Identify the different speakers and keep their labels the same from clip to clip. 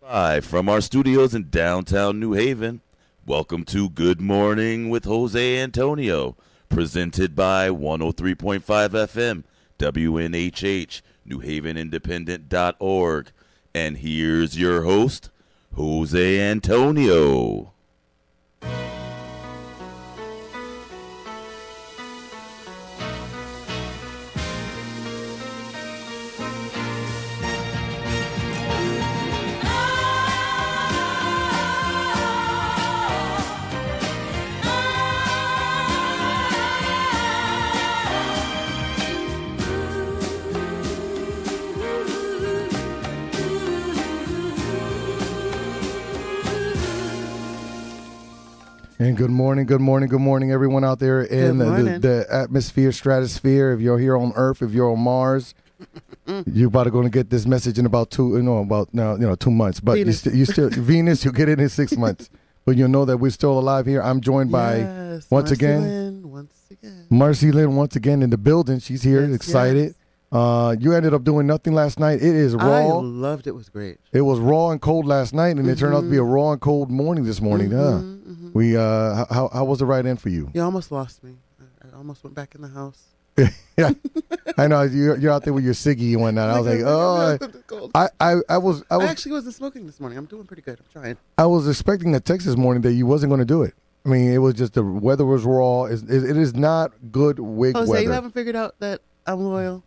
Speaker 1: Live from our studios in downtown New Haven, welcome to Good Morning with Jose Antonio, presented by 103.5 FM, WNHH, newhavenindependent.org. And here's your host, Jose Antonio.
Speaker 2: And good morning, good morning, good morning, everyone out there in
Speaker 3: Good
Speaker 2: the, the,
Speaker 3: morning.
Speaker 2: the atmosphere, stratosphere. If you're here on Earth, if you're on Mars, you're about to going to get this message in about two, you know, about now, you know, two months. But you,
Speaker 3: Venus.
Speaker 2: st- you still Venus, you get it in six months. But you'll know that we're still alive here. I'm joined by
Speaker 3: Yes,
Speaker 2: once
Speaker 3: Marcy
Speaker 2: again-
Speaker 3: Lynn, once again.
Speaker 2: Marcy Lynn once again in the building. She's here,
Speaker 3: Yes,
Speaker 2: excited.
Speaker 3: yes.
Speaker 2: Uh, you ended up doing nothing last night. It is
Speaker 3: I
Speaker 2: raw.
Speaker 3: loved it. It was great.
Speaker 2: It was raw and cold last night, and it turned out to be
Speaker 3: Mm-hmm.
Speaker 2: a raw and cold morning this morning. Yeah.
Speaker 3: Mhm, mhm.
Speaker 2: We uh, h- how how was the ride in for you?
Speaker 3: You almost lost me. I, I almost went back in the house.
Speaker 2: I know you're, you're out there with your ciggy and whatnot. I was like, oh,
Speaker 3: oh. I,
Speaker 2: I, I, I was I
Speaker 3: I
Speaker 2: was
Speaker 3: actually wasn't smoking this morning. I'm doing pretty good. I'm trying.
Speaker 2: I was expecting the Texas morning that you wasn't going to do it. I mean, it was just the weather was raw. It's, it, it is not good wig
Speaker 3: Jose, you
Speaker 2: weather.
Speaker 3: haven't figured out that I'm loyal.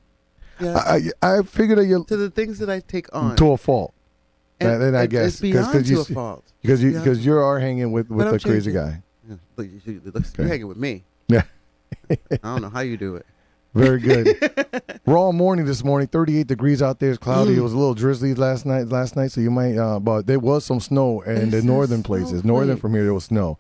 Speaker 3: Yeah.
Speaker 2: I, I I figured that you're
Speaker 3: to the things that I take on.
Speaker 2: to a fault that- that I
Speaker 3: it-
Speaker 2: guess, 'cause-
Speaker 3: it's beyond
Speaker 2: 'cause you
Speaker 3: to a
Speaker 2: see-
Speaker 3: fault.
Speaker 2: because you
Speaker 3: Yeah.
Speaker 2: because you are hanging with with
Speaker 3: But I'm
Speaker 2: a crazy
Speaker 3: changing.
Speaker 2: guy.
Speaker 3: Yeah, look, you, you, look,
Speaker 2: Okay.
Speaker 3: you're hanging with me.
Speaker 2: Yeah.
Speaker 3: I don't know how you do it.
Speaker 2: Very good. Raw morning this morning. 38 degrees out there. It's cloudy.
Speaker 3: Mm.
Speaker 2: It was a little drizzly last night. Last night, so you might. Uh, but there was some snow in
Speaker 3: It's
Speaker 2: the
Speaker 3: a
Speaker 2: northern
Speaker 3: snow
Speaker 2: places. Northern
Speaker 3: place.
Speaker 2: from here, there was snow.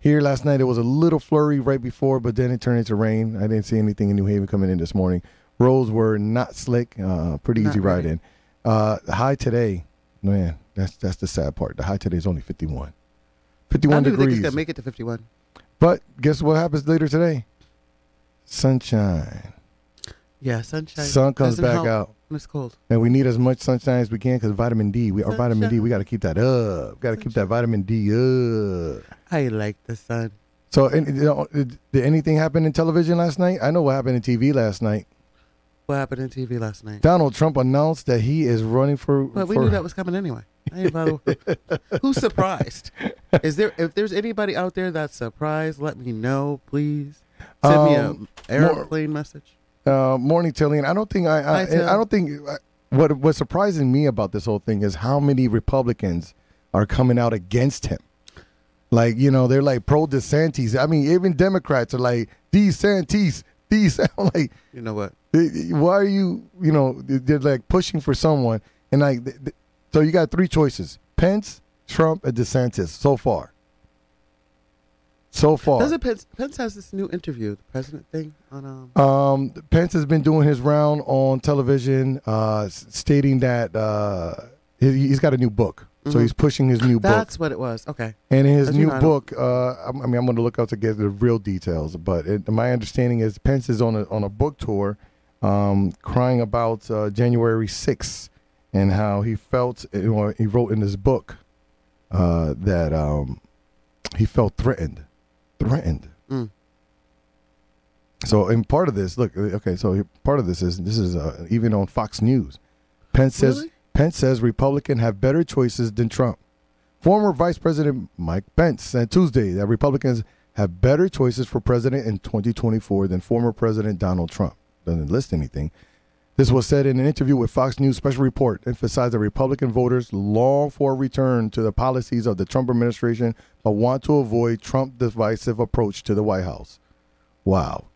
Speaker 2: Here last night, it was a little flurry right before, but then it turned into rain. I didn't see anything in New Haven coming in this morning. Roads were not slick. Uh, pretty
Speaker 3: Not
Speaker 2: easy ride
Speaker 3: really.
Speaker 2: in. Uh, the high today, man. That's that's the sad part. The high today is only 51.
Speaker 3: I
Speaker 2: 51
Speaker 3: don't even think
Speaker 2: degrees.
Speaker 3: it's gonna make it to 51.
Speaker 2: but guess what happens later today? Sunshine.
Speaker 3: Yeah, sunshine.
Speaker 2: Sun comes
Speaker 3: doesn't
Speaker 2: back
Speaker 3: help
Speaker 2: out.
Speaker 3: when It's cold.
Speaker 2: And we need as much sunshine as we can because vitamin D, we our vitamin D, we got to keep that up. Got to keep that vitamin D up.
Speaker 3: I like the sun.
Speaker 2: So, and, you know, did did anything happen in television last night? I know what happened in TV last night.
Speaker 3: What happened on TV last night?
Speaker 2: Donald Trump announced that he is running for.
Speaker 3: But we
Speaker 2: for-
Speaker 3: knew that was coming anyway. I ain't bother- Who's surprised? Is there? If there's anybody out there that's surprised, let me know, please. Send me
Speaker 2: Um,
Speaker 3: a airplane message.
Speaker 2: uh, morning, Tillian. I don't think I. I,
Speaker 3: Hi, Till.
Speaker 2: I don't think uh, what what's surprising me about this whole thing is how many Republicans are coming out against him. Like you know, they're like pro DeSantis. I mean, even Democrats are like DeSantis. These like
Speaker 3: You know what?
Speaker 2: They- they- why are you you know they're like pushing for someone and like th- th- so you got three choices pence trump and desantis so far so far
Speaker 3: Doesn't Pence, Pence has this new interview, the president thing on um.
Speaker 2: um, pence has been doing his round on television uh, s- stating that uh, he, he's got a new book so
Speaker 3: Mhm.
Speaker 2: he's pushing his new book
Speaker 3: That's what it was. Okay.
Speaker 2: And in his
Speaker 3: As you
Speaker 2: new
Speaker 3: know, I don't-
Speaker 2: book, uh, I'm- I mean, I'm going to look out to get the real details, but it, my understanding is Pence is on a on a book tour, um, crying about uh, January 6th and how he felt. eh, You know, he wrote in his book uh, that um, he felt threatened, threatened.
Speaker 3: Mm.
Speaker 2: So, in part of this, look, okay, so part of this is this is uh, even on Fox News. Pence says
Speaker 3: Really?
Speaker 2: Pence says Republicans have better choices than Trump. Former Vice President Mike Pence said Tuesday that Republicans have better choices for president in 2024 than former President Donald Trump. Doesn't list anything. This was said in an interview with Fox News Special Report, emphasized that Republican voters long for a return to the policies of the Trump administration, but want to avoid Trump's divisive approach to the White House. Wow.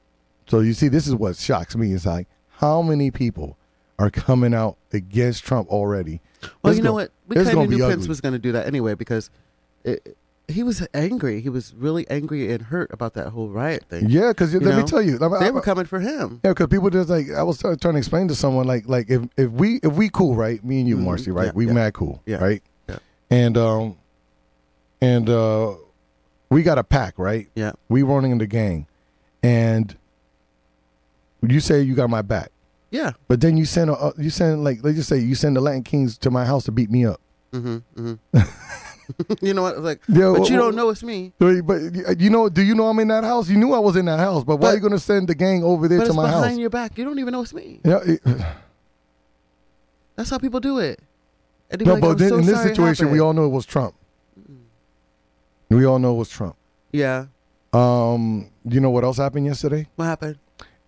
Speaker 2: So you see, this is what shocks me. It's like how many people are coming out against Trump already?
Speaker 3: Well,
Speaker 2: It's
Speaker 3: you know
Speaker 2: gonna-
Speaker 3: what? We
Speaker 2: it's
Speaker 3: kind
Speaker 2: gonna
Speaker 3: of knew
Speaker 2: be
Speaker 3: Pence
Speaker 2: ugly.
Speaker 3: was going to do that anyway because it, he was angry. He was really angry and hurt about that whole riot thing.
Speaker 2: Yeah, because let me
Speaker 3: know?
Speaker 2: tell you, I,
Speaker 3: They
Speaker 2: I,
Speaker 3: were coming for him.
Speaker 2: yeah, because people just like I was try- trying to explain to someone like like if if we if we cool right, me and you,
Speaker 3: Mhm.
Speaker 2: Marcy, right?
Speaker 3: Yeah,
Speaker 2: we
Speaker 3: yeah.
Speaker 2: mad cool,
Speaker 3: Yeah,
Speaker 2: right?
Speaker 3: yeah.
Speaker 2: And um, and uh, we got a pack, right?
Speaker 3: Yeah.
Speaker 2: We running in the gang, and you say you got my back,
Speaker 3: Yeah.
Speaker 2: uh, but then you send a, you send like let's just say you send the Latin Kings to my house to beat me up.
Speaker 3: Mm-hmm, mm-hmm. you know what? I was like,
Speaker 2: Yeah,
Speaker 3: but you
Speaker 2: wh-
Speaker 3: don't
Speaker 2: wh-
Speaker 3: know it's me.
Speaker 2: But but you know, do you know I'm in that house? You knew I was in that house, but why
Speaker 3: But-
Speaker 2: are you gonna send the gang over there
Speaker 3: But
Speaker 2: to
Speaker 3: it's
Speaker 2: my
Speaker 3: behind
Speaker 2: house?
Speaker 3: your back. You don't even know it's me.
Speaker 2: Yeah, it-
Speaker 3: That's how people do it. And they be
Speaker 2: no,
Speaker 3: like,
Speaker 2: but
Speaker 3: "I'm
Speaker 2: then
Speaker 3: so
Speaker 2: in this
Speaker 3: sorry it
Speaker 2: situation, we
Speaker 3: happened." Mm-hmm.
Speaker 2: all know it was Trump. We all know it was Trump.
Speaker 3: Yeah.
Speaker 2: Um, you know what else happened yesterday?
Speaker 3: What happened?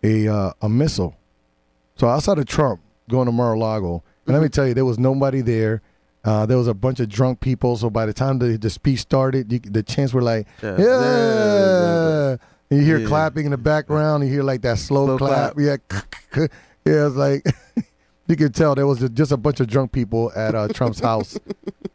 Speaker 2: A uh, a missile. So outside of Trump going to Mar-a-Lago, and let
Speaker 3: Mm-hmm.
Speaker 2: me tell you, there was nobody there. Uh, there was a bunch of drunk people. So by the time the, the speech started, you, the chants were like,
Speaker 3: Yeah.
Speaker 2: yeah. And you hear
Speaker 1: Yeah.
Speaker 2: clapping in the background. You hear like that slow,
Speaker 3: Slow
Speaker 2: clap. Yeah, yeah. It's like you could tell there was just a bunch of drunk people at uh, Trump's house.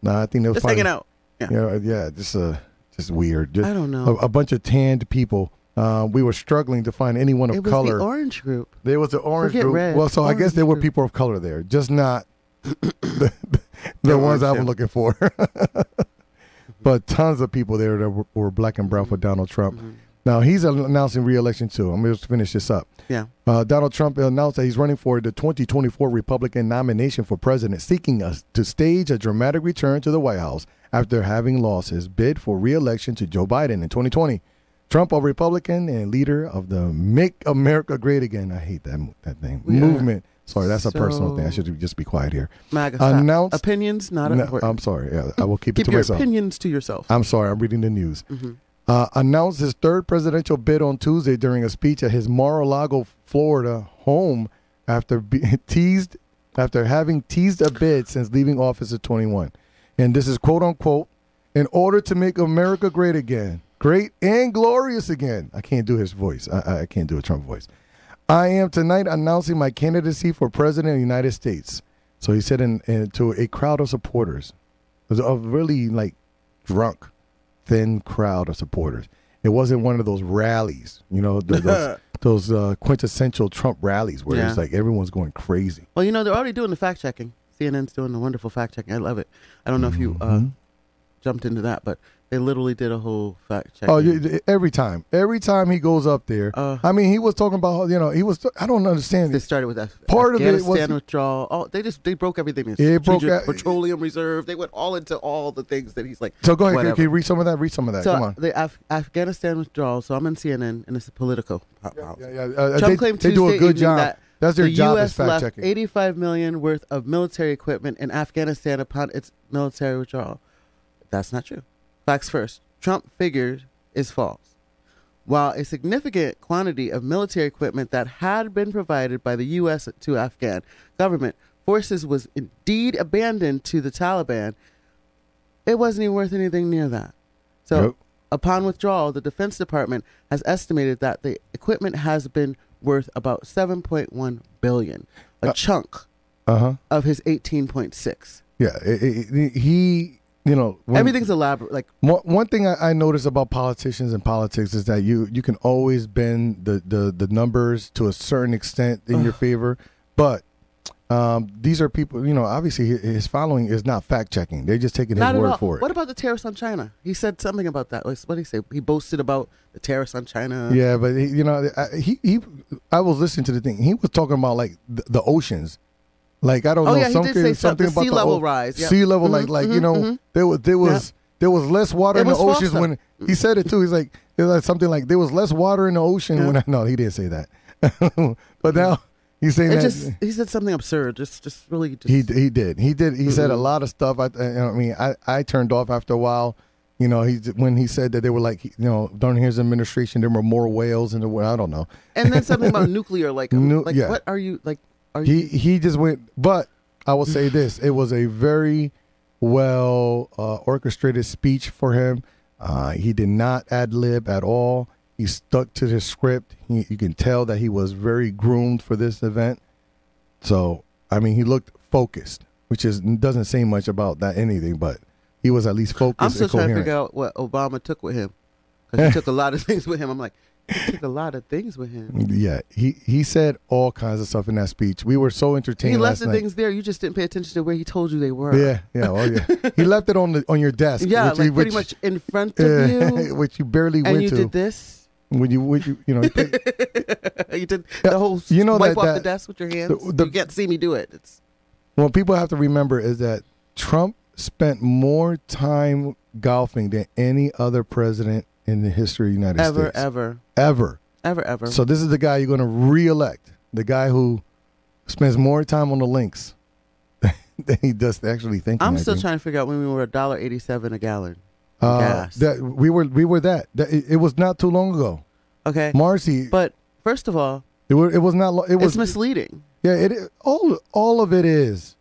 Speaker 2: Nah, I think there was
Speaker 3: Just hanging
Speaker 2: probably-
Speaker 3: out. Yeah.
Speaker 2: Yeah, yeah, just uh, just weird. Just
Speaker 3: I don't
Speaker 2: a,
Speaker 3: know.
Speaker 2: a bunch of tanned people. Uh, we were struggling to find anyone of
Speaker 3: it was
Speaker 2: color.
Speaker 3: the orange group.
Speaker 2: There was an orange
Speaker 3: Forget
Speaker 2: group.
Speaker 3: red,
Speaker 2: Well, so I guess
Speaker 3: orange
Speaker 2: there were
Speaker 3: group.
Speaker 2: people of color there, just not the, the,
Speaker 3: The
Speaker 2: ones
Speaker 3: orange
Speaker 2: I was
Speaker 3: group.
Speaker 2: looking for. but tons of people there that were, were black and brown for Donald Trump. Now he's announcing reelection too. I'm going to finish this up.
Speaker 3: Yeah.
Speaker 2: Uh, Donald Trump announced that he's running for the 2024 Republican nomination for president, seeking us to stage a dramatic return to the White House after having lost his bid for reelection to Joe Biden in 2020. Trump, a Republican and leader of the Make America Great Again, I hate that mo- that name
Speaker 3: We are
Speaker 2: movement. Sorry, that's a personal thing. I
Speaker 3: so-
Speaker 2: should just be quiet here.
Speaker 3: MAGA.
Speaker 2: Announced-
Speaker 3: Stop. Opinions not
Speaker 2: No,
Speaker 3: important.
Speaker 2: I'm sorry. Yeah, I will keep, it
Speaker 3: Keep
Speaker 2: to
Speaker 3: your
Speaker 2: myself.
Speaker 3: opinions to yourself.
Speaker 2: I'm sorry. I'm reading the news.
Speaker 3: Mhm.
Speaker 2: Uh, announced his third presidential bid on Tuesday during a speech at his Mar-a-Lago, Florida home after be- teased after having teased a bid since leaving office at 21. And this is quote unquote, in order to make America great again, great and glorious again. I can't do his voice. I, I- I can't do a Trump voice. I am tonight announcing my candidacy for president of the United States. So he said in, in, to a crowd of supporters, of really like drunk, thin crowd of supporters. It wasn't one of those rallies, you know, th- those those uh, quintessential Trump rallies where it's
Speaker 3: Yeah.
Speaker 2: like everyone's going crazy.
Speaker 3: Well, you know, they're already doing the fact checking. CNN's doing the wonderful fact checking. I love it. I don't know if you
Speaker 2: Mm-hmm.
Speaker 3: uh, jumped into that, but they literally did a whole fact checking.
Speaker 2: Oh, you- you- every time, every time he goes up there,
Speaker 3: Uh.
Speaker 2: I mean, he was talking about, you know, he was. I don't understand.
Speaker 3: They started with Af-
Speaker 2: Part of it was-
Speaker 3: Afghanistan withdrawal. Oh, they just they broke everything. They
Speaker 2: It broke
Speaker 3: strategic
Speaker 2: out-
Speaker 3: petroleum reserve. They went all into all the things that he's like.
Speaker 2: So go ahead, can-
Speaker 3: whatever.
Speaker 2: can, you read some of that? Read some of that.
Speaker 3: so
Speaker 2: Come on.
Speaker 3: the Af- Afghanistan withdrawal. So I'm on CNN, and it's a political. po- po-
Speaker 2: Yeah, yeah, uh,
Speaker 3: Trump
Speaker 2: they,
Speaker 3: claimed
Speaker 2: they do a
Speaker 3: Tuesday
Speaker 2: good
Speaker 3: evening
Speaker 2: job.
Speaker 3: that
Speaker 2: That's their
Speaker 3: the
Speaker 2: job
Speaker 3: U.S.
Speaker 2: is fact
Speaker 3: left
Speaker 2: checking.
Speaker 3: 85 million worth of military equipment in Afghanistan upon its military withdrawal. That's not true. Facts first. Trump figured is false. While a significant quantity of military equipment that had been provided by the U.S. to Afghan government forces was indeed abandoned to the Taliban, it wasn't even worth anything near that. So,
Speaker 2: Yep.
Speaker 3: upon withdrawal, the Defense Department has estimated that the equipment has been worth about 7.1 billion, a chunk
Speaker 2: Uh huh.
Speaker 3: of his 18.6.
Speaker 2: Yeah. it- it- it- he, you know, when-
Speaker 3: Everything's elaborate. Like,
Speaker 2: One, one thing I, I notice about politicians and politics is that you you can always bend the the, the numbers to a certain extent in your favor, but um, these are people. You know, obviously hi- his following is not fact checking; they're just taking his
Speaker 3: not at
Speaker 2: word
Speaker 3: all.
Speaker 2: for it.
Speaker 3: What about the tariffs on China? He said something about that. What did he say? He boasted about the tariffs on China.
Speaker 2: yeah, but he, you know, I, he he. I was listening to the thing. He was talking about like the, the oceans. Like I don't
Speaker 3: Oh,
Speaker 2: know
Speaker 3: yeah, he did
Speaker 2: something
Speaker 3: say
Speaker 2: something
Speaker 3: something,
Speaker 2: about
Speaker 3: sea
Speaker 2: the
Speaker 3: level
Speaker 2: o-
Speaker 3: rise, yeah. Mm-hmm,
Speaker 2: sea level like like you know there was there was there was less water
Speaker 3: It
Speaker 2: in the
Speaker 3: was false,
Speaker 2: oceans
Speaker 3: though.
Speaker 2: when he said it too. He's like it was like something like there was less water in the ocean when I, no he didn't say that, but now he's saying
Speaker 3: Mm-hmm.
Speaker 2: that
Speaker 3: It just he said something absurd. Just just really just
Speaker 2: he he did he did he said a
Speaker 3: Mm-hmm.
Speaker 2: lot of stuff. I, I I mean I I turned off after a while. You know he when he said that they were like you know during his administration there were more whales in the world. I don't know.
Speaker 3: and then something about nuclear. Like
Speaker 2: Nu-
Speaker 3: like
Speaker 2: yeah.
Speaker 3: what are you like? Are
Speaker 2: he
Speaker 3: you
Speaker 2: he just went but i will say this it was a very well uh, orchestrated speech for him uh, he did not ad lib at all he stuck to his script he, you can tell that he was very groomed for this event so i mean he looked focused which is doesn't say much about that anything but he was at least focused
Speaker 3: I'm still
Speaker 2: and
Speaker 3: trying
Speaker 2: coherent
Speaker 3: to figure out what Obama took with him because he took a lot of things with him. I'm like, he took a lot of things with him.
Speaker 2: yeah he he said all kinds of stuff in that speech we were so entertained
Speaker 3: He
Speaker 2: last
Speaker 3: left the
Speaker 2: night.
Speaker 3: things there. You just didn't pay attention to where he told you they were.
Speaker 2: yeah yeah oh yeah he left it on the on your desk
Speaker 3: yeah,
Speaker 2: which he-
Speaker 3: like pretty
Speaker 2: which-
Speaker 3: much in front of
Speaker 2: Yeah,
Speaker 3: you,
Speaker 2: which you barely
Speaker 3: and
Speaker 2: went
Speaker 3: you
Speaker 2: to
Speaker 3: did this.
Speaker 2: when you when you you know you pick-
Speaker 3: you did
Speaker 2: Yeah,
Speaker 3: the whole
Speaker 2: you
Speaker 3: you
Speaker 2: know
Speaker 3: know wipe
Speaker 2: that-
Speaker 3: off
Speaker 2: that-
Speaker 3: the desk with your hands.
Speaker 2: the- the-
Speaker 3: you can't see me do it. It's
Speaker 2: what people have to remember is that Trump spent more time golfing than any other president in the history of the United
Speaker 3: Ever,
Speaker 2: States.
Speaker 3: ever,
Speaker 2: Ever.
Speaker 3: ever, ever.
Speaker 2: So this is the guy you're going to re-elect. The guy who spends more time on the links than he does actually thinking.
Speaker 3: I'm
Speaker 2: I
Speaker 3: still
Speaker 2: think.
Speaker 3: trying to figure out when we were $1.87 a gallon.
Speaker 2: Uh,
Speaker 3: Gas.
Speaker 2: That we were we were that. that it, it was not too long ago.
Speaker 3: Okay.
Speaker 2: Marcy,
Speaker 3: But first of all,
Speaker 2: it, were, it was not. lo- It was
Speaker 3: it's misleading.
Speaker 2: yeah. It is- all all of it is.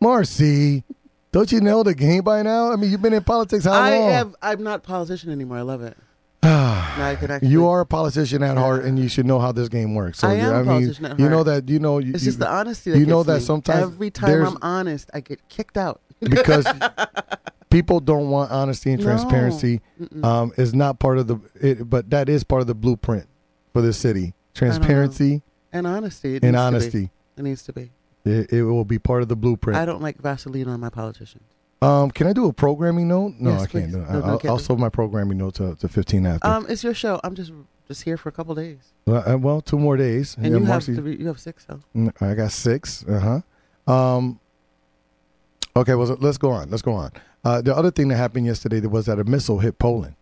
Speaker 2: Marcy, don't you know the game by now? I mean, you've been in politics how
Speaker 3: I
Speaker 2: long?
Speaker 3: have, I'm not a politician anymore. I love it. now I can actually,
Speaker 2: you are a politician at heart, and you should know how this game works. So
Speaker 3: I am
Speaker 2: yeah,
Speaker 3: a
Speaker 2: I mean,
Speaker 3: politician at
Speaker 2: you know
Speaker 3: heart.
Speaker 2: that you know. You,
Speaker 3: It's
Speaker 2: you-
Speaker 3: just the honesty that
Speaker 2: you know
Speaker 3: gets
Speaker 2: that
Speaker 3: me.
Speaker 2: sometimes
Speaker 3: every time
Speaker 2: there's-
Speaker 3: I'm honest, I get kicked out.
Speaker 2: because people don't want honesty and
Speaker 3: No.
Speaker 2: transparency. Um, is not part of the it, but that is part of the blueprint for the city.
Speaker 3: know.
Speaker 2: Transparency
Speaker 3: And honesty. It
Speaker 2: and
Speaker 3: needs to be.
Speaker 2: honesty.
Speaker 3: It needs to be.
Speaker 2: It, it will be part of the
Speaker 3: I
Speaker 2: blueprint.
Speaker 3: don't like Vaseline on my politicians.
Speaker 2: Um, can I do a programming note? No,
Speaker 3: Yes,
Speaker 2: I can't.
Speaker 3: please.
Speaker 2: do it.
Speaker 3: No, no,
Speaker 2: I'll,
Speaker 3: you can't
Speaker 2: I'll
Speaker 3: do it.
Speaker 2: save my programming note to, to 15 after.
Speaker 3: Um, it's your show. I'm just just here for a couple days,
Speaker 2: well, uh, well, two more days.
Speaker 3: and
Speaker 2: Yeah,
Speaker 3: you
Speaker 2: Marcy-
Speaker 3: have three, you have six. So
Speaker 2: Mm, I got six. Uh huh. Um, okay, well, let's go on. Let's go on. Uh, the other thing that happened yesterday was that a missile hit Poland.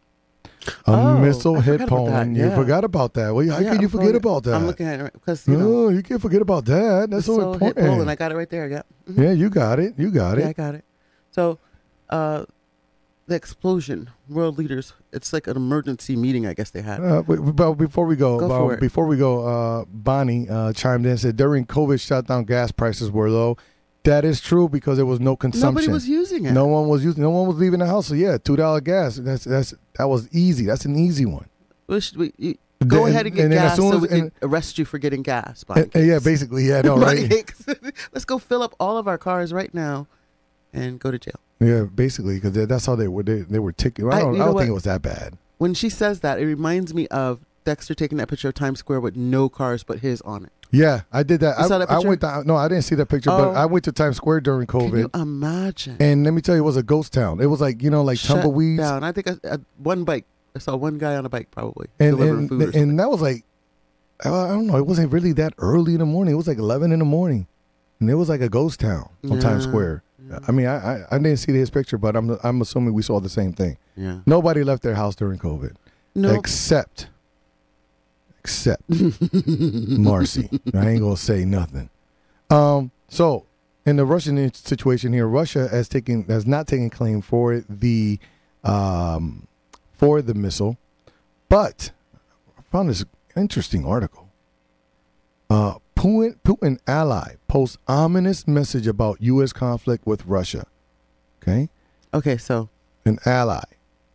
Speaker 2: A
Speaker 3: Oh,
Speaker 2: missile
Speaker 3: I
Speaker 2: hit
Speaker 3: forgot about
Speaker 2: Poland.
Speaker 3: that,
Speaker 2: You
Speaker 3: yeah.
Speaker 2: forgot about that. Well, how can you forget about that?
Speaker 3: I'm looking at it because you know
Speaker 2: no, you can't forget about that. That's so,
Speaker 3: so hit
Speaker 2: important.
Speaker 3: Poland. I got it right there. Yeah, Mhm.
Speaker 2: yeah, you got it. You got
Speaker 3: yeah, I
Speaker 2: it.
Speaker 3: got it. So, uh, the explosion. World leaders. It's like an emergency meeting. I guess they had.
Speaker 2: Uh, but- but before we go,
Speaker 3: Go
Speaker 2: uh,
Speaker 3: for it.
Speaker 2: before we go, uh, Bonnie uh, chimed in and said during COVID shutdown, gas prices were low. That is true because there was no consumption.
Speaker 3: Nobody was using it.
Speaker 2: No one was using. No one was leaving the house. So yeah, two dollar gas. That's that's that was easy. That's an easy one.
Speaker 3: We should- we- you- go
Speaker 2: And-
Speaker 3: ahead and get
Speaker 2: and then as
Speaker 3: gas
Speaker 2: soon
Speaker 3: so
Speaker 2: as-
Speaker 3: we can
Speaker 2: and-
Speaker 3: arrest you for getting gas.
Speaker 2: And- and yeah, basically, yeah, no, right?
Speaker 3: right. Let's go fill up all of our cars right now, and go to jail.
Speaker 2: Yeah, basically, because that's how they were. They, they were ticking. I
Speaker 3: I-
Speaker 2: don't, I,
Speaker 3: you know
Speaker 2: don't think
Speaker 3: what?
Speaker 2: it was that bad.
Speaker 3: when she says that, it reminds me of Dexter taking that picture of Times Square with no cars but his on it.
Speaker 2: Yeah, I did that.
Speaker 3: You
Speaker 2: I,
Speaker 3: saw that
Speaker 2: I
Speaker 3: picture?
Speaker 2: went down. No, I didn't see that picture,
Speaker 3: Oh.
Speaker 2: but I went to Times Square during
Speaker 3: Can you
Speaker 2: COVID.
Speaker 3: imagine?
Speaker 2: And let me tell you, it was a ghost town. It was like you know, like
Speaker 3: Shut
Speaker 2: tumbleweeds,
Speaker 3: Down. I think I, I, one bike. I saw one guy on a bike probably
Speaker 2: and
Speaker 3: delivering
Speaker 2: and,
Speaker 3: food. or something.
Speaker 2: and that was like, I I don't know. It wasn't really that early in the morning. It was like eleven in the morning, and it was like a ghost town on Times
Speaker 3: Yeah.
Speaker 2: Square. I mean, I, I I didn't see his picture, but I'm I'm assuming we saw the same thing.
Speaker 3: yeah.
Speaker 2: Nobody left their house during COVID,
Speaker 3: No.
Speaker 2: except except Marcy. I ain't gonna say nothing. Um, so in the Russian situation here, Russia has taken has not taken claim for the um, for the missile, but I found this interesting article. Uh, Putin, Putin ally posts ominous message about U.S. conflict with Russia. Okay
Speaker 3: okay, so
Speaker 2: an ally.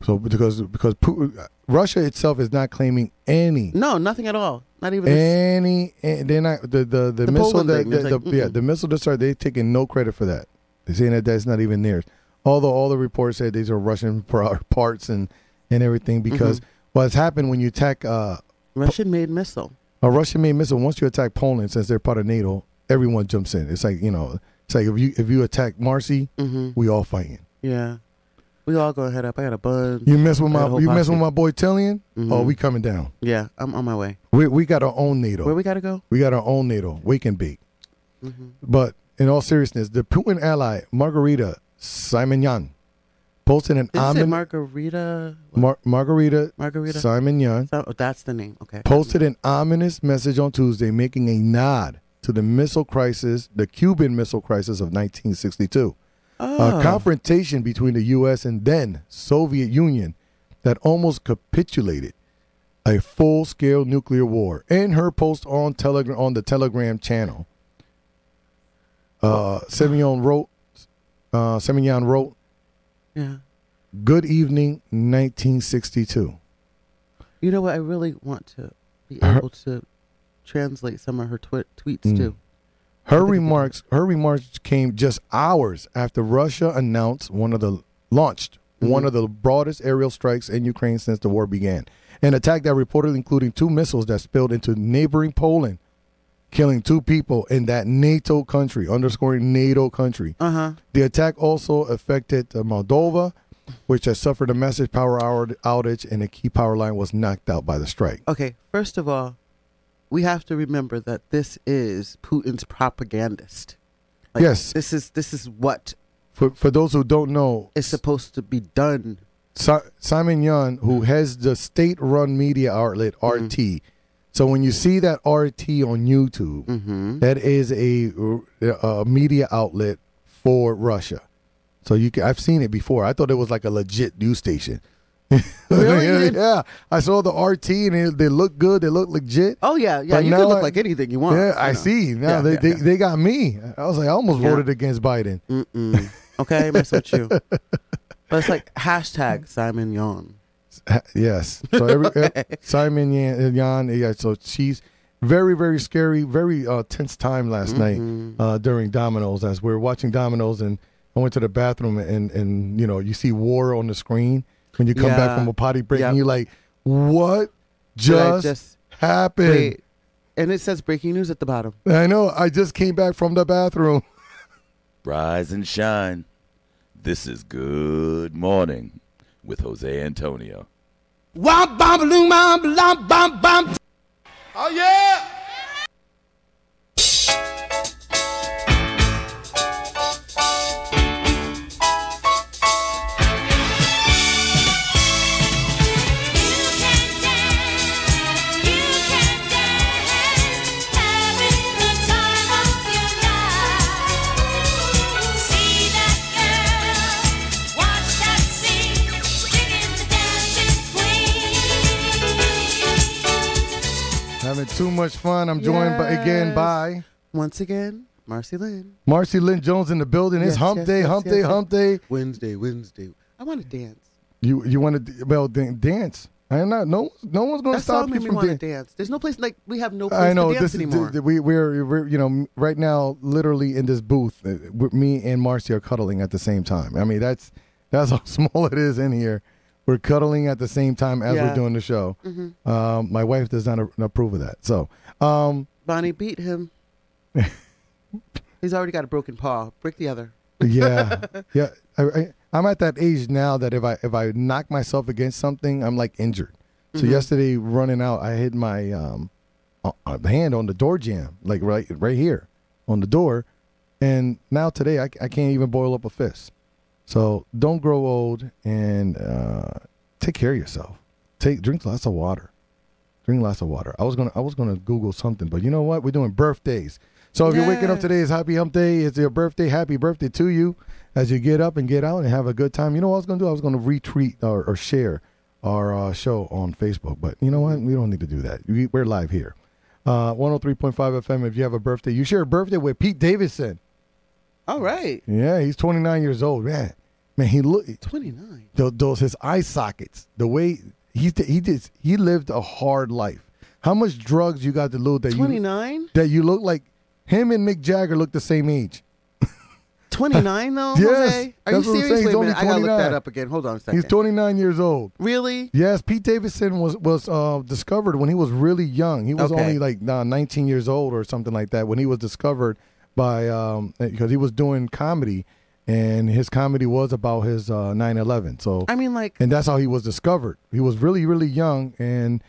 Speaker 2: So because because Putin, Russia itself is not claiming any
Speaker 3: no, nothing at all. Not even. this-
Speaker 2: any and they're not the the, the,
Speaker 3: The
Speaker 2: missile
Speaker 3: Poland
Speaker 2: that
Speaker 3: thing, it's
Speaker 2: the-
Speaker 3: like,
Speaker 2: the- yeah
Speaker 3: mm-mm.
Speaker 2: the missile that started they taking no credit for that. They're saying that that's not even theirs. Although all the reports said these are Russian pro- parts and and everything
Speaker 3: Mm-hmm.
Speaker 2: because what's happened when you attack uh,
Speaker 3: Russian-made missile.
Speaker 2: a Russian-made missile once you attack Poland since they're part of NATO everyone jumps in. It's like you know it's like if you if you attack Marcy
Speaker 3: Mm-hmm.
Speaker 2: we all fighting.
Speaker 3: Yeah. We all go head up. I got a bun.
Speaker 2: You mess with my
Speaker 3: That whole
Speaker 2: you mess with
Speaker 3: posse.
Speaker 2: my boy Tillian oh
Speaker 3: Mhm.
Speaker 2: we coming down.
Speaker 3: Yeah, I'm on my way.
Speaker 2: We we got our own NATO.
Speaker 3: Where
Speaker 2: we-,
Speaker 3: we gotta go?
Speaker 2: got our own NATO. We can beat.
Speaker 3: Mm-hmm.
Speaker 2: But in all seriousness, the Putin ally Margarita Simonyan posted an
Speaker 3: Did you say
Speaker 2: ominous
Speaker 3: margarita?
Speaker 2: Mar- Margarita
Speaker 3: margarita.
Speaker 2: Simonyan
Speaker 3: So- oh, that's the name. Okay.
Speaker 2: posted an ominous message on Tuesday, making a nod to the missile crisis, the Cuban Missile Crisis of 1962,
Speaker 3: Oh.
Speaker 2: a confrontation between the U.S. and then Soviet Union that almost capitulated a full-scale nuclear war. In her post on Telegram on the Telegram channel, uh, Semyon wrote, uh, Semyon wrote,
Speaker 3: yeah.
Speaker 2: "Good evening, 1962."
Speaker 3: You know what? I really want to be
Speaker 2: Her-
Speaker 3: able to translate some of her twi- tweets
Speaker 2: Mm.
Speaker 3: too.
Speaker 2: Her
Speaker 3: think it-
Speaker 2: remarks her remarks came just hours after Russia announced one of the launched one
Speaker 3: Mhm.
Speaker 2: of the broadest aerial strikes in Ukraine since the war began. An attack that reportedly including two missiles that spilled into neighboring Poland, killing two people in that NATO country, underscoring NATO country.
Speaker 3: Uh huh.
Speaker 2: The attack also affected uh, Moldova, which has suffered a massive power hour- outage and a key power line was knocked out by the strike.
Speaker 3: Okay. First of all, we have to remember that this is Putin's propagandist.
Speaker 2: Yes.
Speaker 3: This is this is what
Speaker 2: For, for those who don't know,
Speaker 3: It's supposed to be done.
Speaker 2: Si- Simon Young, who has the state-run media outlet
Speaker 3: Mm-hmm.
Speaker 2: RT. So when you see that RT on YouTube,
Speaker 3: Mm-hmm.
Speaker 2: that is a, a media outlet for Russia. So you can, I've seen it before. I thought it was like a legit news station.
Speaker 3: Really? You
Speaker 2: yeah,
Speaker 3: didn't-
Speaker 2: I saw the RT and it, they look good. They look legit.
Speaker 3: Oh yeah, yeah.
Speaker 2: But
Speaker 3: you
Speaker 2: now
Speaker 3: can look
Speaker 2: I-
Speaker 3: like anything you want.
Speaker 2: yeah,
Speaker 3: you
Speaker 2: I
Speaker 3: know.
Speaker 2: see. Now
Speaker 3: Yeah,
Speaker 2: they,
Speaker 3: yeah,
Speaker 2: they,
Speaker 3: yeah.
Speaker 2: they got me. I was like, I almost
Speaker 3: Yeah.
Speaker 2: voted against Biden.
Speaker 3: Mm-mm. Okay, I mess with you. But it's like hashtag Simon Yawn.
Speaker 2: Ha- Yes. So every, eh, Simon Yan, Yan, yeah. So she's very, very scary, very uh, tense time last
Speaker 3: Mm-hmm.
Speaker 2: night uh, during Dominoes as we were watching Dominoes, and I went to the bathroom, and and you know you see war on the screen when you come back
Speaker 3: Yeah.
Speaker 2: from a potty break,
Speaker 3: Yep.
Speaker 2: and you're like, what
Speaker 3: I
Speaker 2: just,
Speaker 3: just-
Speaker 2: happened?
Speaker 3: Wait, and it says breaking news at the bottom.
Speaker 2: I know. I just came back from the bathroom.
Speaker 1: Rise and shine. This is Good Morning with Jose Antonio.
Speaker 4: Womp bomb loom bomb lomp bomb bomb. Oh yeah!
Speaker 2: Having too much fun. I'm joined by, again
Speaker 3: Yes.
Speaker 2: by
Speaker 3: Once again, Marcy Lynn.
Speaker 2: Marcy Lynn Jones in the building. It's
Speaker 3: Yes,
Speaker 2: hump
Speaker 3: yes,
Speaker 2: day,
Speaker 3: yes,
Speaker 2: hump
Speaker 3: yes,
Speaker 2: day,
Speaker 3: yes.
Speaker 2: hump day.
Speaker 3: Wednesday, Wednesday. I want to dance.
Speaker 2: You you want to well dan- dance? I am not. No no one's gonna
Speaker 3: That
Speaker 2: stop
Speaker 3: song
Speaker 2: you
Speaker 3: made me
Speaker 2: from
Speaker 3: want to
Speaker 2: dancing.
Speaker 3: dance. There's no place like we have no place
Speaker 2: I know
Speaker 3: to dance
Speaker 2: this is
Speaker 3: anymore.
Speaker 2: th- we we're, we're you know m- right now literally in this booth. uh, with Me and Marcy are cuddling at the same time. I mean that's that's how small it is in here. We're cuddling at the same time as we're
Speaker 3: Yeah. Mm-hmm.
Speaker 2: doing the show. Um, my wife does not a- approve of that. So um,
Speaker 3: Bonnie beat him. He's already got a broken paw. Break the other.
Speaker 2: yeah yeah I, I, i'm at that age now that if i if i knock myself against something i'm like injured so yesterday running out i hit my um uh, uh, hand on the door jam like right right here on the door and now today i, I can't even boil up a fist so don't grow old and uh take care of yourself take drink lots of water drink lots of water i was gonna i was gonna google something but you know what we're doing birthdays so if you're waking up
Speaker 3: Yes.
Speaker 2: today is happy hump day it's your birthday happy birthday to you as you get up and get out and have a good time you know what i was gonna do i was gonna retweet or, or share our uh, show on facebook but you know what we don't need to do that we, we're live here uh, 103.5 fm if you have a birthday you share a birthday with pete davidson
Speaker 3: All right.
Speaker 2: yeah he's 29 years old man man he look
Speaker 3: Twenty nine.
Speaker 2: those, those his eye sockets, the way he did- he did, he lived a hard life. How much drugs you got to load that
Speaker 3: Twenty
Speaker 2: you
Speaker 3: nine.
Speaker 2: that you look like him and Mick Jagger look the same age.
Speaker 3: Twenty nine though.
Speaker 2: Yes,
Speaker 3: Jose? Are you
Speaker 2: that's what I'm saying.
Speaker 3: serious?
Speaker 2: He's
Speaker 3: Wait a
Speaker 2: only
Speaker 3: minute. I gotta look
Speaker 2: 29.
Speaker 3: that up again. Hold on a second.
Speaker 2: He's 29 years old.
Speaker 3: really?
Speaker 2: Yes, Pete Davidson was was uh, discovered when he was really young. He was
Speaker 3: Okay.
Speaker 2: only like uh, 19 years old or something like that when he was discovered by um because he was doing comedy and his comedy was about his uh 9/11. So
Speaker 3: I mean, like,
Speaker 2: and that's how he was discovered. He was really, really young, and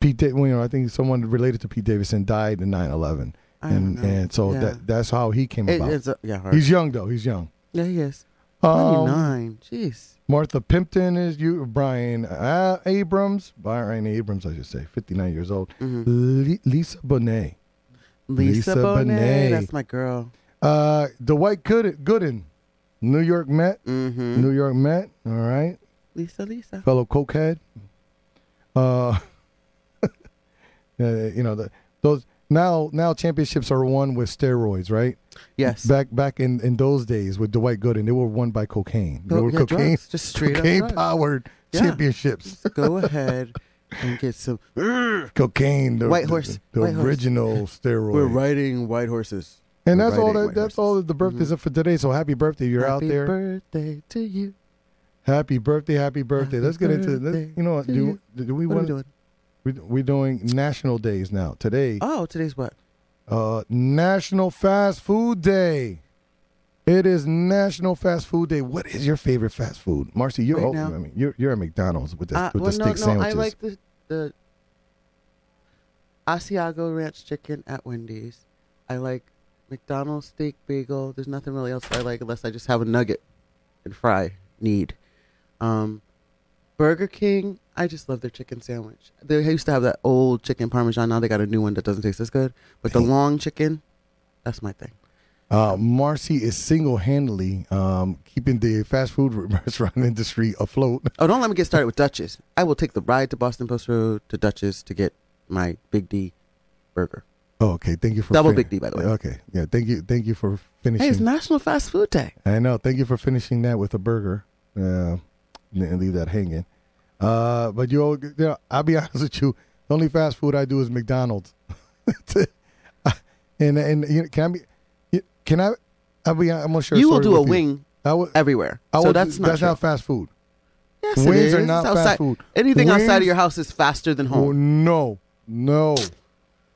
Speaker 2: Pete, da- well, you know, I think someone related to Pete Davidson died in 9/11,
Speaker 3: I don't
Speaker 2: and
Speaker 3: know.
Speaker 2: and so
Speaker 3: Yeah.
Speaker 2: that that's how he came
Speaker 3: it,
Speaker 2: about.
Speaker 3: it's a, yeah. Hard.
Speaker 2: He's young though. He's young.
Speaker 3: yeah, he is. Twenty
Speaker 2: Um,
Speaker 3: nine. Jeez.
Speaker 2: Martha Pimpton is you. Brian uh, Abrams, Brian Abrams, I should say, 59 years old. Li- Lisa Bonet,
Speaker 3: Mm-hmm.
Speaker 2: Lisa
Speaker 3: Lisa, Bonet.
Speaker 2: Bonet.
Speaker 3: That's my girl.
Speaker 2: uh, Dwight Gooden, Gooden, New York Met,
Speaker 3: Mm-hmm.
Speaker 2: New York Met. All right,
Speaker 3: Lisa, Lisa.
Speaker 2: fellow cokehead. Uh, yeah, you know the, those now now championships are won with steroids, right?
Speaker 3: Yes.
Speaker 2: Back back in, in those days with Dwight Gooden, they were won by cocaine. They
Speaker 3: Go-
Speaker 2: were
Speaker 3: Oh, yeah,
Speaker 2: cocaine
Speaker 3: drugs. Just straight up
Speaker 2: cocaine
Speaker 3: drugs.
Speaker 2: powered
Speaker 3: Yeah.
Speaker 2: championships.
Speaker 3: Just Go ahead and get some. We're
Speaker 2: Cocaine, the,
Speaker 3: White
Speaker 2: the-
Speaker 3: horse,
Speaker 2: the,
Speaker 3: white horse.
Speaker 2: original steroid.
Speaker 3: riding white horses.
Speaker 2: And
Speaker 3: We're
Speaker 2: that's all
Speaker 3: riding
Speaker 2: that
Speaker 3: white
Speaker 2: that's all
Speaker 3: horses.
Speaker 2: that
Speaker 3: Mm-hmm.
Speaker 2: the birthdays are for today. So happy birthday! You're out
Speaker 3: Happy
Speaker 2: there.
Speaker 3: birthday to you.
Speaker 2: happy birthday! Happy birthday!
Speaker 3: Happy
Speaker 2: let's get into
Speaker 3: birthday
Speaker 2: let's, you know what
Speaker 3: to
Speaker 2: do, do we
Speaker 3: What are we
Speaker 2: want
Speaker 3: doing?
Speaker 2: we we're doing national days now today.
Speaker 3: Oh, today's what?
Speaker 2: Uh, National Fast Food Day. It is National Fast Food Day. What is your favorite fast food, Marcy? You're
Speaker 3: Right
Speaker 2: old,
Speaker 3: now?
Speaker 2: I mean, you're you're at McDonald's with the,
Speaker 3: Uh,
Speaker 2: with
Speaker 3: well,
Speaker 2: the
Speaker 3: no,
Speaker 2: steak
Speaker 3: no,
Speaker 2: sandwiches.
Speaker 3: I like the the Asiago Ranch Chicken at Wendy's. I like McDonald's steak bagel. There's nothing really else I like unless I just have a nugget and fry need. Um, Burger King, I just love their chicken sandwich. They used to have that old chicken parmesan. Now they got a new one that doesn't taste as good. But the long chicken, that's my thing.
Speaker 2: Uh, Marcy is single-handedly um, keeping the fast food restaurant industry afloat.
Speaker 3: Oh, don't let me get started with Dutchess. I will take the ride to Boston Post Road to Dutchess to get my Big D burger.
Speaker 2: Oh, okay. Thank you for Oh,
Speaker 3: Double Big D, by the way.
Speaker 2: Okay, yeah. Thank you. Thank you for
Speaker 3: Hey,
Speaker 2: finishing.
Speaker 3: it's National Fast Food Day.
Speaker 2: I know. Thank you for finishing that with a burger. Uh, and leave that hanging. Uh, but you, all- you know, I'll be honest with you. The only fast food I do is McDonald's. and and you know, can I be? you- Can I? I'll be. I'm gonna share.
Speaker 3: you will
Speaker 2: story
Speaker 3: do a
Speaker 2: with
Speaker 3: wing
Speaker 2: I would,
Speaker 3: everywhere.
Speaker 2: I
Speaker 3: so
Speaker 2: would,
Speaker 3: that's not
Speaker 2: that's
Speaker 3: true.
Speaker 2: not fast food.
Speaker 3: Yes, it
Speaker 2: Wings are
Speaker 3: is.
Speaker 2: not
Speaker 3: It's
Speaker 2: fast
Speaker 3: outside-
Speaker 2: food.
Speaker 3: Anything outside of
Speaker 2: Wings-
Speaker 3: your house is faster than
Speaker 2: Oh
Speaker 3: home.
Speaker 2: no, no,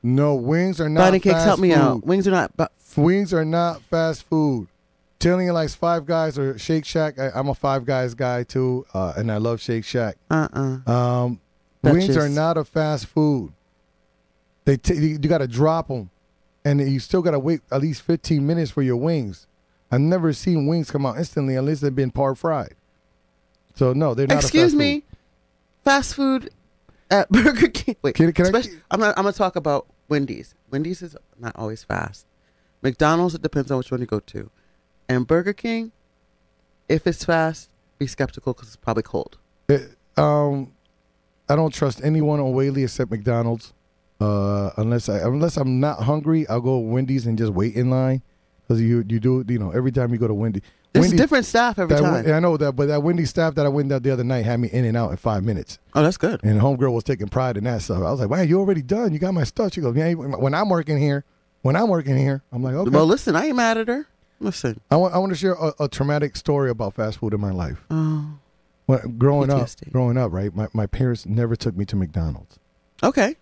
Speaker 2: no. Wings are not.
Speaker 3: Bunny cakes,
Speaker 2: fast
Speaker 3: help me
Speaker 2: food.
Speaker 3: out. Wings are not. But
Speaker 2: Wings are not fast food. Telling you like Five Guys or Shake Shack. I, I'm a Five Guys guy too, uh, and I love Shake Shack.
Speaker 3: uh uh
Speaker 2: Um,
Speaker 3: That's
Speaker 2: wings are
Speaker 3: just-
Speaker 2: not a fast food. They t- you, got to drop them, and you still got to wait at least 15 minutes for your wings. I've never seen wings come out instantly unless they've been par fried. So no, they're not. a
Speaker 3: Excuse
Speaker 2: fast
Speaker 3: me.
Speaker 2: food.
Speaker 3: Fast food at Burger King. Wait,
Speaker 2: Can- can I-
Speaker 3: especially- I'm not, I'm gonna talk about Wendy's. Wendy's is not always fast. McDonald's it depends on which one you go to, and Burger King, if it's fast, be skeptical because it's probably cold.
Speaker 2: It- um, I don't trust anyone on Whaley except McDonald's. Uh, unless I unless I'm not hungry, I'll go to Wendy's and just wait in line because you you do you know every time you go to Wendy.
Speaker 3: There's
Speaker 2: Wendy's-
Speaker 3: different staff every
Speaker 2: that
Speaker 3: time.
Speaker 2: Wen- I know that, but that Wendy staff that I went out the other night had me in and out in five minutes.
Speaker 3: Oh, that's good.
Speaker 2: And homegirl was taking pride in that stuff. I was like, "Wow, you already done. You got my stuff." She goes, "Yeah, when I'm working here, when I'm working here, I'm like, okay."
Speaker 3: Well, listen, I ain't mad at her. Listen,
Speaker 2: I want I want to share a, a traumatic story about fast food in my life.
Speaker 3: oh,
Speaker 2: When growing
Speaker 3: PTSD.
Speaker 2: up, growing up, right, my my parents never took me to McDonald's,
Speaker 3: okay.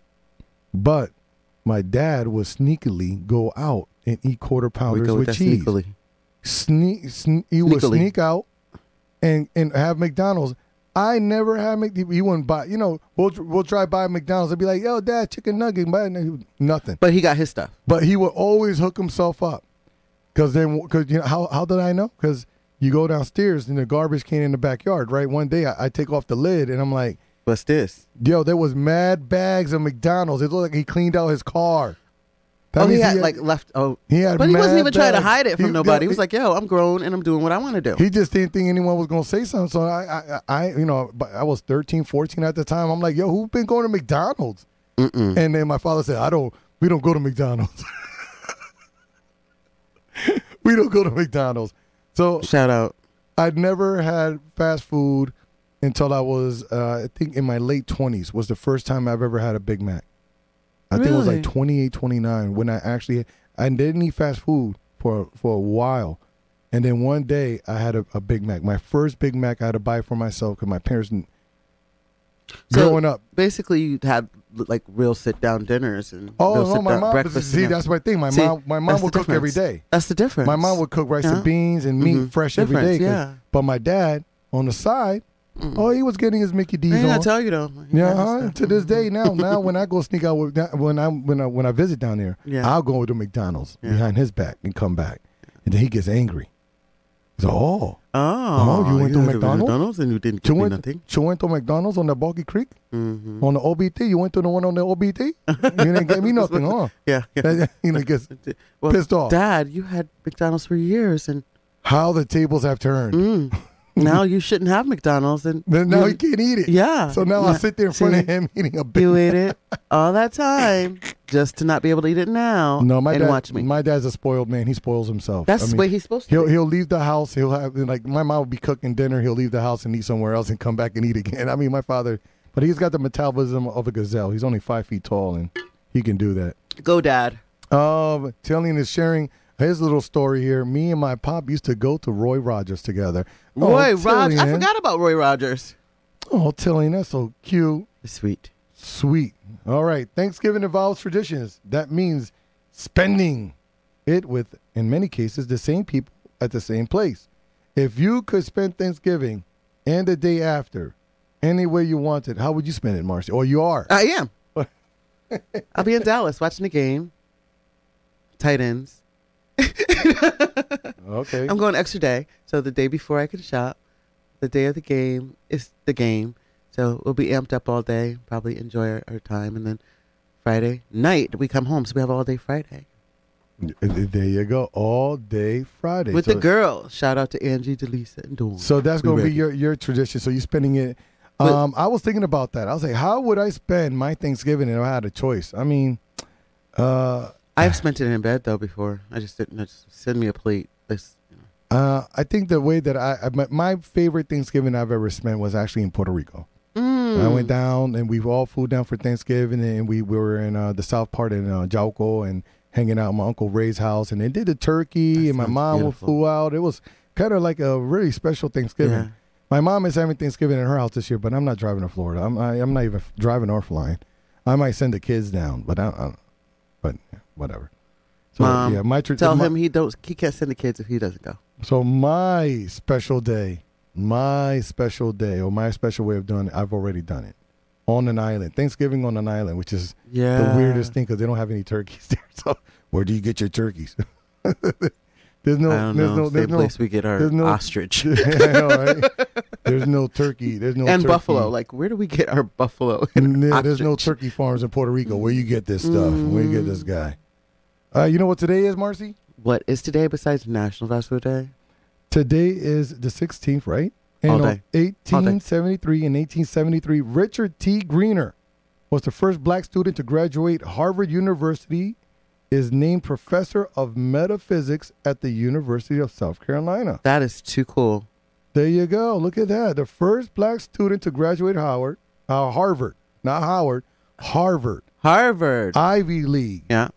Speaker 2: but my dad would sneakily go out and eat quarter
Speaker 3: we
Speaker 2: pounders
Speaker 3: go
Speaker 2: with,
Speaker 3: with that
Speaker 2: cheese.
Speaker 3: sneakily.
Speaker 2: sneak, sne- he would
Speaker 3: Sneakily.
Speaker 2: sneak out and and have McDonald's. I never had Mc. He wouldn't buy. You know, we'll we'll try buy McDonald's. I'd be like, "Yo, Dad, chicken nugget, buy it." nothing.
Speaker 3: But he got his stuff.
Speaker 2: But he would always hook himself up, cause then, cause you know how how did I know? Cause you go downstairs and the garbage can in the backyard, right? One day I, I take off the lid and I'm like,
Speaker 3: What's this?
Speaker 2: "Yo, there was mad bags of McDonald's. It looked like he cleaned out his car." That
Speaker 3: oh, he
Speaker 2: means
Speaker 3: had like left. Oh,
Speaker 2: he had
Speaker 3: but he wasn't
Speaker 2: mad
Speaker 3: even trying to
Speaker 2: bags.
Speaker 3: hide it from
Speaker 2: He-
Speaker 3: nobody.
Speaker 2: yeah,
Speaker 3: He was
Speaker 2: he-
Speaker 3: like, "Yo, I'm grown and I'm doing what I want to do."
Speaker 2: he just didn't think anyone was going to say something. So I, I, I, you know, but I was 13, 14 at the time. I'm like, yo, who been going to McDonald's?
Speaker 3: Mm-mm.
Speaker 2: And then my father said, I don't, we don't go to McDonald's. we don't go to McDonald's. So
Speaker 3: Shout out.
Speaker 2: I'd never had fast food until I was, uh, I think in my late 20s was the first time I've ever had a Big Mac. I think it was
Speaker 3: Really?
Speaker 2: like 28, 29 when I actually, I didn't eat fast food for, for a while. And then one day I had a, a Big Mac. My first Big Mac I had to buy for myself because my parents didn't.
Speaker 3: So-
Speaker 2: growing up.
Speaker 3: Basically, you have like real sit down dinners and
Speaker 2: Oh,
Speaker 3: real
Speaker 2: no,
Speaker 3: sit-down
Speaker 2: my mom.
Speaker 3: breakfast.
Speaker 2: See,
Speaker 3: and
Speaker 2: that's my thing. My
Speaker 3: See,
Speaker 2: mom, my mom
Speaker 3: that's
Speaker 2: would
Speaker 3: the
Speaker 2: cook every
Speaker 3: difference.
Speaker 2: day.
Speaker 3: That's the difference.
Speaker 2: My mom would cook rice
Speaker 3: Yeah.
Speaker 2: and beans and meat
Speaker 3: Mhm.
Speaker 2: fresh every
Speaker 3: Difference,
Speaker 2: day. 'cause-
Speaker 3: yeah.
Speaker 2: But my dad on the side, oh, he was getting his Mickey D's
Speaker 3: I ain't
Speaker 2: on.
Speaker 3: gonna tell you though. You
Speaker 2: Yeah,
Speaker 3: got
Speaker 2: uh-huh.
Speaker 3: stuff.
Speaker 2: to this day now, now when I go sneak out with when I when I when I visit down there,
Speaker 3: Yeah.
Speaker 2: I'll go to McDonald's
Speaker 3: Yeah.
Speaker 2: behind his back and come back, and then he gets angry. He's like, oh,
Speaker 3: Oh,
Speaker 2: Oh, you went to
Speaker 3: had
Speaker 2: McDonald's?
Speaker 3: and you didn't
Speaker 2: you
Speaker 3: give me
Speaker 2: went,
Speaker 3: nothing.
Speaker 2: you went to McDonald's on the Boggy Creek
Speaker 3: hmm
Speaker 2: on the OBT. You went to the one on the OBT. you didn't give me nothing, huh?
Speaker 3: Yeah. yeah.
Speaker 2: you know, gets
Speaker 3: Well,
Speaker 2: pissed off.
Speaker 3: Dad, you had McDonald's for years, and
Speaker 2: How the tables have turned.
Speaker 3: mm, now you shouldn't have McDonald's. And
Speaker 2: Then now
Speaker 3: you-
Speaker 2: he can't eat it.
Speaker 3: yeah.
Speaker 2: So now I
Speaker 3: Yeah.
Speaker 2: sit there in front
Speaker 3: See?
Speaker 2: of him eating a big.
Speaker 3: You ate it all that time just to not be able to eat it now.
Speaker 2: No, my
Speaker 3: and
Speaker 2: dad.
Speaker 3: watch me.
Speaker 2: My dad's a spoiled man. He spoils himself.
Speaker 3: That's
Speaker 2: I
Speaker 3: the
Speaker 2: mean,
Speaker 3: way he's supposed to.
Speaker 2: He'll
Speaker 3: be.
Speaker 2: he'll leave the house. He'll have like my mom will be cooking dinner. He'll leave the house and eat somewhere else and come back and eat again. I mean, my father, but he's got the metabolism of a gazelle. He's only five feet tall and he can do that.
Speaker 3: Go, Dad.
Speaker 2: Um, telling is sharing his little story here. Me and my pop used to go to Roy Rogers together. Oh,
Speaker 3: Roy Rogers. I
Speaker 2: Tillian.
Speaker 3: forgot about Roy Rogers.
Speaker 2: Oh, Tillian, that's so cute.
Speaker 3: Sweet.
Speaker 2: Sweet. All right. Thanksgiving involves traditions. That means spending it with, in many cases, the same people at the same place. If you could spend Thanksgiving and the day after any way you wanted, how would you spend it, Marcy? Or you are?
Speaker 3: I am. I'll be in Dallas watching the game. Tight ends.
Speaker 2: Okay.
Speaker 3: I'm going extra day. So the day before I can shop, the day of the game is the game. So we'll be amped up all day, probably enjoy our, our time. And then Friday night, we come home. So we have all day Friday
Speaker 2: there you go. All day Friday.
Speaker 3: with
Speaker 2: So-
Speaker 3: the girls. Shout out to Angie, Delisa, and Dawn.
Speaker 2: So that's
Speaker 3: We
Speaker 2: going to be
Speaker 3: ready.
Speaker 2: your, your tradition. So you're spending it.
Speaker 3: But-
Speaker 2: Um, I was thinking about that. I was like, how would I spend my Thanksgiving if I had a choice? I mean, uh,
Speaker 3: I've spent it in bed, though, before. I just didn't. Just send me a plate. This,
Speaker 2: uh, I think the way that I, I my, my favorite Thanksgiving I've ever spent was actually in Puerto Rico.
Speaker 3: Mm.
Speaker 2: I went down and we all flew down for Thanksgiving and we, we were in uh, the south part in uh, Jauco and hanging out at my uncle Ray's house and they did the turkey and my
Speaker 3: sounds
Speaker 2: mom
Speaker 3: beautiful.
Speaker 2: flew out. It was kind of like a really special Thanksgiving.
Speaker 3: Yeah.
Speaker 2: My mom is having Thanksgiving in her house this year, but I'm not driving to Florida. I'm I, I'm not even f- driving or flying. I might send the kids down, but I, I but whatever. So
Speaker 3: Mom,
Speaker 2: yeah, my tra-
Speaker 3: Tell
Speaker 2: my-
Speaker 3: him he don't. He can't send the kids if he doesn't go.
Speaker 2: so my special day, my special day, or my special way of doing it, I've already done it on an island. Thanksgiving on an island, which is
Speaker 3: Yeah.
Speaker 2: the weirdest thing because they don't have any turkeys there. So where do you get your turkeys? there's no,
Speaker 3: I don't
Speaker 2: there's
Speaker 3: know.
Speaker 2: no,
Speaker 3: Same
Speaker 2: there's no,
Speaker 3: place we get our
Speaker 2: there's no-
Speaker 3: ostrich
Speaker 2: Yeah, right? there's no turkey. There's no
Speaker 3: and
Speaker 2: turkey.
Speaker 3: buffalo. Like, where do we get our buffalo? And
Speaker 2: Yeah, there's no
Speaker 3: ostrich?
Speaker 2: turkey farms in Puerto Rico where you get this stuff. Where you get
Speaker 3: Mm.
Speaker 2: this guy? Uh, you know what today is, Marcy?
Speaker 3: What is today besides National Fast Food Day?
Speaker 2: Today is the 16th, right? And
Speaker 3: All
Speaker 2: on
Speaker 3: day.
Speaker 2: 1873 and 1873, Richard T. Greener was the first black student to graduate Harvard University, is named professor of metaphysics at the University of South Carolina.
Speaker 3: That is too cool.
Speaker 2: There you go. Look at that. The first black student to graduate Howard, uh, Harvard, not Howard, Harvard,
Speaker 3: Harvard.
Speaker 2: Ivy League
Speaker 3: yeah.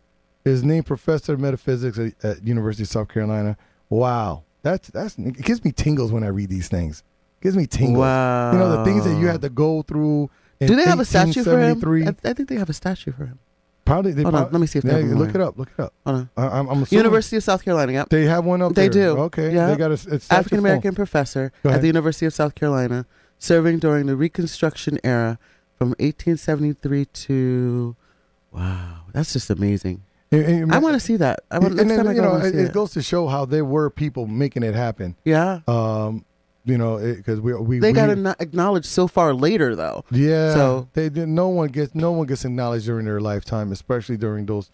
Speaker 2: is named professor of metaphysics at, at University of South Carolina. Wow, that's that's it gives me tingles when I read these things. gives me tingles. You know the things that you
Speaker 3: Wow.
Speaker 2: had to go through. In
Speaker 3: Do they have a statue for him?
Speaker 2: 1873.
Speaker 3: I, I think they have a statue for him.
Speaker 2: Probably. They
Speaker 3: Hold on,
Speaker 2: prob-
Speaker 3: let me see if they
Speaker 2: Yeah,
Speaker 3: have one
Speaker 2: look
Speaker 3: more.
Speaker 2: it up. Look it up.
Speaker 3: Hold on.
Speaker 2: I, I'm, I'm assuming
Speaker 3: University of South Carolina. Yep.
Speaker 2: They have one up
Speaker 3: They
Speaker 2: there.
Speaker 3: do.
Speaker 2: Okay.
Speaker 3: Yeah.
Speaker 2: They got a, s- a statue
Speaker 3: African American professor
Speaker 2: Go
Speaker 3: at
Speaker 2: ahead.
Speaker 3: the University of South Carolina, serving during the Reconstruction era from 1873 to. Wow, that's just amazing.
Speaker 2: for him. And- and-
Speaker 3: I want to see that. I want
Speaker 2: And,
Speaker 3: next time
Speaker 2: then
Speaker 3: I
Speaker 2: you
Speaker 3: go, I
Speaker 2: know
Speaker 3: wanna
Speaker 2: it,
Speaker 3: see
Speaker 2: it
Speaker 3: it.
Speaker 2: goes to show how there were people making it happen.
Speaker 3: Yeah,
Speaker 2: Um, you know, because we we
Speaker 3: they
Speaker 2: we,
Speaker 3: got to acknowledged so far later though.
Speaker 2: Yeah.
Speaker 3: So-
Speaker 2: they did, no one gets no one gets acknowledged during their lifetime, especially during those,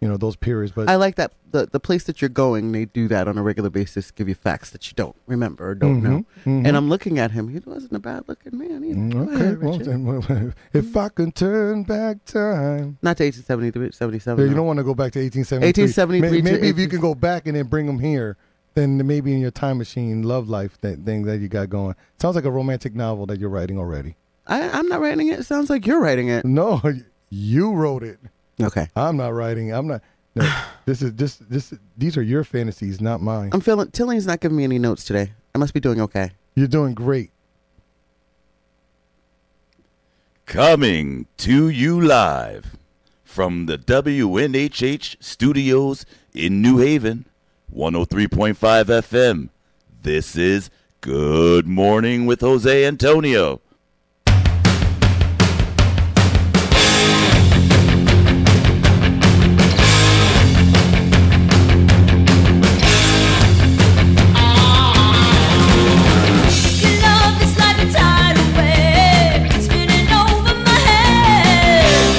Speaker 2: you know, those periods. But
Speaker 3: I like that the the place that you're going, they do that on a regular basis, give you facts that you don't remember or don't
Speaker 2: Mhm,
Speaker 3: know.
Speaker 2: mhm.
Speaker 3: And I'm looking at him; he wasn't a bad looking man
Speaker 2: Mm,
Speaker 3: either. Go
Speaker 2: okay,
Speaker 3: ahead,
Speaker 2: well,
Speaker 3: Richard.
Speaker 2: then, well, well, if I could turn back time,
Speaker 3: not to 1873, 77.
Speaker 2: Yeah, you
Speaker 3: no.
Speaker 2: don't want to go back to 1873.
Speaker 3: 1873
Speaker 2: May-
Speaker 3: to
Speaker 2: Maybe if you
Speaker 3: 18
Speaker 2: can go back and then bring them here, then maybe in your time machine, love life, that thing that you got going. Sounds like a romantic novel that you're writing already.
Speaker 3: I, I'm not writing it. It sounds like you're writing it.
Speaker 2: No, you wrote it.
Speaker 3: Okay.
Speaker 2: I'm not writing. I'm not. No, this is this this. These are your fantasies, not mine.
Speaker 3: I'm feeling Tilly's not giving me any notes today. I must be doing okay.
Speaker 2: You're doing great.
Speaker 1: Coming to you live from the WNHH studios in New Haven, 103.5 FM. This is Good Morning with Jose Antonio.
Speaker 5: Your love is like a tidal wave, spinning over my head,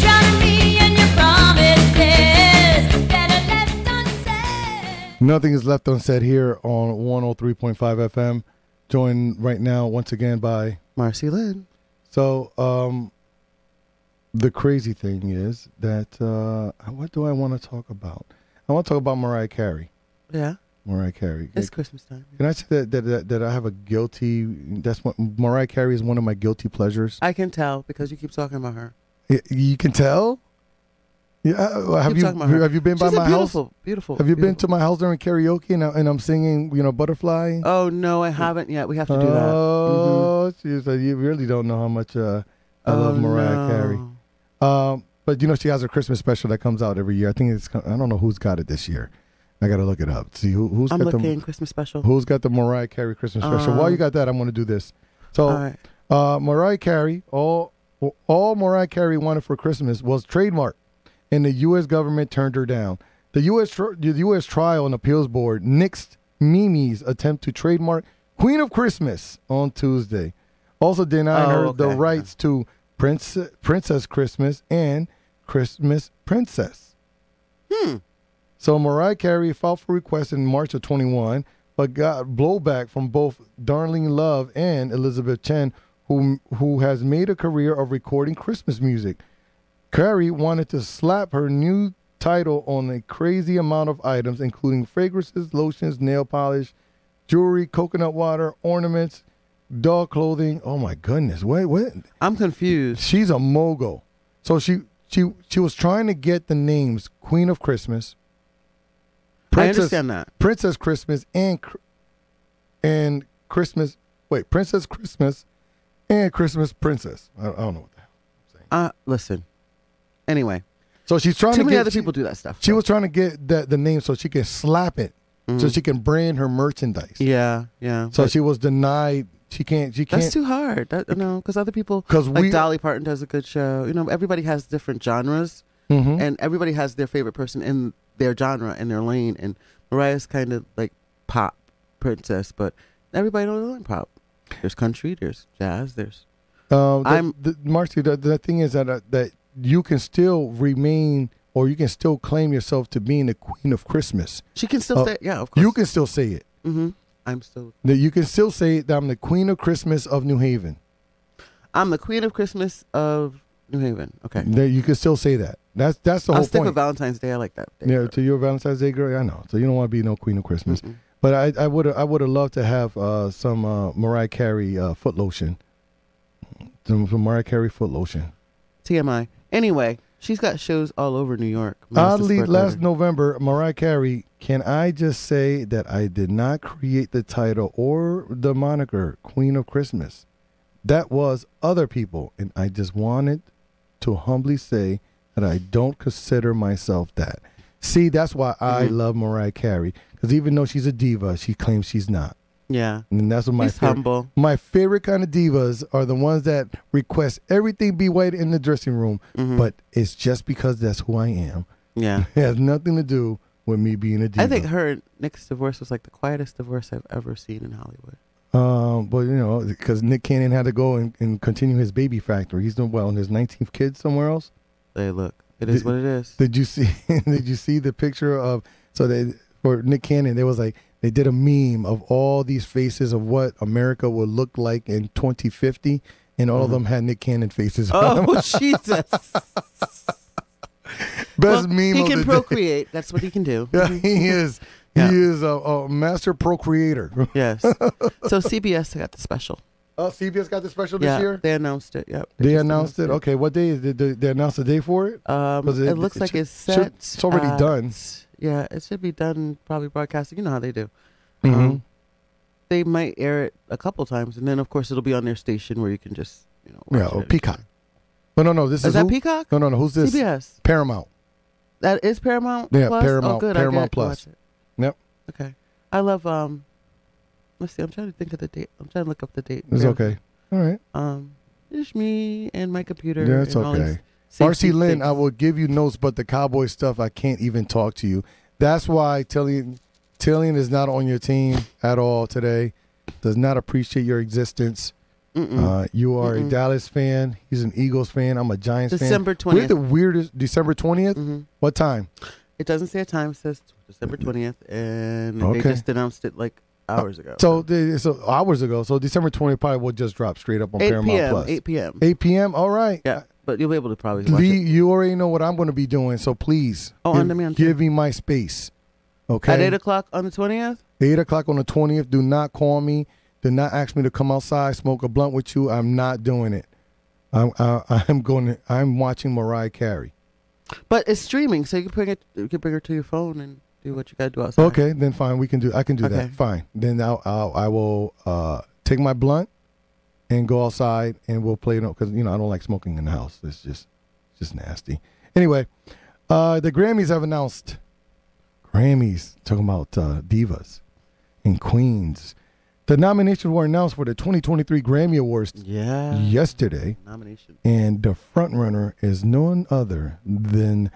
Speaker 5: drowning me in your promises. Better left unsaid.
Speaker 2: Nothing is left unsaid here on 103.5 FM. Joined right now once again by
Speaker 3: Marcy Lynn.
Speaker 2: So, um, the crazy thing is that uh, what do I want to talk about? I want to talk about Mariah Carey.
Speaker 3: Yeah.
Speaker 2: Mariah Carey.
Speaker 3: It's Christmas time.
Speaker 2: Can I say that, that that that I have a guilty? That's what Mariah Carey is one of my guilty pleasures.
Speaker 3: I can tell because you keep talking about her.
Speaker 2: Y- you can tell. Yeah, uh, have
Speaker 3: keep
Speaker 2: you
Speaker 3: talking about her.
Speaker 2: have you been by
Speaker 3: She's a
Speaker 2: my house?
Speaker 3: beautiful, Beautiful.
Speaker 2: Have you been to
Speaker 3: beautiful-
Speaker 2: my house during karaoke and, I, and I'm singing, you know, Butterfly?
Speaker 3: Oh no, I haven't yet. We have to do that. Mhm.
Speaker 2: Oh, she's like, you really don't know how much uh, I love
Speaker 3: Oh,
Speaker 2: Mariah
Speaker 3: no.
Speaker 2: Carey. Um, but you know, she has a Christmas special that comes out every year. I think it's co- I don't know who's got it this year. I gotta look it up. See who who's
Speaker 3: I'm
Speaker 2: got
Speaker 3: looking Christmas special.
Speaker 2: the who's got the Mariah Carey Christmas special. While you
Speaker 3: Um,
Speaker 2: got that, I'm gonna do this. So
Speaker 3: All right.
Speaker 2: uh, Mariah Carey, all all Mariah Carey wanted for Christmas was trademark, and the U.S. government turned her down. The U.S. Tr- the U.S. Trial and Appeals Board nixed Mimi's attempt to trademark "Queen of Christmas" on Tuesday, also denying
Speaker 3: Oh,
Speaker 2: her the
Speaker 3: okay.
Speaker 2: rights to Prince- "Princess Christmas" and "Christmas Princess." Hmm. So Mariah Carey filed for request in March of 21, but got blowback from both Darling Love and Elizabeth Chen, who who has made a career of recording Christmas music. Carrie wanted to slap her new title on a crazy amount of items, including fragrances, lotions, nail polish, jewelry, coconut water, ornaments, dog clothing. Oh my goodness! Wait, what?
Speaker 3: I'm confused.
Speaker 2: She's a mogul. So she she she was trying to get the names Queen of Christmas,
Speaker 3: I understand that.
Speaker 2: Princess Christmas, and Cr- and Christmas. Wait, Princess Christmas, and Christmas Princess. I, I don't know what the hell.
Speaker 3: Uh, listen. Anyway,
Speaker 2: So she's trying
Speaker 3: too
Speaker 2: to
Speaker 3: many
Speaker 2: get
Speaker 3: other
Speaker 2: she-
Speaker 3: people do that stuff.
Speaker 2: She was trying to get the, the name so she can slap it, so she can brand her merchandise.
Speaker 3: Mm. Yeah, yeah.
Speaker 2: So she was denied. She can't. She
Speaker 3: That's
Speaker 2: can't.
Speaker 3: too hard. That, no, because other people,
Speaker 2: 'Cause
Speaker 3: like
Speaker 2: we-
Speaker 3: Dolly Parton does a good show. You know, everybody has different genres,
Speaker 2: Mhm.
Speaker 3: and everybody has their favorite person in their genre and their lane. And Mariah's kind of like pop princess, but everybody don't like pop. There's country, there's jazz, there's
Speaker 2: Uh, the,
Speaker 3: I'm-
Speaker 2: the, Marcy. The, the thing is that uh, that you can still remain, or you can still claim yourself to being the queen of Christmas.
Speaker 3: she Oh, can still
Speaker 2: Uh,
Speaker 3: say yeah, of course.
Speaker 2: You can still say it.
Speaker 3: hmm I'm still.
Speaker 2: That you can still say that I'm the queen of Christmas of New Haven.
Speaker 3: I'm the queen of Christmas of New Haven. Okay,
Speaker 2: That you can still say that. That's that's Mm-hmm. the
Speaker 3: I'll
Speaker 2: whole
Speaker 3: stick
Speaker 2: point.
Speaker 3: with Valentine's Day. I like that. Day.
Speaker 2: Yeah, to your Valentine's Day girl, I know. So you don't want to be no Queen of Christmas.
Speaker 3: Mm-hmm.
Speaker 2: But I I would I would have loved to have uh, some uh, Mariah Carey uh, foot lotion. Some, some Mariah Carey foot lotion.
Speaker 3: TMI. Anyway, she's got shows all over New York. Melissa
Speaker 2: Oddly,
Speaker 3: Sparkletter.
Speaker 2: last November, Mariah Carey. Can I just say that I did not create the title or the moniker Queen of Christmas? That was other people, and I just wanted to humbly say that I don't consider myself that. See, that's why I
Speaker 3: Mm-hmm.
Speaker 2: love Mariah Carey because even though she's a diva, she claims she's not,
Speaker 3: Yeah.
Speaker 2: and that's what my
Speaker 3: She's
Speaker 2: favorite-
Speaker 3: humble.
Speaker 2: my favorite kind of divas are the ones that request everything be white in the dressing room,
Speaker 3: Mm.
Speaker 2: but it's just because that's who I am.
Speaker 3: Mm-hmm. Yeah.
Speaker 2: It has nothing to do with me being a diva.
Speaker 3: I think her and Nick's divorce was like the quietest divorce I've ever seen in Hollywood.
Speaker 2: Um, but you know, because Nick Cannon had to go and, and continue his baby factory. He's doing well in his 19th kid somewhere else.
Speaker 3: Hey, look, it is
Speaker 2: Did-
Speaker 3: what it is.
Speaker 2: Did you see? did you see the picture of? So they for Nick Cannon, they was like they did a meme of all these faces of what America would look like in 2050, and all of them had Nick Cannon faces. on them.
Speaker 3: Mm-hmm. oh, Jesus.
Speaker 2: Best
Speaker 3: Well,
Speaker 2: meme
Speaker 3: he
Speaker 2: of
Speaker 3: can
Speaker 2: the day.
Speaker 3: procreate. That's what he can do.
Speaker 2: Yeah, he is.
Speaker 3: Yeah.
Speaker 2: He is a, a master procreator.
Speaker 3: Yes. So CBS got the special.
Speaker 2: Oh, CBS got the special
Speaker 3: yeah,
Speaker 2: this year.
Speaker 3: they announced it. Yep.
Speaker 2: They
Speaker 3: just
Speaker 2: announced it. Okay, what day? Did they, they announced the day for it?
Speaker 3: Um,
Speaker 2: Was
Speaker 3: it,
Speaker 2: it-
Speaker 3: looks
Speaker 2: it
Speaker 3: like
Speaker 2: should-
Speaker 3: it's
Speaker 2: should-
Speaker 3: set.
Speaker 2: it's already
Speaker 3: at-
Speaker 2: done.
Speaker 3: Yeah, it should be done. Probably broadcasting. You know how they do.
Speaker 2: Mhm.
Speaker 3: Um, they might air it a couple times, and then of course it'll be on their station where you can just you know.
Speaker 2: yeah,
Speaker 3: watch
Speaker 2: oh,
Speaker 3: it.
Speaker 2: Peacock. No, no, no. This is,
Speaker 3: Is, that
Speaker 2: who?
Speaker 3: Peacock?
Speaker 2: No, no, no. Who's this?
Speaker 3: CBS.
Speaker 2: Paramount.
Speaker 3: That is Paramount.
Speaker 2: Yeah,
Speaker 3: Plus? Oh,
Speaker 2: Paramount-
Speaker 3: good. I
Speaker 2: Paramount
Speaker 3: get to
Speaker 2: Plus.
Speaker 3: watch it.
Speaker 2: Yep.
Speaker 3: Okay. I love. Um. Let's see. I'm trying to think of the date. I'm trying to look up the date.
Speaker 2: It's
Speaker 3: Bear-
Speaker 2: okay. All right.
Speaker 3: Um. Just me and my computer.
Speaker 2: Yeah, it's
Speaker 3: and all these
Speaker 2: okay.
Speaker 3: safety
Speaker 2: Marcy Lynn,
Speaker 3: things.
Speaker 2: I will give you notes, but the cowboy stuff, I can't even talk to you. That's why Tillian, Tillian is not on your team at all today. Does not appreciate your existence. Uh, you are a Dallas fan. He's an Eagles fan. I'm a Giants
Speaker 3: December
Speaker 2: fan. We're
Speaker 3: 20th.
Speaker 2: the weirdest. December 20th? What time?
Speaker 3: It doesn't say a time. It says December 20th, and
Speaker 2: Okay. Uh,
Speaker 3: they just announced it like hours ago.
Speaker 2: So, the- so hours ago. So December 20th probably will just drop straight up on
Speaker 3: 8
Speaker 2: Paramount
Speaker 3: p.m.
Speaker 2: Plus.
Speaker 3: 8 p.m.
Speaker 2: 8 p.m. All right.
Speaker 3: Yeah, but you'll be able to probably watch
Speaker 2: Lee,
Speaker 3: it.
Speaker 2: you already know what I'm going to be doing, so please
Speaker 3: Oh,
Speaker 2: give,
Speaker 3: on demand, too.
Speaker 2: give me my space. Okay.
Speaker 3: At 8 o'clock on the 20th?
Speaker 2: Eight o'clock on the 20th. Do not call me. Do not ask me to come outside, smoke a blunt with you. I'm not doing it. I'm I, I'm going. To, I'm watching Mariah Carey.
Speaker 3: But it's streaming, so you can bring it. You can bring her to your phone and do what you got to do outside.
Speaker 2: Okay, then fine. We can do. I can do that.
Speaker 3: Okay.
Speaker 2: Fine. Then I'll, I'll I will uh, take my blunt and go outside and we'll play it because you know I don't like smoking in the house. It's just it's just nasty. Anyway, uh, the Grammys have announced Grammys talking about uh, divas and queens. The nominations were announced for the 2023 Grammy Awards
Speaker 3: Yeah.
Speaker 2: yesterday,
Speaker 3: Nomination.
Speaker 2: and the front runner is none other than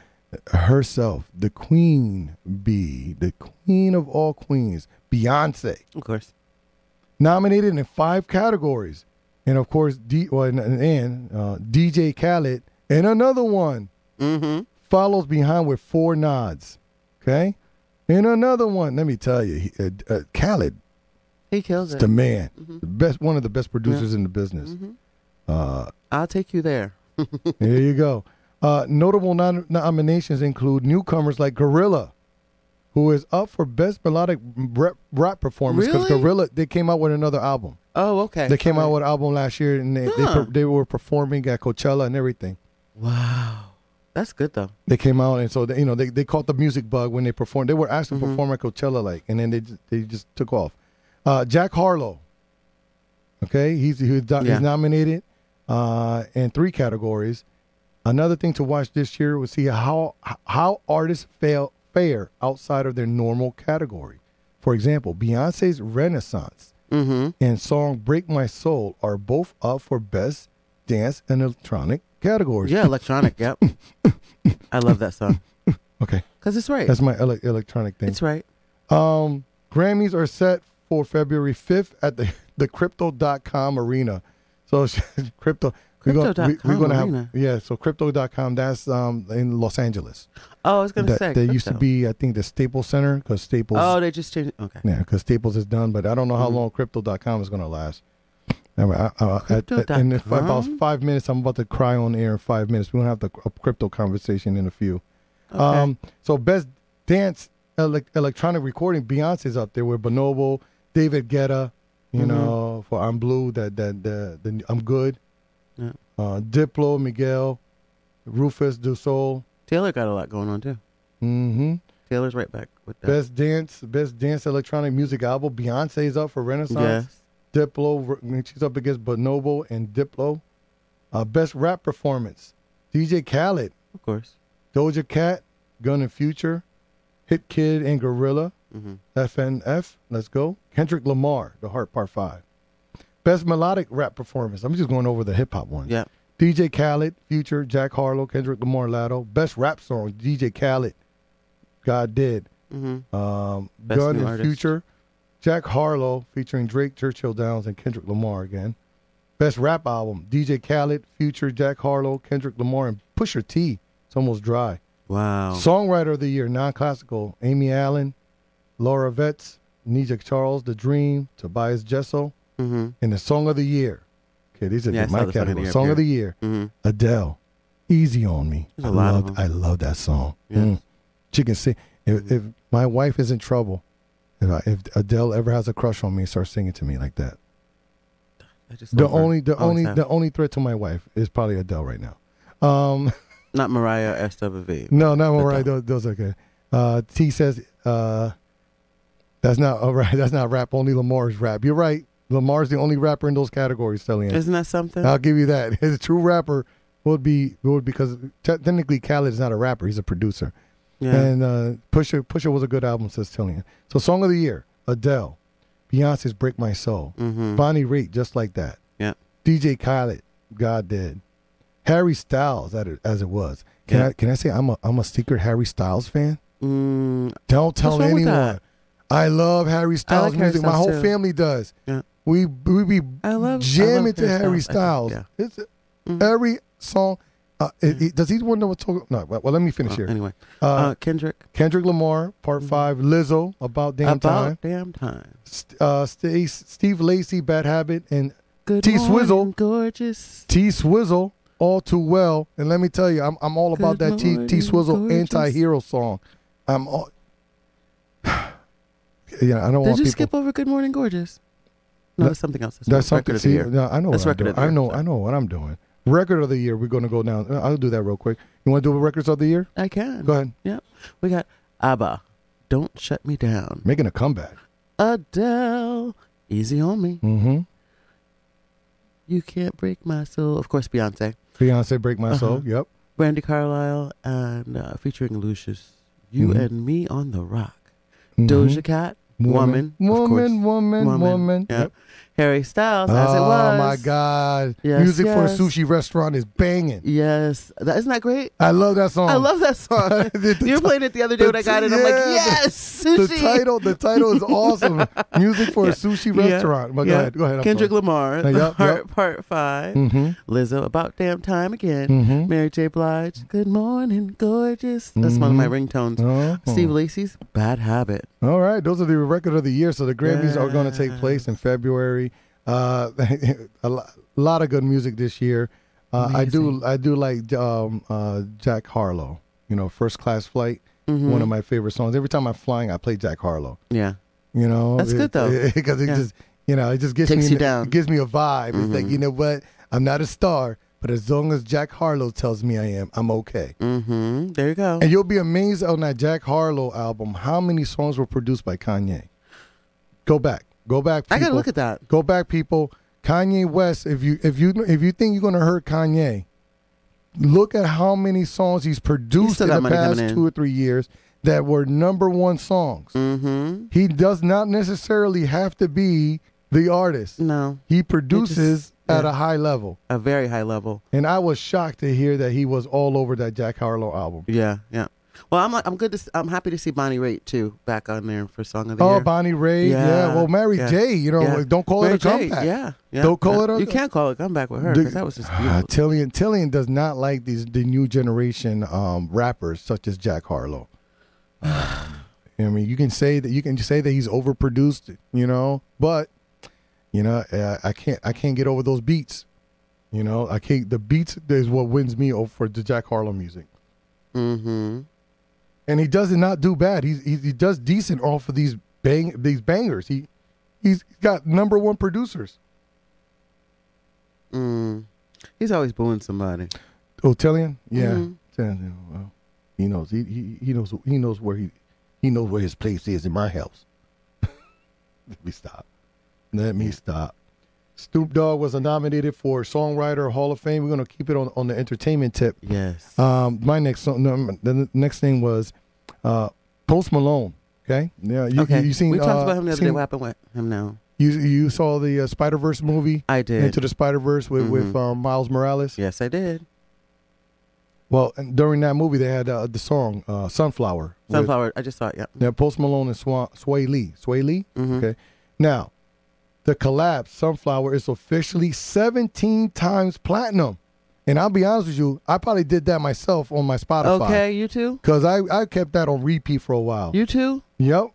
Speaker 2: herself, the queen bee, the queen of all queens, Beyonce,
Speaker 3: Of course.
Speaker 2: nominated in five categories, and of course, D well, and, and uh, DJ Khaled, and another one
Speaker 3: Mm-hmm.
Speaker 2: follows behind with four nods. Okay, and another one. Let me tell you, he- uh, uh, Khaled
Speaker 3: He kills
Speaker 2: is
Speaker 3: it.
Speaker 2: the man, the best, one of the best producers in the business. Uh,
Speaker 3: I'll take you there.
Speaker 2: there you go. Uh, notable nom- nominations include newcomers like Gorilla, who is up for best melodic rap, rap performance because
Speaker 3: Really?
Speaker 2: Gorilla they came out with another album.
Speaker 3: Oh, okay.
Speaker 2: They came out
Speaker 3: Alright.
Speaker 2: with an album last year, and they they,
Speaker 3: Huh.
Speaker 2: per- they were performing at Coachella and everything.
Speaker 3: Wow. That's good though.
Speaker 2: They came out, and so they, you know they, they caught the music bug when they performed. They were actually
Speaker 3: Mm-hmm.
Speaker 2: performing at Coachella, like, and then they ju- they just took off. Uh, Jack Harlow, okay, he's he's, do-
Speaker 3: Yeah.
Speaker 2: he's nominated uh, in three categories. Another thing to watch this year was see how how artists fail fare outside of their normal category. For example, Beyonce's Renaissance
Speaker 3: Mm-hmm.
Speaker 2: and song "Break My Soul" are both up for best dance and electronic categories.
Speaker 3: Yeah, electronic. yep. I love that song
Speaker 2: Okay,
Speaker 3: because it's right.
Speaker 2: that's my ele- electronic thing.
Speaker 3: it's right.
Speaker 2: Um, Grammys are set for February 5th at the, the crypto.com arena. So it's- crypto we're gonna- we-
Speaker 3: Crypto.com
Speaker 2: we're gonna
Speaker 3: arena.
Speaker 2: have yeah, so crypto.com that's um in Los Angeles.
Speaker 3: Oh, I was gonna
Speaker 2: That,
Speaker 3: say
Speaker 2: that used to
Speaker 3: crypto.
Speaker 2: be I think the Staples Center cuz Staples
Speaker 3: Oh, they just changed. Okay.
Speaker 2: yeah, cuz Staples is done, but I don't know how long crypto.com is going to last. Anyway, I, I, I, at- in if about
Speaker 3: Crypto.com?
Speaker 2: 5 minutes I'm about to cry on air in 5 minutes. We're going to have the, a crypto conversation in a few.
Speaker 3: Okay.
Speaker 2: Um, so best dance ele- electronic recording, Beyonce's up there with Bonobo, David Guetta, you
Speaker 3: Mhm.
Speaker 2: know, for I'm Blue, that that the, the I'm Good,
Speaker 3: Yeah.
Speaker 2: uh, Diplo, Miguel, Rufus Du Sol.
Speaker 3: Taylor got a lot going on too.
Speaker 2: hmm
Speaker 3: Taylor's right back with that.
Speaker 2: Best dance, best dance electronic music album. Beyonce's up for Renaissance.
Speaker 3: Yes.
Speaker 2: Diplo, r- she's up against Bonobo and Diplo. Uh, best rap performance, DJ Khaled,
Speaker 3: Of course.
Speaker 2: Doja Cat, Gun and Future, Hit Kid and Gorilla.
Speaker 3: Mm-hmm.
Speaker 2: FNF. Let's go. Kendrick Lamar, The Heart Part 5. Best melodic rap performance. I'm just going over the hip hop one.
Speaker 3: Yeah.
Speaker 2: DJ Khaled, Future, Jack Harlow, Kendrick Lamar, Lato. Best rap song, DJ Khaled, God Did.
Speaker 3: Mm-hmm.
Speaker 2: Um,
Speaker 3: Best
Speaker 2: Gun
Speaker 3: new
Speaker 2: and
Speaker 3: artist.
Speaker 2: Future, Jack Harlow featuring Drake, Churchill Downs, and Kendrick Lamar again. Best rap album, DJ Khaled, Future, Jack Harlow, Kendrick Lamar, and Pusher T. It's almost dry.
Speaker 3: Wow.
Speaker 2: Songwriter of the Year, non classical, Amy Allen, Laura Vetz, Nija Charles, The Dream, Tobias Jessel,
Speaker 3: mm-hmm.
Speaker 2: and the Song of the Year. Okay, these are
Speaker 3: Yeah, I saw
Speaker 2: my
Speaker 3: the Song of the
Speaker 2: category.
Speaker 3: Year
Speaker 2: Song of
Speaker 3: up here.
Speaker 2: the Year,
Speaker 3: Mm-hmm.
Speaker 2: Adele, Easy on Me.
Speaker 3: There's
Speaker 2: I
Speaker 3: a lot of
Speaker 2: loved-
Speaker 3: them.
Speaker 2: I love that song. Mm.
Speaker 3: Yes. Mm-hmm.
Speaker 2: She can sing. If, if my wife is in trouble, if, I, if Adele ever has a crush on me, start singing to me like that.
Speaker 3: I just
Speaker 2: The
Speaker 3: love her.
Speaker 2: only, the
Speaker 3: Always
Speaker 2: only,
Speaker 3: have.
Speaker 2: the only threat to my wife is probably Adele right now. Um,
Speaker 3: not Mariah S.W.V.
Speaker 2: No, not all right.
Speaker 3: though.
Speaker 2: Those, those are good. Uh, T says, uh, that's not all right. That's not rap. Only Lamar's rap. You're right. Lamar's the only rapper in those categories, Stellian.
Speaker 3: Isn't that something?
Speaker 2: I'll give you that. His true rapper would be would because te- technically Khaled is not a rapper. He's a producer.
Speaker 3: yeah.
Speaker 2: And uh, Pusher Pusher was a good album, says Tillian. So song of the year, Adele, Beyonce's "Break My Soul,"
Speaker 3: mm-hmm.
Speaker 2: Bonnie Raitt, just like that.
Speaker 3: Yeah.
Speaker 2: DJ Khaled, God did. Harry Styles, as it, as it was. Can
Speaker 3: Yeah.
Speaker 2: I can I say I'm a I'm a secret Harry Styles fan?
Speaker 3: Mm,
Speaker 2: Don't tell
Speaker 3: wrong with
Speaker 2: anyone.
Speaker 3: that?
Speaker 2: I love Harry Styles
Speaker 3: Harry
Speaker 2: music. My
Speaker 3: Styles
Speaker 2: whole
Speaker 3: too.
Speaker 2: family does.
Speaker 3: Yeah.
Speaker 2: We we be
Speaker 3: I love I
Speaker 2: jamming
Speaker 3: love
Speaker 2: to Harry Styles.
Speaker 3: I think,
Speaker 2: It's
Speaker 3: Mhm.
Speaker 2: every song. Uh, it- it- does he want to talk? No. Well, well, let me
Speaker 3: yeah.
Speaker 2: finish
Speaker 3: Well,
Speaker 2: here.
Speaker 3: Anyway,
Speaker 2: Uh,
Speaker 3: uh, Kendrick.
Speaker 2: Kendrick Lamar, Part
Speaker 3: Mhm.
Speaker 2: Five. Lizzo, About Damn
Speaker 3: about
Speaker 2: Time.
Speaker 3: damn time.
Speaker 2: St- uh, St- Steve Lacy, Bad Habit, and
Speaker 3: Good
Speaker 2: T. Swizzle.
Speaker 3: morning, gorgeous.
Speaker 2: T Swizzle all too well. And let me tell you, I'm I'm all about
Speaker 3: Good
Speaker 2: that T
Speaker 3: morning,
Speaker 2: T Swizzle
Speaker 3: gorgeous.
Speaker 2: anti hero song. I'm all Yeah, I don't want
Speaker 3: Did you
Speaker 2: people
Speaker 3: skip over Good Morning, gorgeous? No,
Speaker 2: That-
Speaker 3: that's something else. That's,
Speaker 2: that's
Speaker 3: not Record
Speaker 2: something
Speaker 3: of the
Speaker 2: see,
Speaker 3: Year.
Speaker 2: no, I know
Speaker 3: That's
Speaker 2: what I'm
Speaker 3: record
Speaker 2: doing.
Speaker 3: of the year,
Speaker 2: I know
Speaker 3: sorry.
Speaker 2: I know what I'm doing. Record of the year, we're gonna go down. Uh, I'll do that real quick. You wanna do a records of the year?
Speaker 3: I can.
Speaker 2: Go ahead.
Speaker 3: Yep. We got ABBA. Don't shut me down.
Speaker 2: Making a comeback.
Speaker 3: Adele. Easy on me.
Speaker 2: Mm-hmm.
Speaker 3: You can't break my soul. Of course, Beyonce.
Speaker 2: Beyonce break my soul.
Speaker 3: Uh-huh.
Speaker 2: Yep.
Speaker 3: Brandy Carlisle and uh, featuring Lucius. You
Speaker 2: Mhm.
Speaker 3: and me on the rock.
Speaker 2: Mhm.
Speaker 3: Doja Cat. Woman.
Speaker 2: Woman.
Speaker 3: of course.
Speaker 2: Woman. Woman.
Speaker 3: Woman.
Speaker 2: woman.
Speaker 3: Yeah.
Speaker 2: Yep.
Speaker 3: Harry Styles as it was.
Speaker 2: oh my God!
Speaker 3: Yes,
Speaker 2: Music for a
Speaker 3: yes.
Speaker 2: sushi restaurant is banging.
Speaker 3: Yes, that isn't that great.
Speaker 2: I love that song.
Speaker 3: I love that song.
Speaker 2: The
Speaker 3: you were
Speaker 2: ti-
Speaker 3: playing it the other day
Speaker 2: the
Speaker 3: when I got
Speaker 2: ti-
Speaker 3: it. I'm like,
Speaker 2: yeah, the-
Speaker 3: yes,
Speaker 2: the
Speaker 3: sushi.
Speaker 2: title. The title is awesome. Music for a sushi
Speaker 3: Yeah,
Speaker 2: restaurant. But
Speaker 3: yeah.
Speaker 2: go ahead. Go ahead. I'm
Speaker 3: Kendrick
Speaker 2: sorry.
Speaker 3: Lamar,
Speaker 2: No,
Speaker 3: The
Speaker 2: yup,
Speaker 3: Heart
Speaker 2: yup.
Speaker 3: Part 5
Speaker 2: Mhm.
Speaker 3: Lizzo, About Damn Time Again.
Speaker 2: Mhm.
Speaker 3: Mary J. Blige, Good Morning, Gorgeous. That's one of my ringtones.
Speaker 2: Oh.
Speaker 3: Steve Lacy's Bad Habit.
Speaker 2: All right, those are the record of the year. So the Grammys are going to take
Speaker 3: Yeah.
Speaker 2: place in February. Uh, a lo- lot of good music this year. Uh, I do I do like um, uh, Jack Harlow. You know, First Class Flight,
Speaker 3: Mm-hmm.
Speaker 2: one of my favorite songs. Every time I'm flying, I play Jack Harlow.
Speaker 3: Yeah.
Speaker 2: You know,
Speaker 3: That's good, though.
Speaker 2: because it
Speaker 3: Yeah.
Speaker 2: just you know it just gives
Speaker 3: Takes
Speaker 2: me
Speaker 3: you
Speaker 2: an-
Speaker 3: down. Mm-hmm.
Speaker 2: It gives me a vibe. It's like you know what, I'm not a star, but as long as Jack Harlow tells me I am, I'm okay.
Speaker 3: Mm-hmm. There you go.
Speaker 2: And you'll be amazed on that Jack Harlow album how many songs were produced by Kanye. Go back. Go back.
Speaker 3: I gotta
Speaker 2: people.
Speaker 3: look at that.
Speaker 2: Go back, people. Kanye West, if you if you if you think you're gonna hurt Kanye, look at how many songs he's produced
Speaker 3: still
Speaker 2: in
Speaker 3: got
Speaker 2: the
Speaker 3: money coming
Speaker 2: past
Speaker 3: in.
Speaker 2: two or three years that were number one songs.
Speaker 3: Mm-hmm.
Speaker 2: He does not necessarily have to be the artist.
Speaker 3: No,
Speaker 2: He produces at
Speaker 3: Mm. yeah.
Speaker 2: a high level.
Speaker 3: a very high level.
Speaker 2: And I was shocked to hear that he was all over that Jack Harlow album.
Speaker 3: Yeah, yeah. Well, I'm I'm good. To, s- I'm happy to see Bonnie Raitt too back on there for song of the
Speaker 2: Oh,
Speaker 3: year.
Speaker 2: Bonnie Raitt. Yeah.
Speaker 3: Yeah,
Speaker 2: Well, Mary
Speaker 3: yeah,
Speaker 2: J. You know,
Speaker 3: yeah.
Speaker 2: don't call
Speaker 3: Mary
Speaker 2: it a
Speaker 3: J,
Speaker 2: comeback.
Speaker 3: Yeah, yeah.
Speaker 2: Don't call it a-
Speaker 3: You can't call it a comeback with her
Speaker 2: The-
Speaker 3: because that was just
Speaker 2: Ah,
Speaker 3: beautiful.
Speaker 2: Tillian Tillian does not like these the new generation um, rappers such as Jack Harlow. Um, I mean, you can say that you can say that he's overproduced, you know, but you know, uh, I can't I can't get over those beats. You know, I can't. The beats is what wins me over for the Jack Harlow music,
Speaker 3: Mm-hmm.
Speaker 2: and he does not do bad. He's, he he does decent off of these bang these bangers. He he's got number one producers. mm-hmm.
Speaker 3: Mm. He's always booing somebody.
Speaker 2: Oh, Tillian? Yeah.
Speaker 3: Mhm.
Speaker 2: Tillian, well, he knows. He, he he knows. He knows where he he knows where his place is in my house. Let me stop. Let me stop. Snoop Dogg was nominated for Songwriter Hall of Fame. We're gonna keep it on, on the entertainment tip.
Speaker 3: Yes.
Speaker 2: Um, my next song, no, m- the n- next thing was uh, Post Malone. Okay, yeah, you,
Speaker 3: okay.
Speaker 2: you, you seen?
Speaker 3: we talked
Speaker 2: uh,
Speaker 3: about him the other day.
Speaker 2: seen-
Speaker 3: What happened with him now?
Speaker 2: You you saw the uh, Spider Verse movie?
Speaker 3: I did.
Speaker 2: Into the Spider Verse with with
Speaker 3: Mhm.
Speaker 2: um, Miles Morales.
Speaker 3: yes, I did.
Speaker 2: Well, and during that movie, they had uh, the song uh, "Sunflower." with-
Speaker 3: Sunflower. I just saw it. Yeah.
Speaker 2: now, Post Malone and Swa- Sway Lee. Sway Lee.
Speaker 3: Mhm.
Speaker 2: Okay. Now, the collab "Sunflower" is officially 17 times platinum, and I'll be honest with you, I probably did that myself on my Spotify.
Speaker 3: Okay. You too.
Speaker 2: Cause I, I kept that on repeat for a while.
Speaker 3: You too.
Speaker 2: Yep.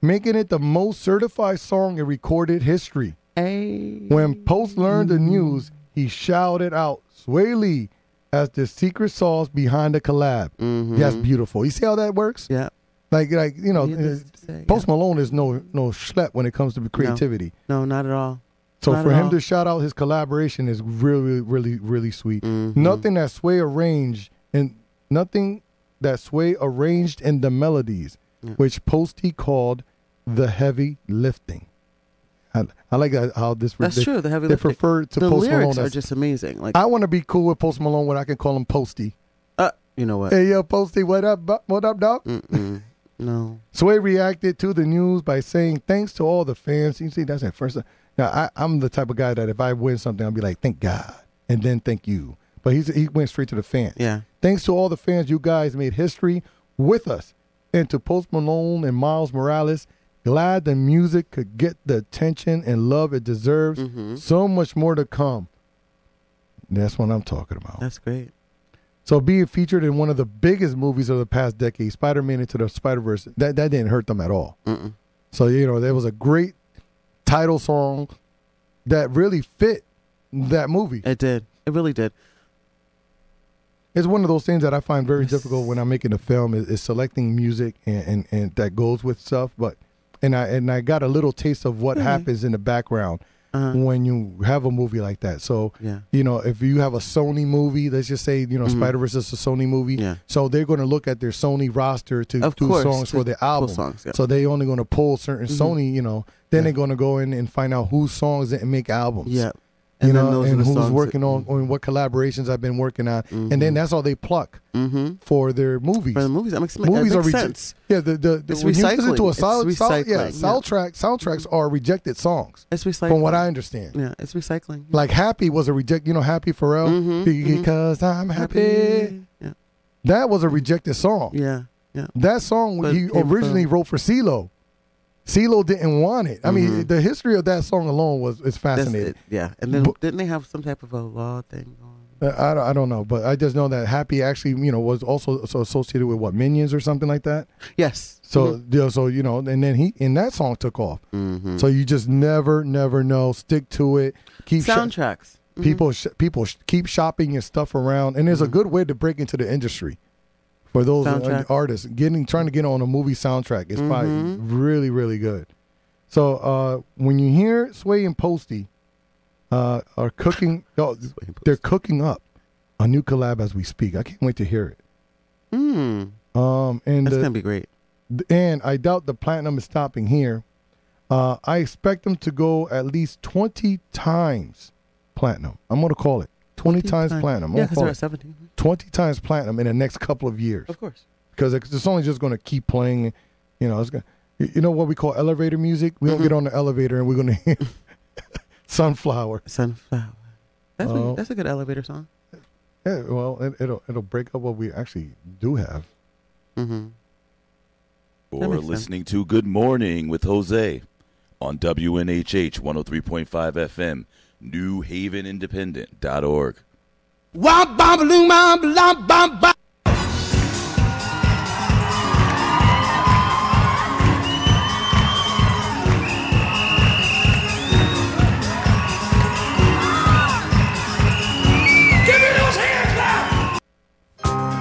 Speaker 2: Making it the most certified song in recorded history.
Speaker 3: Hey.
Speaker 2: When Post learned the news, he shouted out Sway Lee as the secret sauce behind the collab.
Speaker 3: Mhm.
Speaker 2: That's beautiful. You see how that works?
Speaker 3: Yeah.
Speaker 2: Like, like you know,
Speaker 3: Needless
Speaker 2: uh,
Speaker 3: to say, yeah.
Speaker 2: Post Malone is no no schlep when it comes to creativity.
Speaker 3: No, not at all.
Speaker 2: So
Speaker 3: Not
Speaker 2: for
Speaker 3: at
Speaker 2: him
Speaker 3: all.
Speaker 2: to shout out his collaboration is really, really, really sweet.
Speaker 3: Mm-hmm.
Speaker 2: Nothing that Sway arranged and nothing that Sway arranged in the melodies, which Post he called the heavy lifting. I, I like that, how this
Speaker 3: That's
Speaker 2: they,
Speaker 3: true. The heavy
Speaker 2: they
Speaker 3: lifting.
Speaker 2: prefer to
Speaker 3: the
Speaker 2: Post
Speaker 3: lyrics
Speaker 2: Malone.
Speaker 3: are
Speaker 2: as-
Speaker 3: just amazing. Like,
Speaker 2: I want to be cool with Post Malone when I can call him Posty.
Speaker 3: uh, you know what?
Speaker 2: Hey yo, Posty, what up? bu- What up, dog?
Speaker 3: Mm-mm. no.
Speaker 2: Sway reacted to the news by saying, "Thanks to all the fans." You see, that's at first. Now, I, I'm the type of guy that if I win something, I'll be like, "Thank God," and then "Thank you." But he's, he went straight to the fans.
Speaker 3: Yeah.
Speaker 2: Thanks to all the fans, you guys made history with us, and to Post Malone and Miles Morales. Glad the music could get the attention and love it deserves. So much more to come. That's what I'm talking about.
Speaker 3: That's great.
Speaker 2: So being featured in one of the biggest movies of the past decade, Spider-Man Into the Spider-Verse, that, that didn't hurt them at all. So you know, there was a great title song that really fit that movie.
Speaker 3: It did. It really did.
Speaker 2: It's one of those things that I find very difficult when I'm making a film is, is selecting music and, and, and that goes with stuff. But and I and I got a little taste of what happens in the background
Speaker 3: Uh-huh.
Speaker 2: when you have a movie like that. So
Speaker 3: Yeah.
Speaker 2: you know, if you have a Sony movie, let's just say you know Spider Verse is a Sony movie.
Speaker 3: Mm-hmm. Yeah.
Speaker 2: So they're going to look at their Sony roster to
Speaker 3: Of
Speaker 2: do
Speaker 3: course,
Speaker 2: songs
Speaker 3: to
Speaker 2: for their
Speaker 3: pull
Speaker 2: album.
Speaker 3: songs, yeah. Mm-hmm.
Speaker 2: So they only going to pull certain Sony. You know, then they're going to go in and find out whose songs and make albums.
Speaker 3: Yeah.
Speaker 2: you
Speaker 3: then
Speaker 2: know,
Speaker 3: those are
Speaker 2: and
Speaker 3: the
Speaker 2: who's
Speaker 3: songs that- Mm-hmm.
Speaker 2: working on, on what collaborations I've been working on, and then that's all they pluck for their movies.
Speaker 3: for the Mm-hmm. movies. I'm explaining.
Speaker 2: movies
Speaker 3: it
Speaker 2: are
Speaker 3: makes
Speaker 2: rejected.
Speaker 3: sense.
Speaker 2: Yeah, the the, the
Speaker 3: It's
Speaker 2: when you listen to
Speaker 3: recycling.
Speaker 2: a
Speaker 3: It's
Speaker 2: solid, solid yeah,
Speaker 3: recycling, yeah. Mm-hmm.
Speaker 2: soundtrack soundtracks are rejected songs
Speaker 3: It's recycling.
Speaker 2: from what I understand.
Speaker 3: yeah, it's recycling.
Speaker 2: Like Happy was a reject, you know, Happy Pharrell
Speaker 3: Mm-hmm,
Speaker 2: because I'm happy.
Speaker 3: Yeah,
Speaker 2: That was a rejected song.
Speaker 3: yeah, yeah.
Speaker 2: That song
Speaker 3: But
Speaker 2: he
Speaker 3: they
Speaker 2: originally wrote for CeeLo. CeeLo didn't want it. I mean, the history of that song alone was is
Speaker 3: Mm-hmm. That's
Speaker 2: fascinating.
Speaker 3: it. Yeah, and then
Speaker 2: But-
Speaker 3: didn't they have some type of a law thing going?
Speaker 2: Uh, I, don't- I don't know, but I just know that Happy actually, you know, was also so associated with what Minions or something like that.
Speaker 3: Yes.
Speaker 2: So,
Speaker 3: Mm-hmm.
Speaker 2: yeah, so you know, and then he and that song took off.
Speaker 3: Mhm.
Speaker 2: So you just never, never know. Stick to it. Keep sho-
Speaker 3: soundtracks. Mm-hmm.
Speaker 2: Mm-hmm. people, sh- people sh- keep shopping your stuff around, and there's a good way to break into the industry for those uh,
Speaker 3: Soundtrack.
Speaker 2: artists getting trying to get on a movie soundtrack. It's probably
Speaker 3: Mm-hmm.
Speaker 2: really, really good. So uh, when you hear Sway and Posty uh, are cooking, oh, they're cooking up a new collab as we speak. I can't wait to hear it.
Speaker 3: Mm,
Speaker 2: Um, and
Speaker 3: that's
Speaker 2: the-
Speaker 3: gonna be great.
Speaker 2: and I doubt the platinum is stopping here. Uh, I expect them to go at least 20 times platinum. I'm going to call it 20, times, platinum. I'm gonna
Speaker 3: Yeah, because
Speaker 2: call
Speaker 3: they're
Speaker 2: it
Speaker 3: at 17.
Speaker 2: 20 times platinum in the next couple of years
Speaker 3: Of course.
Speaker 2: because it's it's only just going to keep playing. You know, it's gonna, you you know what we call elevator music? We
Speaker 3: Mm-hmm.
Speaker 2: don't get on the elevator and we're going to hear Sunflower.
Speaker 3: Sunflower. That's, a-
Speaker 2: Oh.
Speaker 3: that's a good elevator song.
Speaker 2: Yeah, well, it, it'll, it'll break up what we actually do have.
Speaker 3: Mm-hmm. That
Speaker 1: or
Speaker 3: makes sense.
Speaker 1: listening to Good Morning with Jose on WNHH 103.5 FM, New Haven Independent.org.
Speaker 4: Womp bomb balloon bomb lomp bomb bomb.
Speaker 6: Give me those hands now!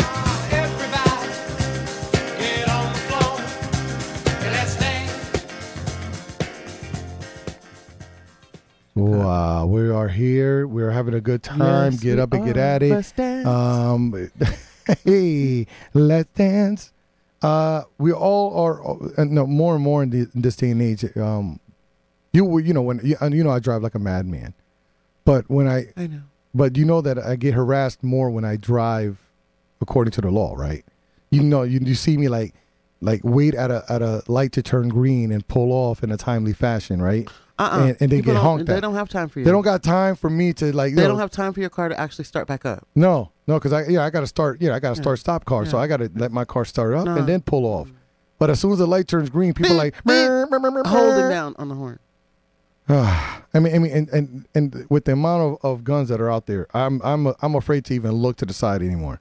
Speaker 7: Everybody, get on the floor and let's dance.
Speaker 2: Wow, we are here. We're having a good time.
Speaker 3: Yes,
Speaker 2: get
Speaker 3: we
Speaker 2: up and get
Speaker 3: are.
Speaker 2: at it.
Speaker 3: Let's dance.
Speaker 2: Um, hey, let's dance. Uh, we all are. Uh, no, more and more in, the, in this day and age. Um, you were, you know, when you, and you know, I drive like a madman. But when I,
Speaker 3: I know.
Speaker 2: but you know that I get harassed more when I drive, according to the law, right? You know, you, you see me like, like wait at a at a light to turn green and pull off in a timely fashion, right?
Speaker 3: Uh-uh.
Speaker 2: And, and they
Speaker 3: People
Speaker 2: get
Speaker 3: don't-
Speaker 2: honked
Speaker 3: They
Speaker 2: at.
Speaker 3: don't have time for you.
Speaker 2: They don't got time for me to like.
Speaker 3: They
Speaker 2: yo,
Speaker 3: don't have time for your car to actually start back up.
Speaker 2: no, no, because I yeah I got to start yeah I got to start stop car so
Speaker 3: Yeah.
Speaker 2: I got to let my car start up
Speaker 3: No.
Speaker 2: and then pull off. But as soon as the light turns green, people like "Brr, brr, brr, brr,
Speaker 3: Holding
Speaker 2: brr."
Speaker 3: down on the horn.
Speaker 2: I mean, I mean, and and, and with the amount of, of guns that are out there, I'm I'm I'm afraid to even look to the side anymore.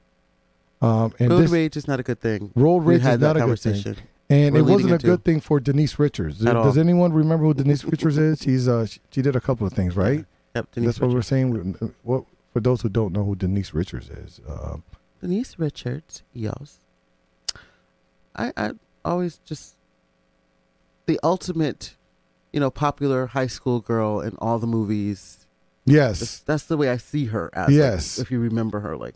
Speaker 2: Um, and
Speaker 3: Road
Speaker 2: this
Speaker 3: rage is not a good thing.
Speaker 2: road
Speaker 3: We
Speaker 2: rage
Speaker 3: had
Speaker 2: is
Speaker 3: that
Speaker 2: not a good
Speaker 3: conversation.
Speaker 2: thing, and
Speaker 3: We're
Speaker 2: it
Speaker 3: leading
Speaker 2: wasn't a
Speaker 3: into-
Speaker 2: good thing for Denise Richards.
Speaker 3: At
Speaker 2: Does
Speaker 3: all.
Speaker 2: anyone remember who Denise Richards is? She's uh she, she did a couple of things, right?
Speaker 3: Yep, Denise
Speaker 2: That's what we're saying. We- What for those who don't know who Denise Richards is, uh,
Speaker 3: Denise Richards, yes. I I always just the ultimate, you know, popular high school girl in all the movies. That's,
Speaker 2: yes,
Speaker 3: that's the way I see her as. like,
Speaker 2: Yes.
Speaker 3: if you remember her, like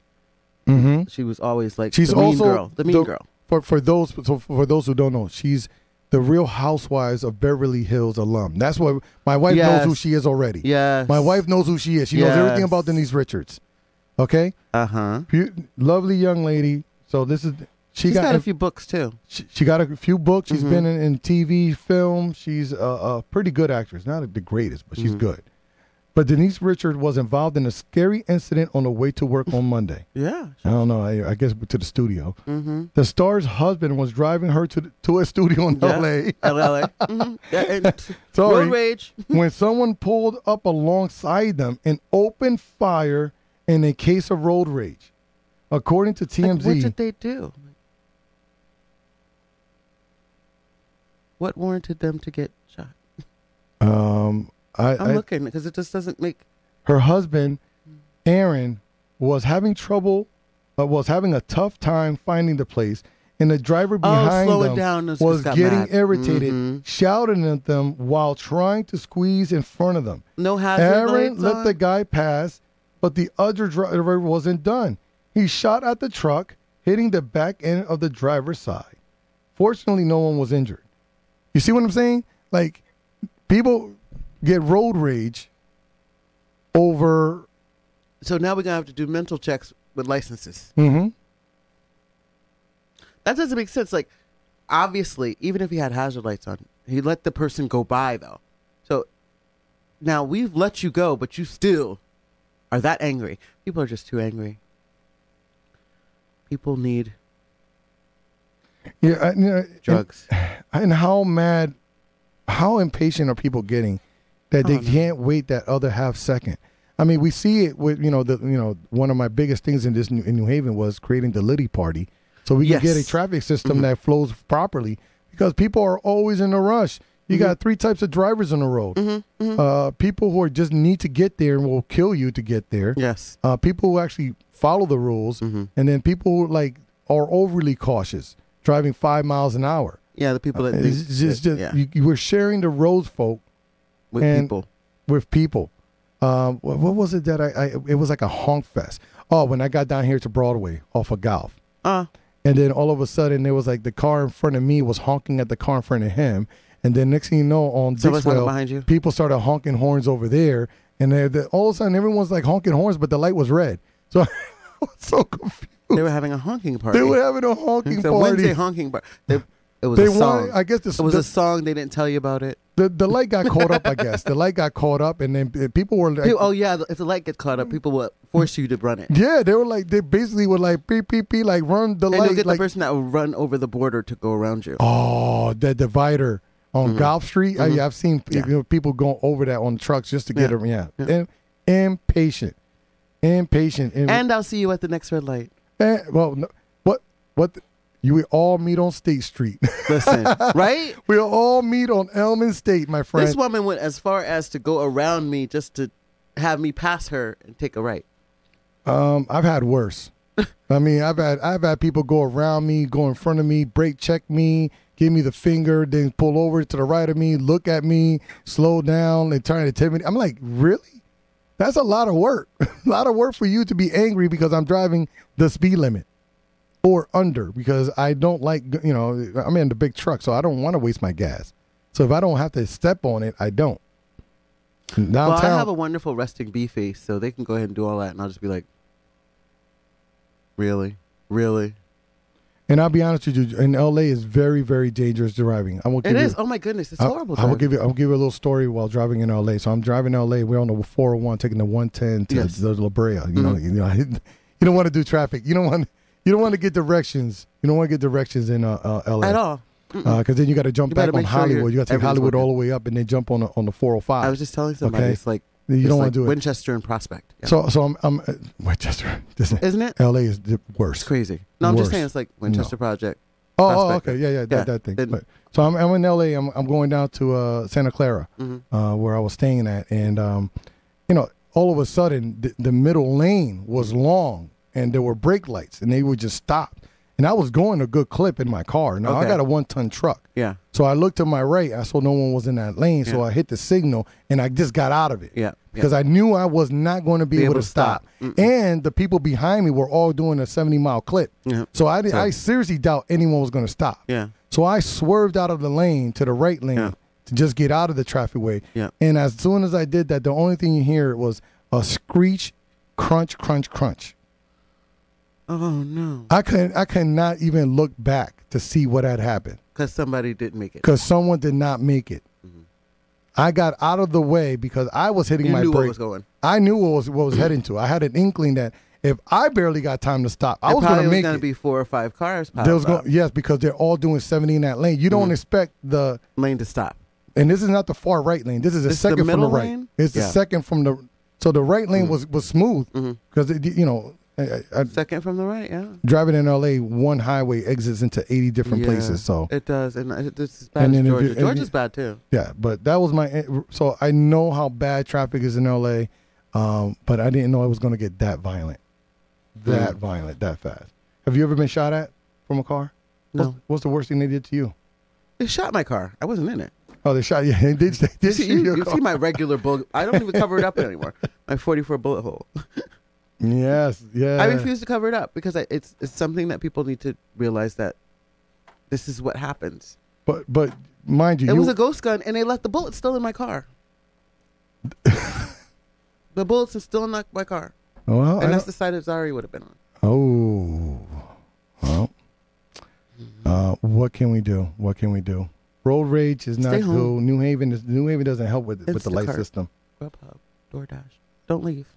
Speaker 2: mm-hmm.
Speaker 3: she was always like
Speaker 2: She's
Speaker 3: the mean
Speaker 2: also
Speaker 3: girl, the mean girl.
Speaker 2: For for those so for those who don't know, she's the Real Housewives of Beverly Hills alum. That's what my wife
Speaker 3: Yes.
Speaker 2: knows who she is already.
Speaker 3: Yes.
Speaker 2: my wife knows who she is. She knows everything about
Speaker 3: Yes.
Speaker 2: Denise Richards. Okay,
Speaker 3: Uh huh.
Speaker 2: Beau- lovely young lady. So this is she
Speaker 3: She's got,
Speaker 2: got,
Speaker 3: a few Mm-hmm. books too.
Speaker 2: she, she got a few books. She's been in, in TV, film. She's a, a pretty good actress. Not the greatest, but she's
Speaker 3: Mm-hmm.
Speaker 2: good. But Denise Richards was involved in a scary incident on the way to work on Monday.
Speaker 3: Yeah.
Speaker 2: I don't know. I, I guess to the studio.
Speaker 3: Mm-hmm.
Speaker 2: The star's husband was driving her to the, to a studio in
Speaker 3: Yeah.
Speaker 2: L.A.
Speaker 3: LA. Mhm. Yeah, and-
Speaker 2: Sorry.
Speaker 3: Road rage.
Speaker 2: when someone pulled up alongside them and opened fire in a case of road rage, according to
Speaker 3: Like,
Speaker 2: TMZ.
Speaker 3: what did they do? What warranted them to get shot?
Speaker 2: um, I,
Speaker 3: I'm
Speaker 2: I
Speaker 3: looking because it just doesn't make.
Speaker 2: her husband, Aaron, was having trouble, uh, was having a tough time finding the place, and the driver behind
Speaker 3: Oh, slow it
Speaker 2: them
Speaker 3: down, this
Speaker 2: was
Speaker 3: just got
Speaker 2: getting
Speaker 3: mad.
Speaker 2: irritated,
Speaker 3: Mhm.
Speaker 2: shouting at them while trying to squeeze in front of them.
Speaker 3: No hazard
Speaker 2: Aaron
Speaker 3: lights
Speaker 2: let
Speaker 3: on?
Speaker 2: the guy pass, but the other driver wasn't done. He shot at the truck, hitting the back end of the driver's side. Fortunately, no one was injured. You see what I'm saying? Like, people get road rage over
Speaker 3: So now we're gonna have to do mental checks with licenses.
Speaker 2: Mhm.
Speaker 3: That doesn't make sense. Like, obviously, even if he had hazard lights on, he let the person go by though. So now we've let you go, but you still are that angry. People are just too angry. People need
Speaker 2: yeah, I- you know, and-
Speaker 3: drugs.
Speaker 2: and how mad, how impatient are people getting that they can't wait that other half second? I mean, we see it with you know the you know one of my biggest things in this new, in New Haven was creating the Liddy Party, so we can get a
Speaker 3: Yes.
Speaker 2: traffic system that flows properly because people are always in a rush. You got three types of drivers on the road: Uh, people who are just need to get there and will kill you to get there
Speaker 3: yes.
Speaker 2: uh, people who actually follow the rules, and then people who like are overly cautious, driving five miles an hour.
Speaker 3: Yeah, the people that think
Speaker 2: It's just,
Speaker 3: that-
Speaker 2: just-
Speaker 3: yeah,
Speaker 2: you, you were sharing the roads, folk,
Speaker 3: with
Speaker 2: and-
Speaker 3: people.
Speaker 2: with people. Um, what, what was it that I, I? It was like a honk fest. Oh, when I got down here to Broadway off of Golf,
Speaker 3: Uh,
Speaker 2: and then all of a sudden there was like the car in front of me was honking at the car in front of him, and then next thing you know, on
Speaker 3: Someone's honking
Speaker 2: Dixwell,
Speaker 3: behind you?
Speaker 2: people started honking horns over there, and they, they, all of a sudden everyone's like honking horns, but the light was red, so I was so confused.
Speaker 3: they were having a honking party.
Speaker 2: They were having a honking
Speaker 3: It's a
Speaker 2: party.
Speaker 3: Wednesday honking bar. They, it was
Speaker 2: They
Speaker 3: a song.
Speaker 2: wanted, I guess the,
Speaker 3: it was a
Speaker 2: the,
Speaker 3: song. They didn't tell you about it.
Speaker 2: the, the light got caught up. I guess the light got caught up, and then uh, people were like,
Speaker 3: People- oh yeah, if the light gets caught up, people will force you to run it,
Speaker 2: yeah, they were like, they basically were like, beep beep beep, like run the
Speaker 3: and
Speaker 2: light,
Speaker 3: you'll get
Speaker 2: like
Speaker 3: the person that will run over the border to go around you.
Speaker 2: oh, the divider on Golf Street. I, have seen you know, people going over that on trucks just to get
Speaker 3: Yeah.
Speaker 2: them. Yeah, Im- impatient, impatient, Im-
Speaker 3: And I'll see you at the next red light.
Speaker 2: eh, well, no, what what. the- you we all meet on State Street.
Speaker 3: Listen, right?
Speaker 2: we all meet on Elman State, my friend.
Speaker 3: This woman went as far as to go around me just to have me pass her and take a right.
Speaker 2: Um, I've had worse. I mean, I've had I've had people go around me, go in front of me, brake check me, give me the finger, then pull over to the right of me, look at me, slow down, and try to intimidate. I'm like, really? That's a lot of work. a lot of work for you to be angry because I'm driving the speed limit or under because I don't like you know I'm in the big truck, so I don't want to waste my gas. So if I don't have to step on it, I don't. Downtown,
Speaker 3: Well, I have a wonderful resting bee face, so they can go ahead and do all that, and I'll just be like, really, really.
Speaker 2: And I'll be honest with you, in LA is very, very dangerous driving. I will give
Speaker 3: It
Speaker 2: you,
Speaker 3: is. Oh my goodness, it's
Speaker 2: I-
Speaker 3: horrible.
Speaker 2: I, will
Speaker 3: driving.
Speaker 2: give you. I'll give you a little story while driving in LA. So I'm driving in LA. We're on the 401, taking the 110 to
Speaker 3: Yes. Mm-hmm.
Speaker 2: the La Brea. You know, you know, you don't want to do traffic. You don't want. You don't want to get directions. You don't want to get directions in uh, uh, LA
Speaker 3: at all.
Speaker 2: because then you got to jump
Speaker 3: You
Speaker 2: back
Speaker 3: better
Speaker 2: on
Speaker 3: make sure you're-
Speaker 2: Hollywood. you got to take
Speaker 3: everything's
Speaker 2: Hollywood
Speaker 3: working.
Speaker 2: all the way up and then jump on the, on the 405.
Speaker 3: I was just telling somebody
Speaker 2: Okay.
Speaker 3: it's like
Speaker 2: You
Speaker 3: it's
Speaker 2: don't wanna
Speaker 3: like
Speaker 2: do it.
Speaker 3: Winchester and Prospect. Yeah.
Speaker 2: so so I'm I'm uh, Winchester. This
Speaker 3: Isn't it?
Speaker 2: LA is the worst.
Speaker 3: It's crazy. No, I'm just
Speaker 2: Worse.
Speaker 3: saying it's like Winchester Project.
Speaker 2: Oh, oh,
Speaker 3: Prospect.
Speaker 2: okay, yeah, yeah, that,
Speaker 3: Yeah,
Speaker 2: that thing.
Speaker 3: then-
Speaker 2: But- so I'm, I'm in LA. I'm, I'm going down to uh, Santa Clara, uh, where I was staying at, and um, you know, all of a sudden, the, the middle lane was long, and there were brake lights, and they would just stop. And I was going a good clip in my car. Now I
Speaker 3: Okay.
Speaker 2: got a one ton truck.
Speaker 3: Yeah.
Speaker 2: So I looked to my right. I saw no one was in that lane. So
Speaker 3: Yeah.
Speaker 2: I hit the signal and I just got out of it.
Speaker 3: Yeah, yeah.
Speaker 2: Because I knew I was not going to be, able, to stop. And the people behind me were all doing a 70 mile clip.
Speaker 3: Yeah.
Speaker 2: So I, did, I seriously doubt anyone was going to stop.
Speaker 3: Yeah.
Speaker 2: So I swerved out of the lane to the right lane
Speaker 3: Yeah.
Speaker 2: to just get out of the traffic way.
Speaker 3: Yeah.
Speaker 2: And as soon as I did that, the only thing you hear was a screech, crunch, crunch, crunch.
Speaker 3: Oh no,
Speaker 2: I couldn't. I could not even look back to see what had happened.
Speaker 3: because somebody didn't make it.
Speaker 2: because someone did not make it. I got out of the way because I was hitting
Speaker 3: Mm-hmm. You
Speaker 2: my
Speaker 3: knew what
Speaker 2: brake.
Speaker 3: was going.
Speaker 2: I knew what was what was heading to. I had an inkling that if I barely got time to stop, I
Speaker 3: It
Speaker 2: was going
Speaker 3: probably
Speaker 2: to
Speaker 3: was
Speaker 2: make
Speaker 3: gonna
Speaker 2: it.
Speaker 3: be four or five Mm. cars.
Speaker 2: there was
Speaker 3: piled
Speaker 2: going
Speaker 3: up.
Speaker 2: yes because they're all doing seventy in that lane. You don't expect the
Speaker 3: lane to stop.
Speaker 2: and this is not the far right lane. This is the
Speaker 3: This is the
Speaker 2: second from the
Speaker 3: middle
Speaker 2: right.
Speaker 3: lane?
Speaker 2: It's the
Speaker 3: Yeah. Mm.
Speaker 2: second from the so the right lane was was smooth because you know I, I, I,
Speaker 3: Second from the right, yeah.
Speaker 2: driving in L.A. one highway exits into eighty different
Speaker 3: Yeah.
Speaker 2: places. So
Speaker 3: it does, and I- this is bad.
Speaker 2: And
Speaker 3: as
Speaker 2: then if you-
Speaker 3: Georgia.
Speaker 2: if
Speaker 3: Georgia's
Speaker 2: you-
Speaker 3: bad too.
Speaker 2: Yeah, but that was my eh, so I know how bad traffic is in LA, um, but I didn't know it was going to get that violent, that violent, that fast. Have you ever been shot at from a car?
Speaker 3: No.
Speaker 2: What's, what's the worst thing they did to you?
Speaker 3: They shot my car. I wasn't in it.
Speaker 2: Oh, they shot you. They did, they
Speaker 3: You
Speaker 2: did
Speaker 3: see,
Speaker 2: shoot
Speaker 3: you,
Speaker 2: your
Speaker 3: you
Speaker 2: car.
Speaker 3: see my regular bullet. I don't even cover it up anymore. My 44 bullet hole.
Speaker 2: yes, yeah.
Speaker 3: I refuse to cover it up because I, it's it's something that people need to realize that this is what happens.
Speaker 2: But but mind you,
Speaker 3: It
Speaker 2: you
Speaker 3: was a ghost gun, and they left the bullets still in my car. the bullets are still in my- my car,
Speaker 2: Oh, well, I
Speaker 3: and that's
Speaker 2: don't-
Speaker 3: the side that Zari would have been on.
Speaker 2: oh well. Uh, what can we do? What can we do? Road rage is not
Speaker 3: Stay home.
Speaker 2: cool. New Haven is New Haven doesn't help with with the light
Speaker 3: Instacart.
Speaker 2: system.
Speaker 3: Grubhub, DoorDash, don't leave.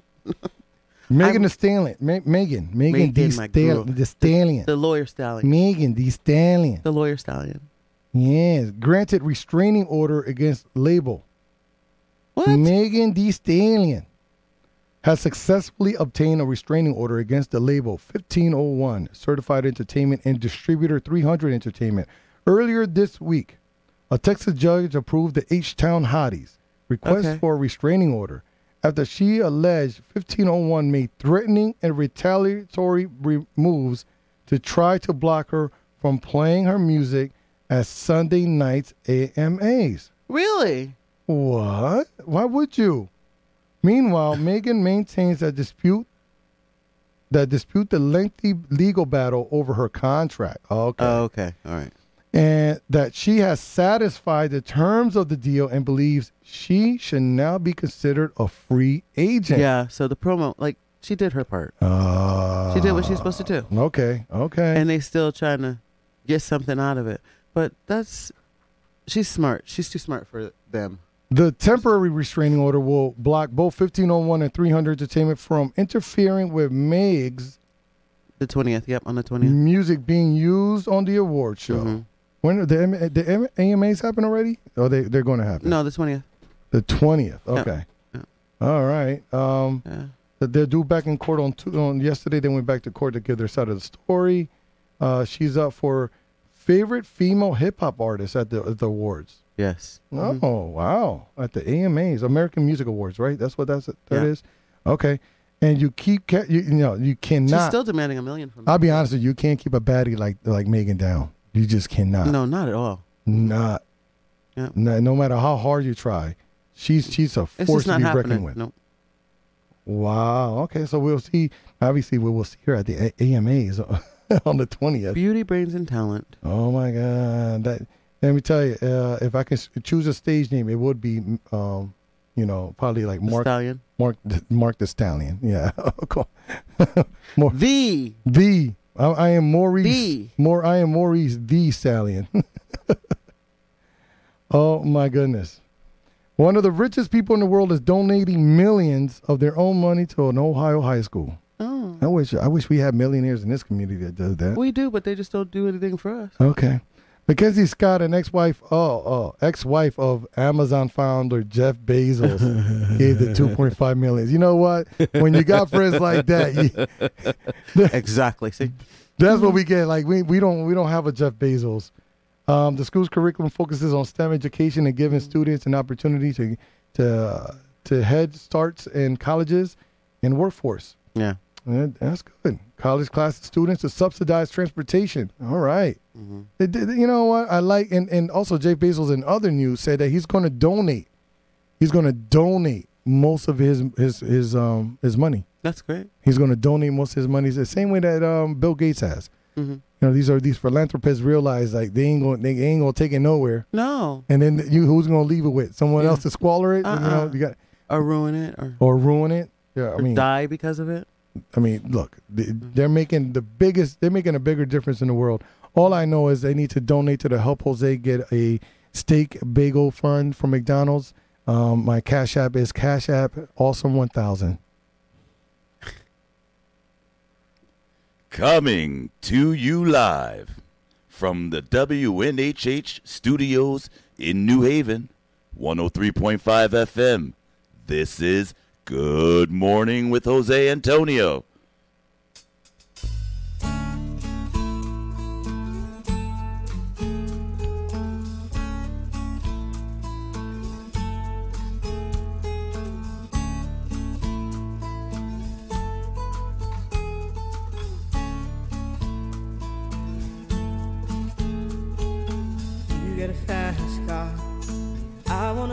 Speaker 2: Megan
Speaker 3: I'm-
Speaker 2: the Stallion, Ma- Megan, Megan the
Speaker 3: Megan, my girl.
Speaker 2: Stallion, the Stallion,
Speaker 3: The lawyer stallion.
Speaker 2: Megan the Stallion.
Speaker 3: The lawyer stallion.
Speaker 2: Yes, granted restraining order against label.
Speaker 3: What?
Speaker 2: Megan D. Stallion has successfully obtained a restraining order against the label 1501 Certified Entertainment and Distributor 300 Entertainment. Earlier this week, a Texas judge approved the H Town Hotties request
Speaker 3: Okay.
Speaker 2: for a restraining order after she alleged 1501 made threatening and retaliatory re- moves to try to block her from playing her music at Sunday night's AMAs.
Speaker 3: Really?
Speaker 2: What? Why would you? Meanwhile, Megan maintains that dispute that dispute the lengthy legal battle over her contract. Okay.
Speaker 3: Oh, okay. All right.
Speaker 2: and that she has satisfied the terms of the deal and believes she should now be considered a free agent.
Speaker 3: Yeah. So the promo, like, she did her part.
Speaker 2: Uh,
Speaker 3: She did what she's supposed to do,
Speaker 2: Okay. Okay.
Speaker 3: and they still trying to get something out of it. But that's she's smart. She's too smart for them.
Speaker 2: The temporary restraining order will block both 1501 and 300 Entertainment from interfering with Meg's
Speaker 3: The twentieth. Yep, on the twentieth.
Speaker 2: music being used on the award show.
Speaker 3: Mhm.
Speaker 2: When are the M- the M- AMAs happen already? Oh, they they're going to happen.
Speaker 3: No, the twentieth.
Speaker 2: the twentieth. Okay.
Speaker 3: Yeah.
Speaker 2: All right. Um,
Speaker 3: Yeah.
Speaker 2: th- they're due back in court on two, on yesterday. They went back to court to give their side of the story. Uh, she's up for favorite female hip hop artist at the at the awards.
Speaker 3: Yes. Mhm.
Speaker 2: Oh wow! At the AMAs, American Music Awards, right? That's what that's that
Speaker 3: Yeah.
Speaker 2: is. Okay. And you keep ca- you, you know you
Speaker 3: She's
Speaker 2: cannot.
Speaker 3: still demanding a million from.
Speaker 2: I'll be honest with you. You can't keep a baddie like like Megan down. You just cannot.
Speaker 3: no, not at all.
Speaker 2: Not.
Speaker 3: Yeah.
Speaker 2: No, no matter how hard you try, she's she's a
Speaker 3: It's
Speaker 2: force
Speaker 3: just
Speaker 2: to
Speaker 3: not
Speaker 2: be reckoned
Speaker 3: happening.
Speaker 2: with.
Speaker 3: No.
Speaker 2: Wow. Okay, so we'll see. Obviously, we will see her at the A- AMAs on the twentieth.
Speaker 3: Beauty, brains, and talent.
Speaker 2: Oh my God! That let me tell you, uh, if I can s- choose a stage name, it would be, um, you know, probably like
Speaker 3: The
Speaker 2: Mark
Speaker 3: stallion.
Speaker 2: Mark Mark the Stallion. Yeah. Cool. More
Speaker 3: The
Speaker 2: the I, I am Maurice.
Speaker 3: The.
Speaker 2: More I am Maurice the Stallion. oh my goodness. One of the richest people in the world is donating millions of their own money to an Ohio high school.
Speaker 3: oh,
Speaker 2: I wish I wish we had millionaires in this community that does that.
Speaker 3: we do, but they just don't do anything for us.
Speaker 2: Okay. Mackenzie Scott, an ex-wife, oh, oh, ex-wife of Amazon founder Jeff Bezos, gave the 2.5 million. You know what? When you got friends like that, you,
Speaker 3: Exactly. See,
Speaker 2: that's what we get. Like we, we don't we don't have a Jeff Bezos. Um, the school's curriculum focuses on STEM education and giving students an opportunity to to to head starts in colleges and workforce.
Speaker 3: yeah.
Speaker 2: Yeah, that's good. College class students to subsidize transportation. All right.
Speaker 3: Mm-hmm.
Speaker 2: They did- You know what? I like, and, and also Jeff Bezos in other news said that he's going to donate. He's going to donate most of his his his um his money.
Speaker 3: That's great.
Speaker 2: He's going to donate most of his money the same way that um Bill Gates has.
Speaker 3: Mhm.
Speaker 2: You know, these are these philanthropists realize like they ain't going they ain't going to take it nowhere.
Speaker 3: No,
Speaker 2: And then you who's going to leave it with someone
Speaker 3: Yeah.
Speaker 2: else to squalor it? You know,
Speaker 3: Uh-uh.
Speaker 2: you got
Speaker 3: or ruin it, or,
Speaker 2: or ruin it. Yeah, I
Speaker 3: or
Speaker 2: mean,
Speaker 3: die Mm-hmm. because of it.
Speaker 2: I mean, look, th- they're making the biggest. They're making a bigger difference in the world. All I know is they need to donate to the help Jose get a steak bagel fund from McDonald's. Um, my Cash App is Cash App Awesome One Thousand.
Speaker 1: Coming to you live from the WNHH studios in New Haven, 103.5 FM. This is Good Morning with Jose Antonio.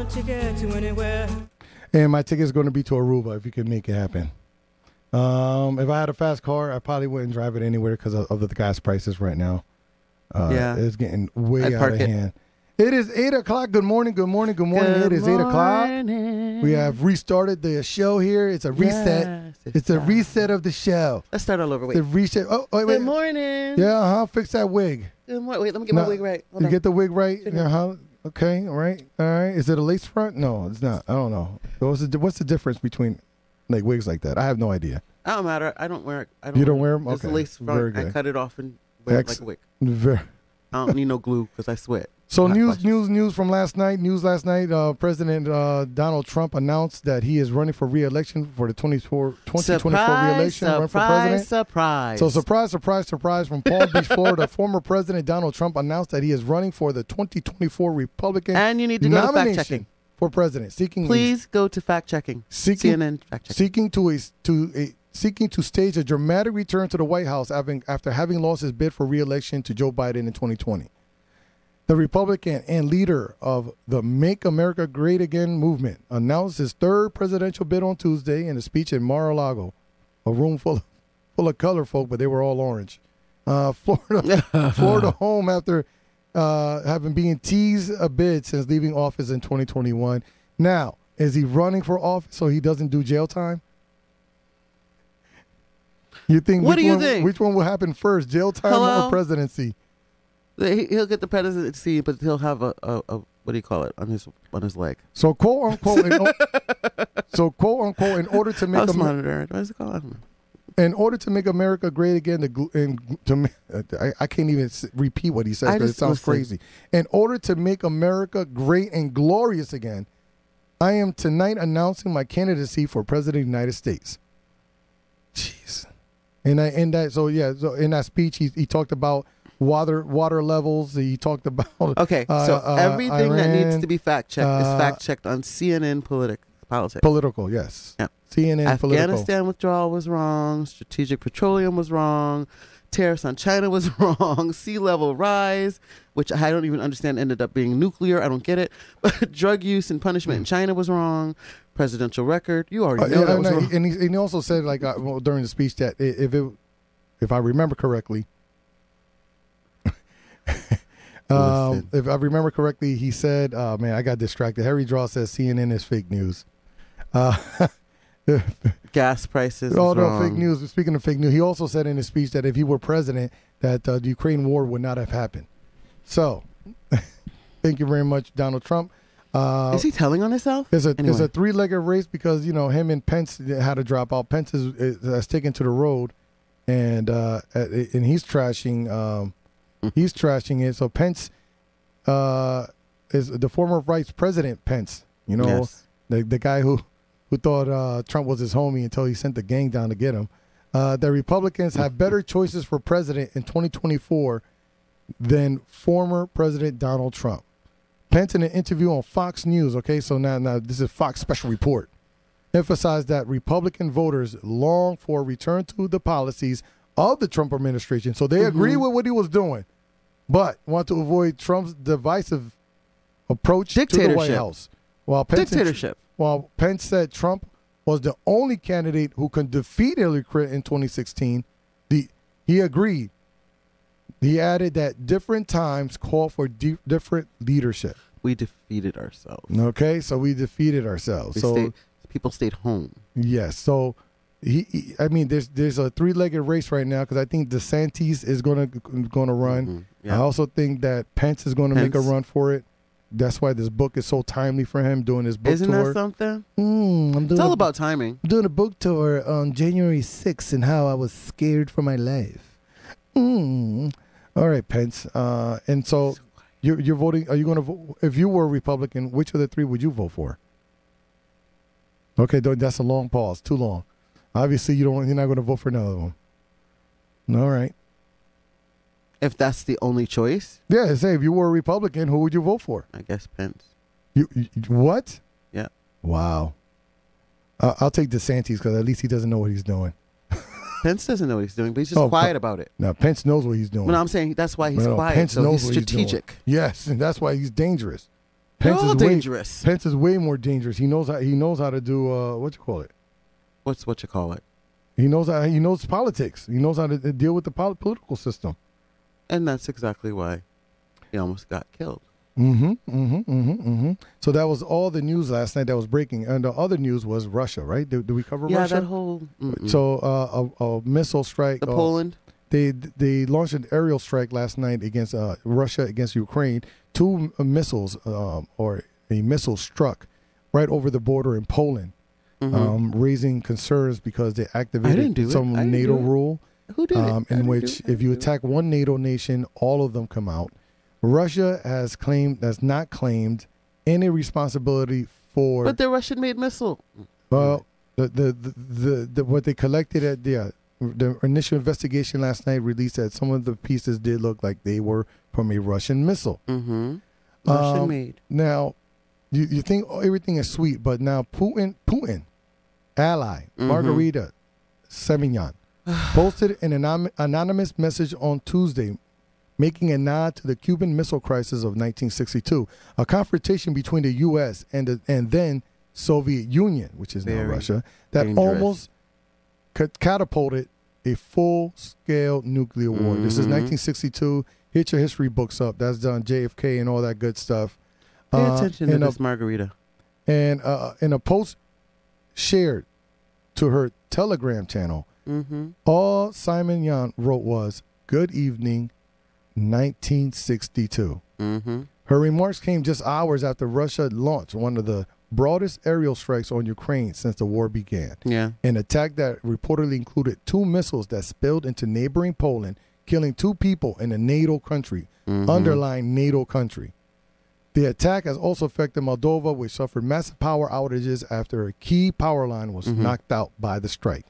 Speaker 8: ticket to anywhere.
Speaker 2: And my ticket's going to be to Aruba if you can make it happen. Um, if I had a fast car, I probably wouldn't drive it anywhere because of, of the gas prices right now. Uh,
Speaker 3: Yeah.
Speaker 2: it's getting way
Speaker 3: I'd
Speaker 2: out
Speaker 3: park
Speaker 2: of
Speaker 3: it.
Speaker 2: hand. It is eight o'clock. Good morning. Good morning. Good morning. it is eight o'clock. We have restarted the show here. It's a reset.
Speaker 3: Yes,
Speaker 2: it's
Speaker 3: it's
Speaker 2: a
Speaker 3: time.
Speaker 2: reset of the show.
Speaker 3: Let's start all over. Wait.
Speaker 2: The reset. Oh, wait, wait.
Speaker 3: Good morning.
Speaker 2: Yeah, uh huh. Fix that wig.
Speaker 3: Good morning. Wait, let me get
Speaker 2: No,
Speaker 3: my wig right. Hold
Speaker 2: you
Speaker 3: on.
Speaker 2: get the wig right. Uh huh. Okay. All right. All right. Is it a lace front? No, it's not. I don't know. What's the, what's the difference between like wigs like that? I have no idea.
Speaker 3: I don't matter. I don't wear it. I don't
Speaker 2: You don't wear 'em?
Speaker 3: It's
Speaker 2: Okay.
Speaker 3: the lace
Speaker 2: Very
Speaker 3: front. I
Speaker 2: good.
Speaker 3: cut it off and wear it like a
Speaker 2: Excellent.
Speaker 3: wig.
Speaker 2: Very.
Speaker 3: I don't need no glue because I sweat.
Speaker 2: So
Speaker 3: Hot
Speaker 2: news,
Speaker 3: flash.
Speaker 2: news, news from last night. News last night. Uh, President uh, Donald Trump announced that he is running for re-election for the 24, 2024
Speaker 3: Surprise,
Speaker 2: re-election. run for
Speaker 3: surprise,
Speaker 2: president.
Speaker 3: surprise.
Speaker 2: So surprise, surprise, surprise! From Palm Beach, Florida, former President Donald Trump announced that he is running for the 2024 Republican
Speaker 3: And you need to go to fact
Speaker 2: nomination
Speaker 3: checking.
Speaker 2: for president, seeking a-
Speaker 3: Please go to fact checking.
Speaker 2: Seeking-
Speaker 3: CNN fact checking.
Speaker 2: seeking to a, to a, seeking to stage a dramatic return to the White House having, after having lost his bid for re-election to Joe Biden in 2020. The Republican and leader of the Make America Great Again movement announced his third presidential bid on Tuesday in a speech in Mar-a-Lago, a room full of, full of color folk, but they were all orange. Uh, Florida,
Speaker 3: Uh-huh.
Speaker 2: Florida home after uh, having been teased a bid since leaving office in 2021. Now, is he running for office so he doesn't do jail time? You think
Speaker 3: What
Speaker 2: which
Speaker 3: do you
Speaker 2: one,
Speaker 3: think?
Speaker 2: Which one will happen first, jail time or
Speaker 3: Hello?
Speaker 2: presidency?
Speaker 3: He- He'll get the presidency, but he'll have a, a, a what do you call it on his on his leg?
Speaker 2: So quote unquote. In o- so quote unquote. In order to make
Speaker 3: House
Speaker 2: Amer-
Speaker 3: monitor. What is it called? I don't know.
Speaker 2: in order to make America great again, the gl- and gl- to ma- I, I can't even s- repeat what he says
Speaker 3: I
Speaker 2: because it
Speaker 3: just-
Speaker 2: sounds
Speaker 3: listen.
Speaker 2: crazy. In order to make America great and glorious again, I am tonight announcing my candidacy for president of the United States. Jeez, and I in that so yeah so in that speech he he talked about water water levels. He talked about
Speaker 3: Okay, so
Speaker 2: uh, uh,
Speaker 3: everything that needs
Speaker 2: Iran,
Speaker 3: to be fact checked is
Speaker 2: uh,
Speaker 3: fact checked on CNN politic politics.
Speaker 2: political. Yes,
Speaker 3: Yeah.
Speaker 2: CNN
Speaker 3: Afghanistan
Speaker 2: political.
Speaker 3: withdrawal was wrong. Strategic petroleum was wrong. Tariffs on China was wrong. Sea level rise, which I don't even understand, ended up being nuclear. I don't get it. But drug use and punishment in China was wrong. Presidential record. You already
Speaker 2: Hmm. Uh,
Speaker 3: know
Speaker 2: yeah,
Speaker 3: that was
Speaker 2: and,
Speaker 3: wrong.
Speaker 2: he, and, he, and he also said like uh, well, during the speech that i- if it, if I remember correctly, um,
Speaker 3: Listen.
Speaker 2: if I remember correctly, he said, uh, "Man, I got distracted." Harry Draw says CNN is fake news. Uh,
Speaker 3: Gas prices.
Speaker 2: Oh
Speaker 3: was
Speaker 2: no,
Speaker 3: wrong.
Speaker 2: fake news. Speaking of fake news, he also said in his speech that if he were president, that uh, the Ukraine war would not have happened. So, thank you very much, Donald Trump. Uh,
Speaker 3: Is he telling on himself?
Speaker 2: It's a it's a
Speaker 3: Anyway.
Speaker 2: three legged race because you know him and Pence had to drop out. Pence is, is has taken to the road, and uh, and he's trashing um, he's trashing it. So Pence uh, is the former vice president Pence. You know
Speaker 3: Yes.
Speaker 2: the the guy who who thought uh, Trump was his homie until he sent the gang down to get him. Uh, the Republicans have better choices for president in 2024 than former President Donald Trump. Pence in an interview on Fox News, okay, so now now this is Fox special report, emphasized that Republican voters long for a return to the policies of the Trump administration. So they agree
Speaker 3: Mm-hmm.
Speaker 2: with what he was doing, but want to avoid Trump's divisive approach to the White
Speaker 3: Dictatorship.
Speaker 2: House. While Pence
Speaker 3: Dictatorship.
Speaker 2: while Pence said Trump was the only candidate who could defeat Hillary Clinton in 2016, the he agreed. He added that different times call for di- different leadership.
Speaker 3: We defeated ourselves.
Speaker 2: Okay, so we defeated ourselves.
Speaker 3: We
Speaker 2: so
Speaker 3: stayed, people stayed home.
Speaker 2: yes, so he, he- I mean, there's there's a three legged race right now because I think DeSantis is gonna gonna run. I
Speaker 3: Mm-hmm. Mm, Yeah.
Speaker 2: also think that Pence is gonna make a
Speaker 3: Pence.
Speaker 2: run for it. That's why this book is so timely for him doing his book
Speaker 3: Isn't
Speaker 2: tour.
Speaker 3: that something?
Speaker 2: Mm, I'm
Speaker 3: It's
Speaker 2: doing
Speaker 3: all
Speaker 2: a
Speaker 3: about timing.
Speaker 2: doing a book tour on January 6th and how I was scared for my life. Mm. All right, Pence. Uh, and so you're, you're voting. Are you going to vote? If you were a Republican, which of the three would you vote for? Okay, th- that's a long pause. Too long. Obviously, you don't. You're not going to vote for another one. All right.
Speaker 3: If that's the only choice,
Speaker 2: Yeah. Say, if you were a Republican, who would you vote for?
Speaker 3: I guess Pence.
Speaker 2: You, you what?
Speaker 3: Yeah.
Speaker 2: Wow. Uh, I'll take DeSantis because at least he doesn't know what he's doing.
Speaker 3: Pence doesn't know what he's doing, but he's just
Speaker 2: Oh,
Speaker 3: quiet
Speaker 2: but-
Speaker 3: about it.
Speaker 2: Now Pence knows what he's doing.
Speaker 3: Well, no, I'm saying that's why he's
Speaker 2: Well,
Speaker 3: quiet. so he's
Speaker 2: what he's doing.
Speaker 3: strategic.
Speaker 2: yes, and that's why he's dangerous.
Speaker 3: They're
Speaker 2: Pence
Speaker 3: all
Speaker 2: is way-
Speaker 3: dangerous.
Speaker 2: Pence is way more dangerous. He knows how he knows how to do uh, what you call it.
Speaker 3: What's what you call it?
Speaker 2: He knows how he knows politics. He knows how to uh, deal with the pol- political system.
Speaker 3: And that's exactly why he almost got killed.
Speaker 2: Mm-hmm. Mm-hmm. Mm-hmm. Mm-hmm. So that was all the news last night that was breaking. And the other news was Russia, right? Did, did we cover
Speaker 3: Yeah,
Speaker 2: Russia?
Speaker 3: that whole mm-mm.
Speaker 2: so uh, a, a missile strike.
Speaker 3: the
Speaker 2: uh,
Speaker 3: Poland.
Speaker 2: They they launched an aerial strike last night against uh, Russia against Ukraine. Two m- missiles um, or a missile struck right over the border in Poland,
Speaker 3: Mm-hmm.
Speaker 2: um, raising concerns because they activated
Speaker 3: do it.
Speaker 2: some
Speaker 3: I didn't
Speaker 2: NATO
Speaker 3: do it.
Speaker 2: rule
Speaker 3: Who did
Speaker 2: um,
Speaker 3: it? I
Speaker 2: in
Speaker 3: didn't
Speaker 2: which
Speaker 3: do it.
Speaker 2: if you attack one NATO nation, all of them come out. Russia has claimed has not claimed any responsibility for
Speaker 3: But the Russian made missile.
Speaker 2: well, the the, the the the what they collected at the uh, the initial investigation last night released that some of the pieces did look like they were from a Russian missile.
Speaker 3: Mm-hmm. Russian
Speaker 2: Um,
Speaker 3: made.
Speaker 2: Now, you, you think oh, everything is sweet, but now Putin, Putin, ally
Speaker 3: Mm-hmm.
Speaker 2: Margarita Semyon, posted an anom- anonymous message on Tuesday, making a nod to the Cuban Missile Crisis of 1962, a confrontation between the U.S. and the, and then Soviet Union, which is now
Speaker 3: Very
Speaker 2: Russia, that
Speaker 3: dangerous.
Speaker 2: almost ca- catapulted a full-scale nuclear war. This is
Speaker 3: Mm-hmm.
Speaker 2: 1962. Hit your history books up. That's done. JFK and all that good stuff.
Speaker 3: Pay
Speaker 2: Uh,
Speaker 3: attention to
Speaker 2: and a-
Speaker 3: this margarita.
Speaker 2: and uh, in a post shared to her Telegram channel,
Speaker 3: Mm-hmm.
Speaker 2: all Simon Yan wrote was "Good evening, 1962."
Speaker 3: Mm-hmm.
Speaker 2: Her remarks came just hours after Russia launched one of the broadest aerial strikes on Ukraine since the war began.
Speaker 3: Yeah.
Speaker 2: An attack that reportedly included two missiles that spilled into neighboring Poland, killing two people in a NATO country, underlying NATO country. The attack has also affected Moldova, which suffered massive power outages after a key power line was
Speaker 3: Mm-hmm.
Speaker 2: knocked out by the strike.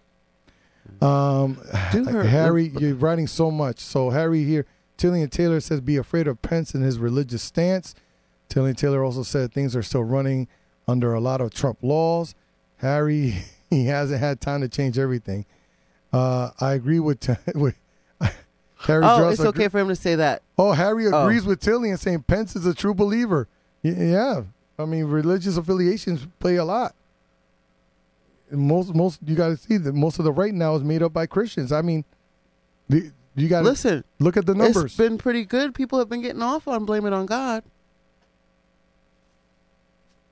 Speaker 2: Um,
Speaker 3: Do her-
Speaker 2: Harry, you're writing so much. So Harry here, Tillian Taylor says, "Be afraid of Pence and his religious stance." Tillian Taylor also said things are still running under a lot of Trump laws. Harry, he hasn't had time to change everything. Uh, I agree with, t- with Harry.
Speaker 3: Oh,
Speaker 2: Dross
Speaker 3: it's
Speaker 2: agree-
Speaker 3: okay for him to say that.
Speaker 2: Oh, Harry
Speaker 3: Oh.
Speaker 2: agrees with Tillian saying Pence is a true believer. Y- yeah, I mean religious affiliations play a lot. And most, most you got to see that most of the right now is made up by Christians. I mean, the, you got to
Speaker 3: Listen,
Speaker 2: look at the numbers.
Speaker 3: it's been pretty good. People have been getting off on blaming on God.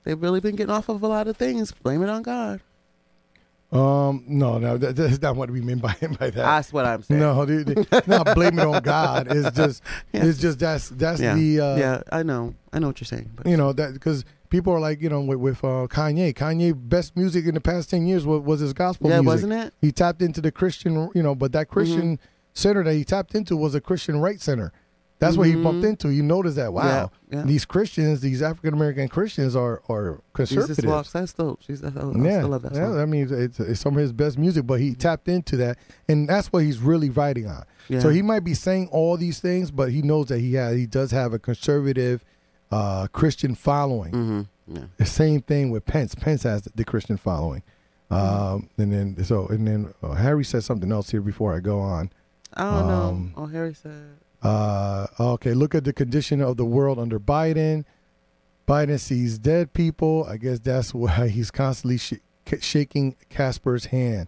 Speaker 3: They've really been getting off of a lot of things. Blame it on God.
Speaker 2: um, no, no, that, that's not what we mean by by that.
Speaker 3: That's what I'm saying.
Speaker 2: no, the- the- not blame it on God. It's just,
Speaker 3: Yeah.
Speaker 2: it's just that's that's
Speaker 3: Yeah.
Speaker 2: the uh,
Speaker 3: yeah, I know. I know what you're saying. But
Speaker 2: you know that because people are like you know with, with uh, Kanye. Kanye best music in the past ten years was, was his gospel.
Speaker 3: Yeah,
Speaker 2: music.
Speaker 3: wasn't it?
Speaker 2: He tapped into the Christian, you know, but that Christian
Speaker 3: Mm-hmm.
Speaker 2: center that he tapped into was a Christian right center. That's what he bumped into. You notice that? Wow,
Speaker 3: Mm-hmm. Yeah, yeah.
Speaker 2: these Christians, these African American Christians are are conservative.
Speaker 3: Jesus walks. That's dope. Jesus, I, love- I
Speaker 2: yeah,
Speaker 3: still love that
Speaker 2: yeah,
Speaker 3: song. Mm-hmm.
Speaker 2: I mean, it's, it's some of his best music, but he tapped into that, and that's what he's really writing on.
Speaker 3: Yeah.
Speaker 2: So he might be saying all these things, but he knows that he has, he does have a conservative uh, Christian following.
Speaker 3: Mm-hmm. yeah.
Speaker 2: The same thing with Pence. Pence has the Christian following, um, and then so and then uh, Harry said something else here before I go on.
Speaker 3: I don't
Speaker 2: Um,
Speaker 3: know. Oh, Harry said.
Speaker 2: Uh, okay, look at the condition of the world under Biden. Biden sees dead people. I guess that's why he's constantly sh- shaking Casper's hand.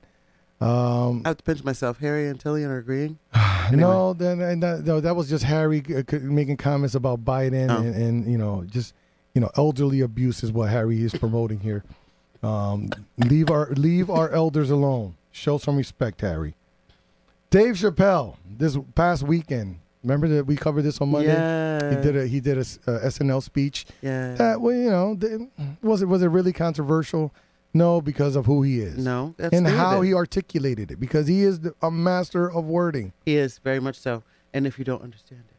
Speaker 2: Um,
Speaker 3: I have to pinch myself. Harry and Tillian are agreeing.
Speaker 2: No, then and that, no, that was just Harry uh, c- making comments about Biden
Speaker 3: Oh.
Speaker 2: and, and you know just you know elderly abuse is what Harry is promoting here. Um, leave our leave our elders alone. Show some respect, Harry. Dave Chappelle this past weekend. Remember that we covered this on Monday.
Speaker 3: Yeah.
Speaker 2: He did a he did a s- uh, SNL speech.
Speaker 3: Yeah.
Speaker 2: That well, you know, th- was it was it really controversial? No, because of who he is.
Speaker 3: no. That's
Speaker 2: And
Speaker 3: David.
Speaker 2: how he articulated it, because he is the, a master of wording.
Speaker 3: He is very much so. And if you don't understand it,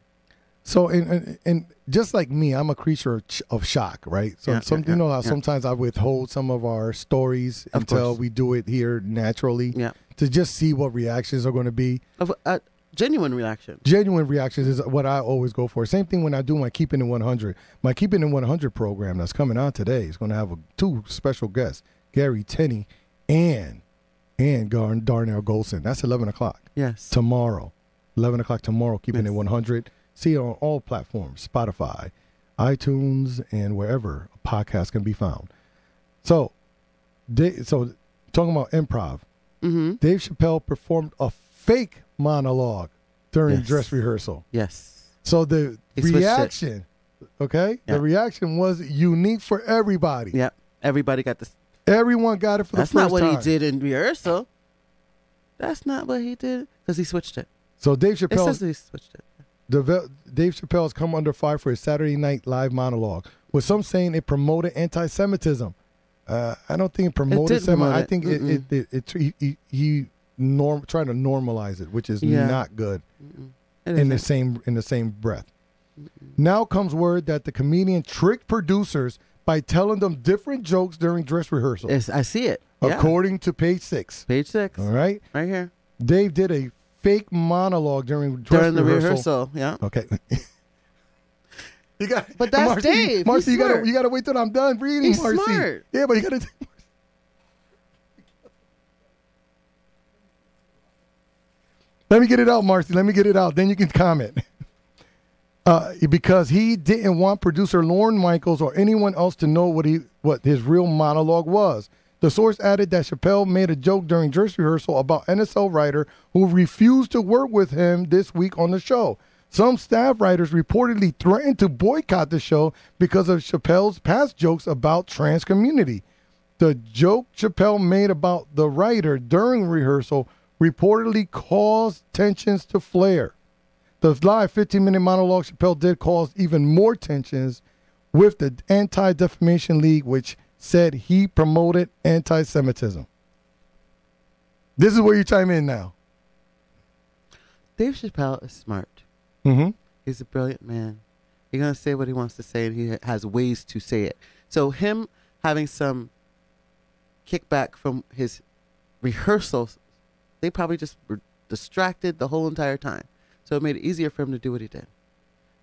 Speaker 2: So and, and and just like me, I'm a creature of, ch- of shock, right? So
Speaker 3: Yeah,
Speaker 2: some
Speaker 3: yeah,
Speaker 2: you know
Speaker 3: yeah,
Speaker 2: how
Speaker 3: yeah.
Speaker 2: sometimes I withhold some of our stories
Speaker 3: Of
Speaker 2: until
Speaker 3: course.
Speaker 2: we do it here naturally,
Speaker 3: yeah,
Speaker 2: to just see what reactions are going to be.
Speaker 3: of a genuine reaction.
Speaker 2: Genuine reactions is what I always go for. Same thing when I do my Keeping It 100. My Keeping It 100 program that's coming out today is going to have a, two special guests, Gary Tenney and and Gar- Darnell Golson. That's 11 o'clock
Speaker 3: Yes.
Speaker 2: tomorrow, 11 o'clock tomorrow, keeping
Speaker 3: Yes.
Speaker 2: it 100. See it on all platforms Spotify, iTunes, and wherever a podcast can be found. So, Da- so talking about improv,
Speaker 3: Mm-hmm.
Speaker 2: Dave Chappelle performed a fake monologue during
Speaker 3: Yes.
Speaker 2: dress rehearsal.
Speaker 3: Yes.
Speaker 2: So the
Speaker 3: He switched it.
Speaker 2: reaction, okay,
Speaker 3: Yeah.
Speaker 2: the reaction was unique for everybody.
Speaker 3: Yep. Everybody got this.
Speaker 2: Everyone got it for
Speaker 3: That's
Speaker 2: the
Speaker 3: not
Speaker 2: first
Speaker 3: what
Speaker 2: time.
Speaker 3: he did in rehearsal. That's not what he did because he switched it.
Speaker 2: So Dave
Speaker 3: It
Speaker 2: Chappelle,
Speaker 3: says he switched it.
Speaker 2: deve- Dave Chappelle's come under fire for his Saturday Night Live monologue, with some saying it promoted anti-Semitism. Uh, I don't think it promoted
Speaker 3: didn't
Speaker 2: Semitism.
Speaker 3: promote
Speaker 2: I
Speaker 3: it.
Speaker 2: think it, it, it, it, he, he, he norm trying to normalize it, which is
Speaker 3: Yeah.
Speaker 2: not good.
Speaker 3: It
Speaker 2: in
Speaker 3: isn't.
Speaker 2: the same in the same breath. Now comes word that the comedian tricked producers by telling them different jokes during dress rehearsal,
Speaker 3: It's- I see it. Yeah.
Speaker 2: according to page six.
Speaker 3: Page six,
Speaker 2: All right,
Speaker 3: right here
Speaker 2: Dave did a fake monologue during dress
Speaker 3: during the
Speaker 2: rehearsal. Oh.
Speaker 3: rehearsal. Yeah.
Speaker 2: Okay. You got,
Speaker 3: But that's
Speaker 2: Marcy,
Speaker 3: Dave. He's
Speaker 2: Marcy, you gotta
Speaker 3: smart.
Speaker 2: you gotta wait till I'm done reading.
Speaker 3: He's
Speaker 2: Marcy.
Speaker 3: smart.
Speaker 2: Yeah, but you gotta. Let me get it out, Marcy. Let me get it out. Then you can comment. Uh, because he didn't want producer Lorne Michaels or anyone else to know what he what his real monologue was. The source added that Chappelle made a joke during dress rehearsal about NSL writer who refused to work with him this week on the show. Some staff writers reportedly threatened to boycott the show because of Chappelle's past jokes about trans community. The joke Chappelle made about the writer during rehearsal reportedly caused tensions to flare. The live 15 minute monologue Chappelle did caused even more tensions with the Anti Defamation League, which said he promoted anti Semitism. This is where you chime in now.
Speaker 3: Dave Chappelle is smart.
Speaker 2: Mm-hmm.
Speaker 3: He's a brilliant man. He's gonna say what he wants to say, and he has ways to say it. So him having some kickback from his rehearsals, they probably just were distracted the whole entire time. So it made it easier for him to do what he did.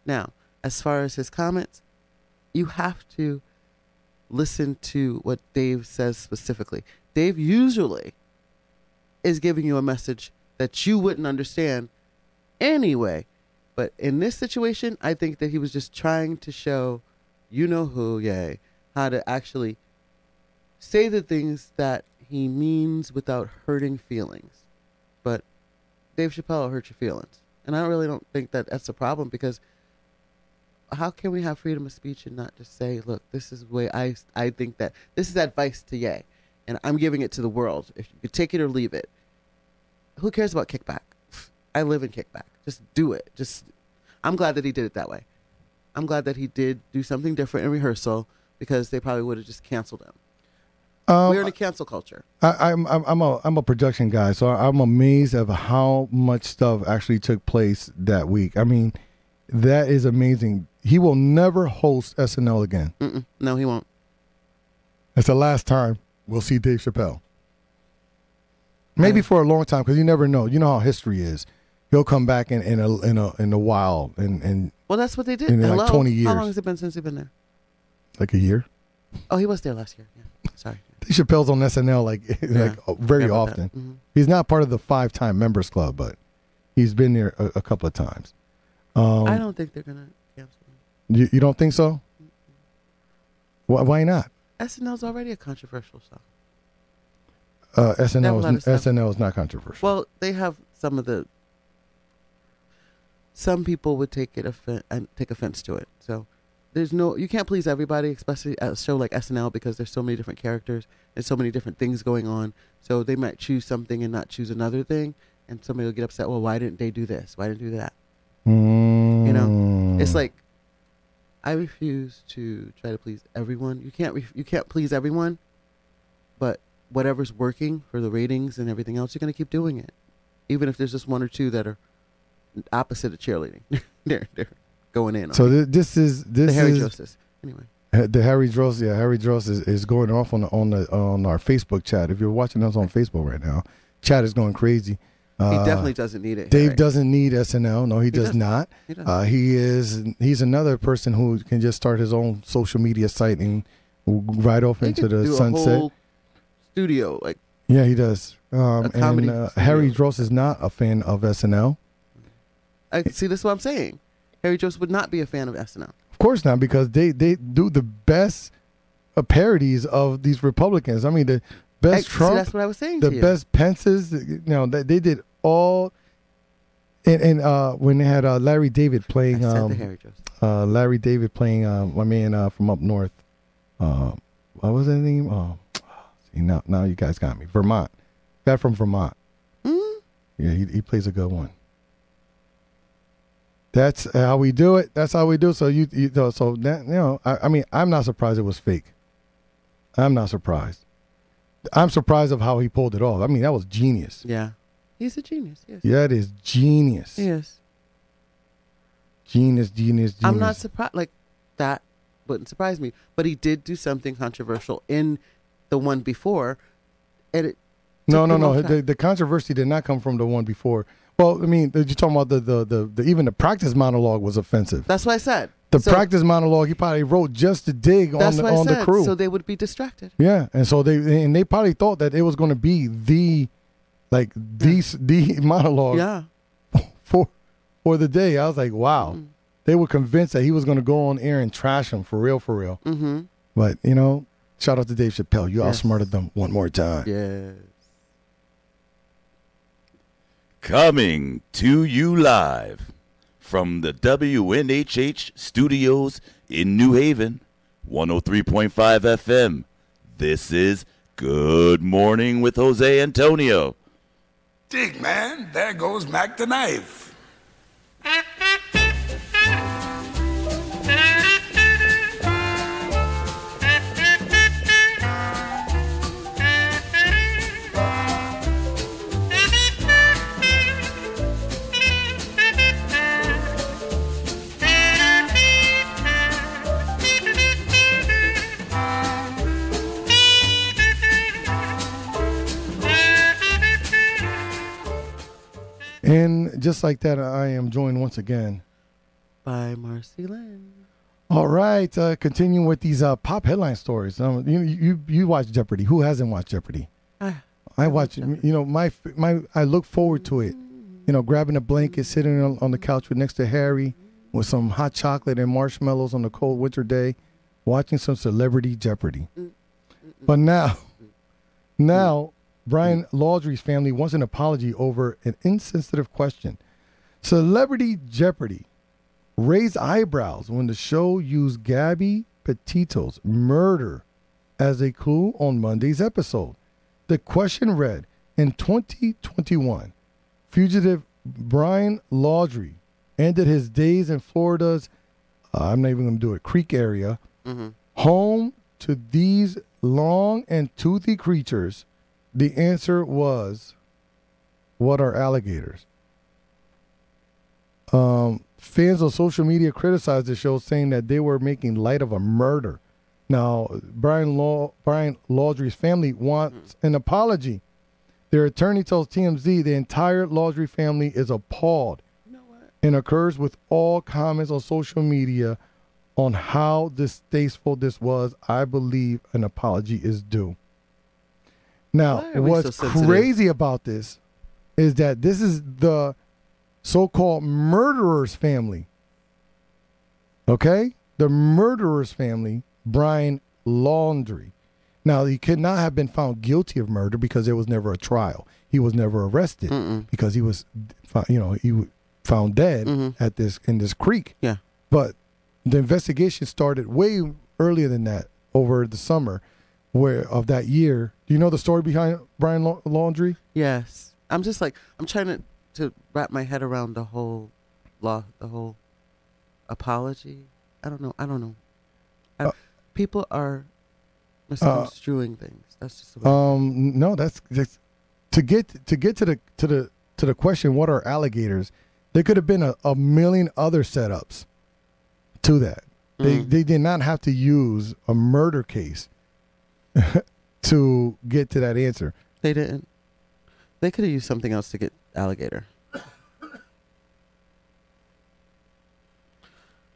Speaker 3: Now, as far as his comments, you have to listen to what Dave says specifically. Dave usually is giving you a message that you wouldn't understand anyway. But in this situation, I think that he was just trying to show you know who, yay, how to actually say the things that he means without hurting feelings. But Dave Chappelle hurt your feelings. And I really don't think that that's a problem because how can we have freedom of speech and not just say, look, this is the way I, I think that this is advice to yay. And I'm giving it to the world. If you could take it or leave it, who cares about kickback? I live in kickback. Just do it. Just I'm glad that he did it that way. I'm glad that he did do something different in rehearsal because they probably would have just canceled him.
Speaker 2: Um,
Speaker 3: We're in a cancel culture.
Speaker 2: I, I'm I'm I'm a I'm a production guy, so I'm amazed of how much stuff actually took place that week. I mean, that is amazing. He will never host SNL again.
Speaker 3: Mm-mm. No, he won't.
Speaker 2: That's the last time we'll see Dave Chappelle. Maybe for a long time, because you never know. You know how history is. He'll come back in in a in a in the wild in, in
Speaker 3: Well, that's what they did.
Speaker 2: In, like,
Speaker 3: Hello.
Speaker 2: 20
Speaker 3: How
Speaker 2: years.
Speaker 3: long has it been since he's been there?
Speaker 2: like a year.
Speaker 3: Oh, he was there last year. Yeah. Sorry.
Speaker 2: Dave Chappelle's on SNL like like uh, very
Speaker 3: Forgot about
Speaker 2: often.
Speaker 3: that. Mhm.
Speaker 2: He's not part of the five time members club, but he's been there a, a couple of times. Um,
Speaker 3: I don't think they're gonna cancel him.
Speaker 2: you, you don't think so? Why, why not?
Speaker 3: SNL's already a controversial show.
Speaker 2: Uh, SNL
Speaker 3: a lot of
Speaker 2: is,
Speaker 3: stuff.
Speaker 2: SNL is not controversial.
Speaker 3: Well, they have some of the. Some people would take it offen- and take offense to it. So there's no you can't please everybody, especially at a show like SNL because there's so many different characters and so many different things going on. So they might choose something and not choose another thing, and somebody will get upset. Well, why didn't they do this? Why didn't they do that?
Speaker 2: Mm.
Speaker 3: You know, It's
Speaker 2: Hmm.
Speaker 3: like I refuse to try to please everyone. You can't re- you can't please everyone, but whatever's working for the ratings and everything else, you're gonna keep doing it, even if there's just one or two that are opposite of cheerleading. they're they're going in.
Speaker 2: so.
Speaker 3: on
Speaker 2: Th- this is
Speaker 3: the
Speaker 2: this
Speaker 3: Harry
Speaker 2: is
Speaker 3: Justice. Anyway,
Speaker 2: Uh, The Harry Dross, yeah, Harry Dross is, is going off on the, on the on our Facebook chat. If you're watching us on Facebook right now, chat is going crazy. Uh,
Speaker 3: he definitely doesn't need it.
Speaker 2: Dave
Speaker 3: Harry.
Speaker 2: doesn't need SNL. No, he, does
Speaker 3: doesn't.
Speaker 2: not.
Speaker 3: He doesn't.
Speaker 2: Uh, he is he's another person who can just start his own social media site and ride off
Speaker 3: They
Speaker 2: into
Speaker 3: could
Speaker 2: the
Speaker 3: do a
Speaker 2: sunset.
Speaker 3: whole studio like
Speaker 2: Yeah, he does. Um, and
Speaker 3: comedy
Speaker 2: uh,
Speaker 3: studio.
Speaker 2: Harry Dross is not a fan of SNL.
Speaker 3: I see. This is what I'm saying. Harry Joseph would not be a fan of SNL.
Speaker 2: Of course not, because they they do the best uh, parodies of these Republicans. I mean, the
Speaker 3: Ex-
Speaker 2: best
Speaker 3: see,
Speaker 2: Trump,
Speaker 3: that's what I was saying
Speaker 2: the
Speaker 3: to you.
Speaker 2: best Pence's. You know, they, they did all. And, and uh, when they had uh, Larry David
Speaker 3: I
Speaker 2: playing,
Speaker 3: said
Speaker 2: um,
Speaker 3: the Harry Joseph.
Speaker 2: uh, Larry David playing uh, my man uh, from up north. Uh, what was his name? Oh, see, now, now you guys got me. Vermont. Guy from Vermont.
Speaker 3: Mm-hmm.
Speaker 2: Yeah, he, he plays a good one. That's how we do it. That's how we do. it. So you, you know, so that you know, I, I mean, I'm not surprised it was fake. I'm not surprised. I'm surprised of how he pulled it off. I mean, that was genius.
Speaker 3: Yeah. He's a genius. Yes.
Speaker 2: Yeah, that is genius.
Speaker 3: Yes.
Speaker 2: Genius, genius, genius.
Speaker 3: I'm not surprised. Like, that wouldn't surprise me. But he did do something controversial in the one before. And it.
Speaker 2: No,
Speaker 3: took
Speaker 2: no,
Speaker 3: him
Speaker 2: no.
Speaker 3: off
Speaker 2: The,
Speaker 3: track.
Speaker 2: the controversy did not come from the one before. Well, I mean, you're talking about the the, the, the even the practice monologue was offensive.
Speaker 3: That's what I said.
Speaker 2: The
Speaker 3: So
Speaker 2: practice monologue he probably wrote just to dig on
Speaker 3: That's
Speaker 2: the
Speaker 3: what I
Speaker 2: on
Speaker 3: said.
Speaker 2: the crew.
Speaker 3: So they would be distracted.
Speaker 2: yeah, and so they and they probably thought that it was going to be the like these the monologue
Speaker 3: Yeah.
Speaker 2: for for the day. I was like, wow.
Speaker 3: Mm-hmm.
Speaker 2: They were convinced that he was going to go on air and trash him for real, for real. Mm-hmm. But you know, shout out to Dave Chappelle. You
Speaker 3: Yes.
Speaker 2: outsmarted them one more time.
Speaker 3: Yeah.
Speaker 1: Coming to you live from the WNHH studios in New Haven, 103.5 FM. This is Good Morning with Jose Antonio.
Speaker 4: Dig, man, there goes Mac the knife.
Speaker 2: And just like that, I am joined once again.
Speaker 3: By Marcy Lynn.
Speaker 2: All right, uh, continuing with these uh, pop headline stories. Um, you, you you watch Jeopardy. Who hasn't watched Jeopardy?
Speaker 3: Ah,
Speaker 2: I watch. You know, my my I look forward to it. You know, grabbing a blanket, sitting on, on the couch with next to Harry, with some hot chocolate and marshmallows on a cold winter day, watching some celebrity Jeopardy. But now, now Brian Laundrie's family wants an apology over an insensitive question. Celebrity Jeopardy raised eyebrows when the show used Gabby Petito's murder as a clue on Monday's episode. The question read In 2021, fugitive Brian Laudry ended his days in Florida's, uh, I'm not even going to do it, Creek area, home to these long and toothy creatures. The answer was, What are alligators? fans on social media criticized the show, saying that they were making light of a murder. Now, Brian Law Brian Laudrie's family wants an apology. Their attorney tells TMZ the entire Laudrie family is appalled and occurs with all comments on social media on how distasteful this was. I believe an apology is due. Now,
Speaker 3: Why are we
Speaker 2: what's
Speaker 3: so sensitive?
Speaker 2: crazy about this is that this is the so-called murderer's family. Okay? The murderer's family, Brian Laundry. Now, he could not have been found guilty of murder because there was never a trial. He was never arrested because he was, fi- you know, he was found dead at this in this creek.
Speaker 3: Yeah.
Speaker 2: But the investigation started way earlier than that over the summer, where of that year. Do you know the story behind Brian Lau- Laundry?
Speaker 3: Yes. I'm just like I'm trying to to wrap my head around the whole law, the whole apology. I don't know. I don't know. I,
Speaker 2: Uh,
Speaker 3: people are misconstruing things. That's just the way.
Speaker 2: Um, no, that's, that's to get to get to the to the to the question. What are alligators? There could have been a, a million other setups to that. They
Speaker 3: Mm.
Speaker 2: they did not have to use a murder case to get to that answer.
Speaker 3: they didn't. They could have used something else to get alligator.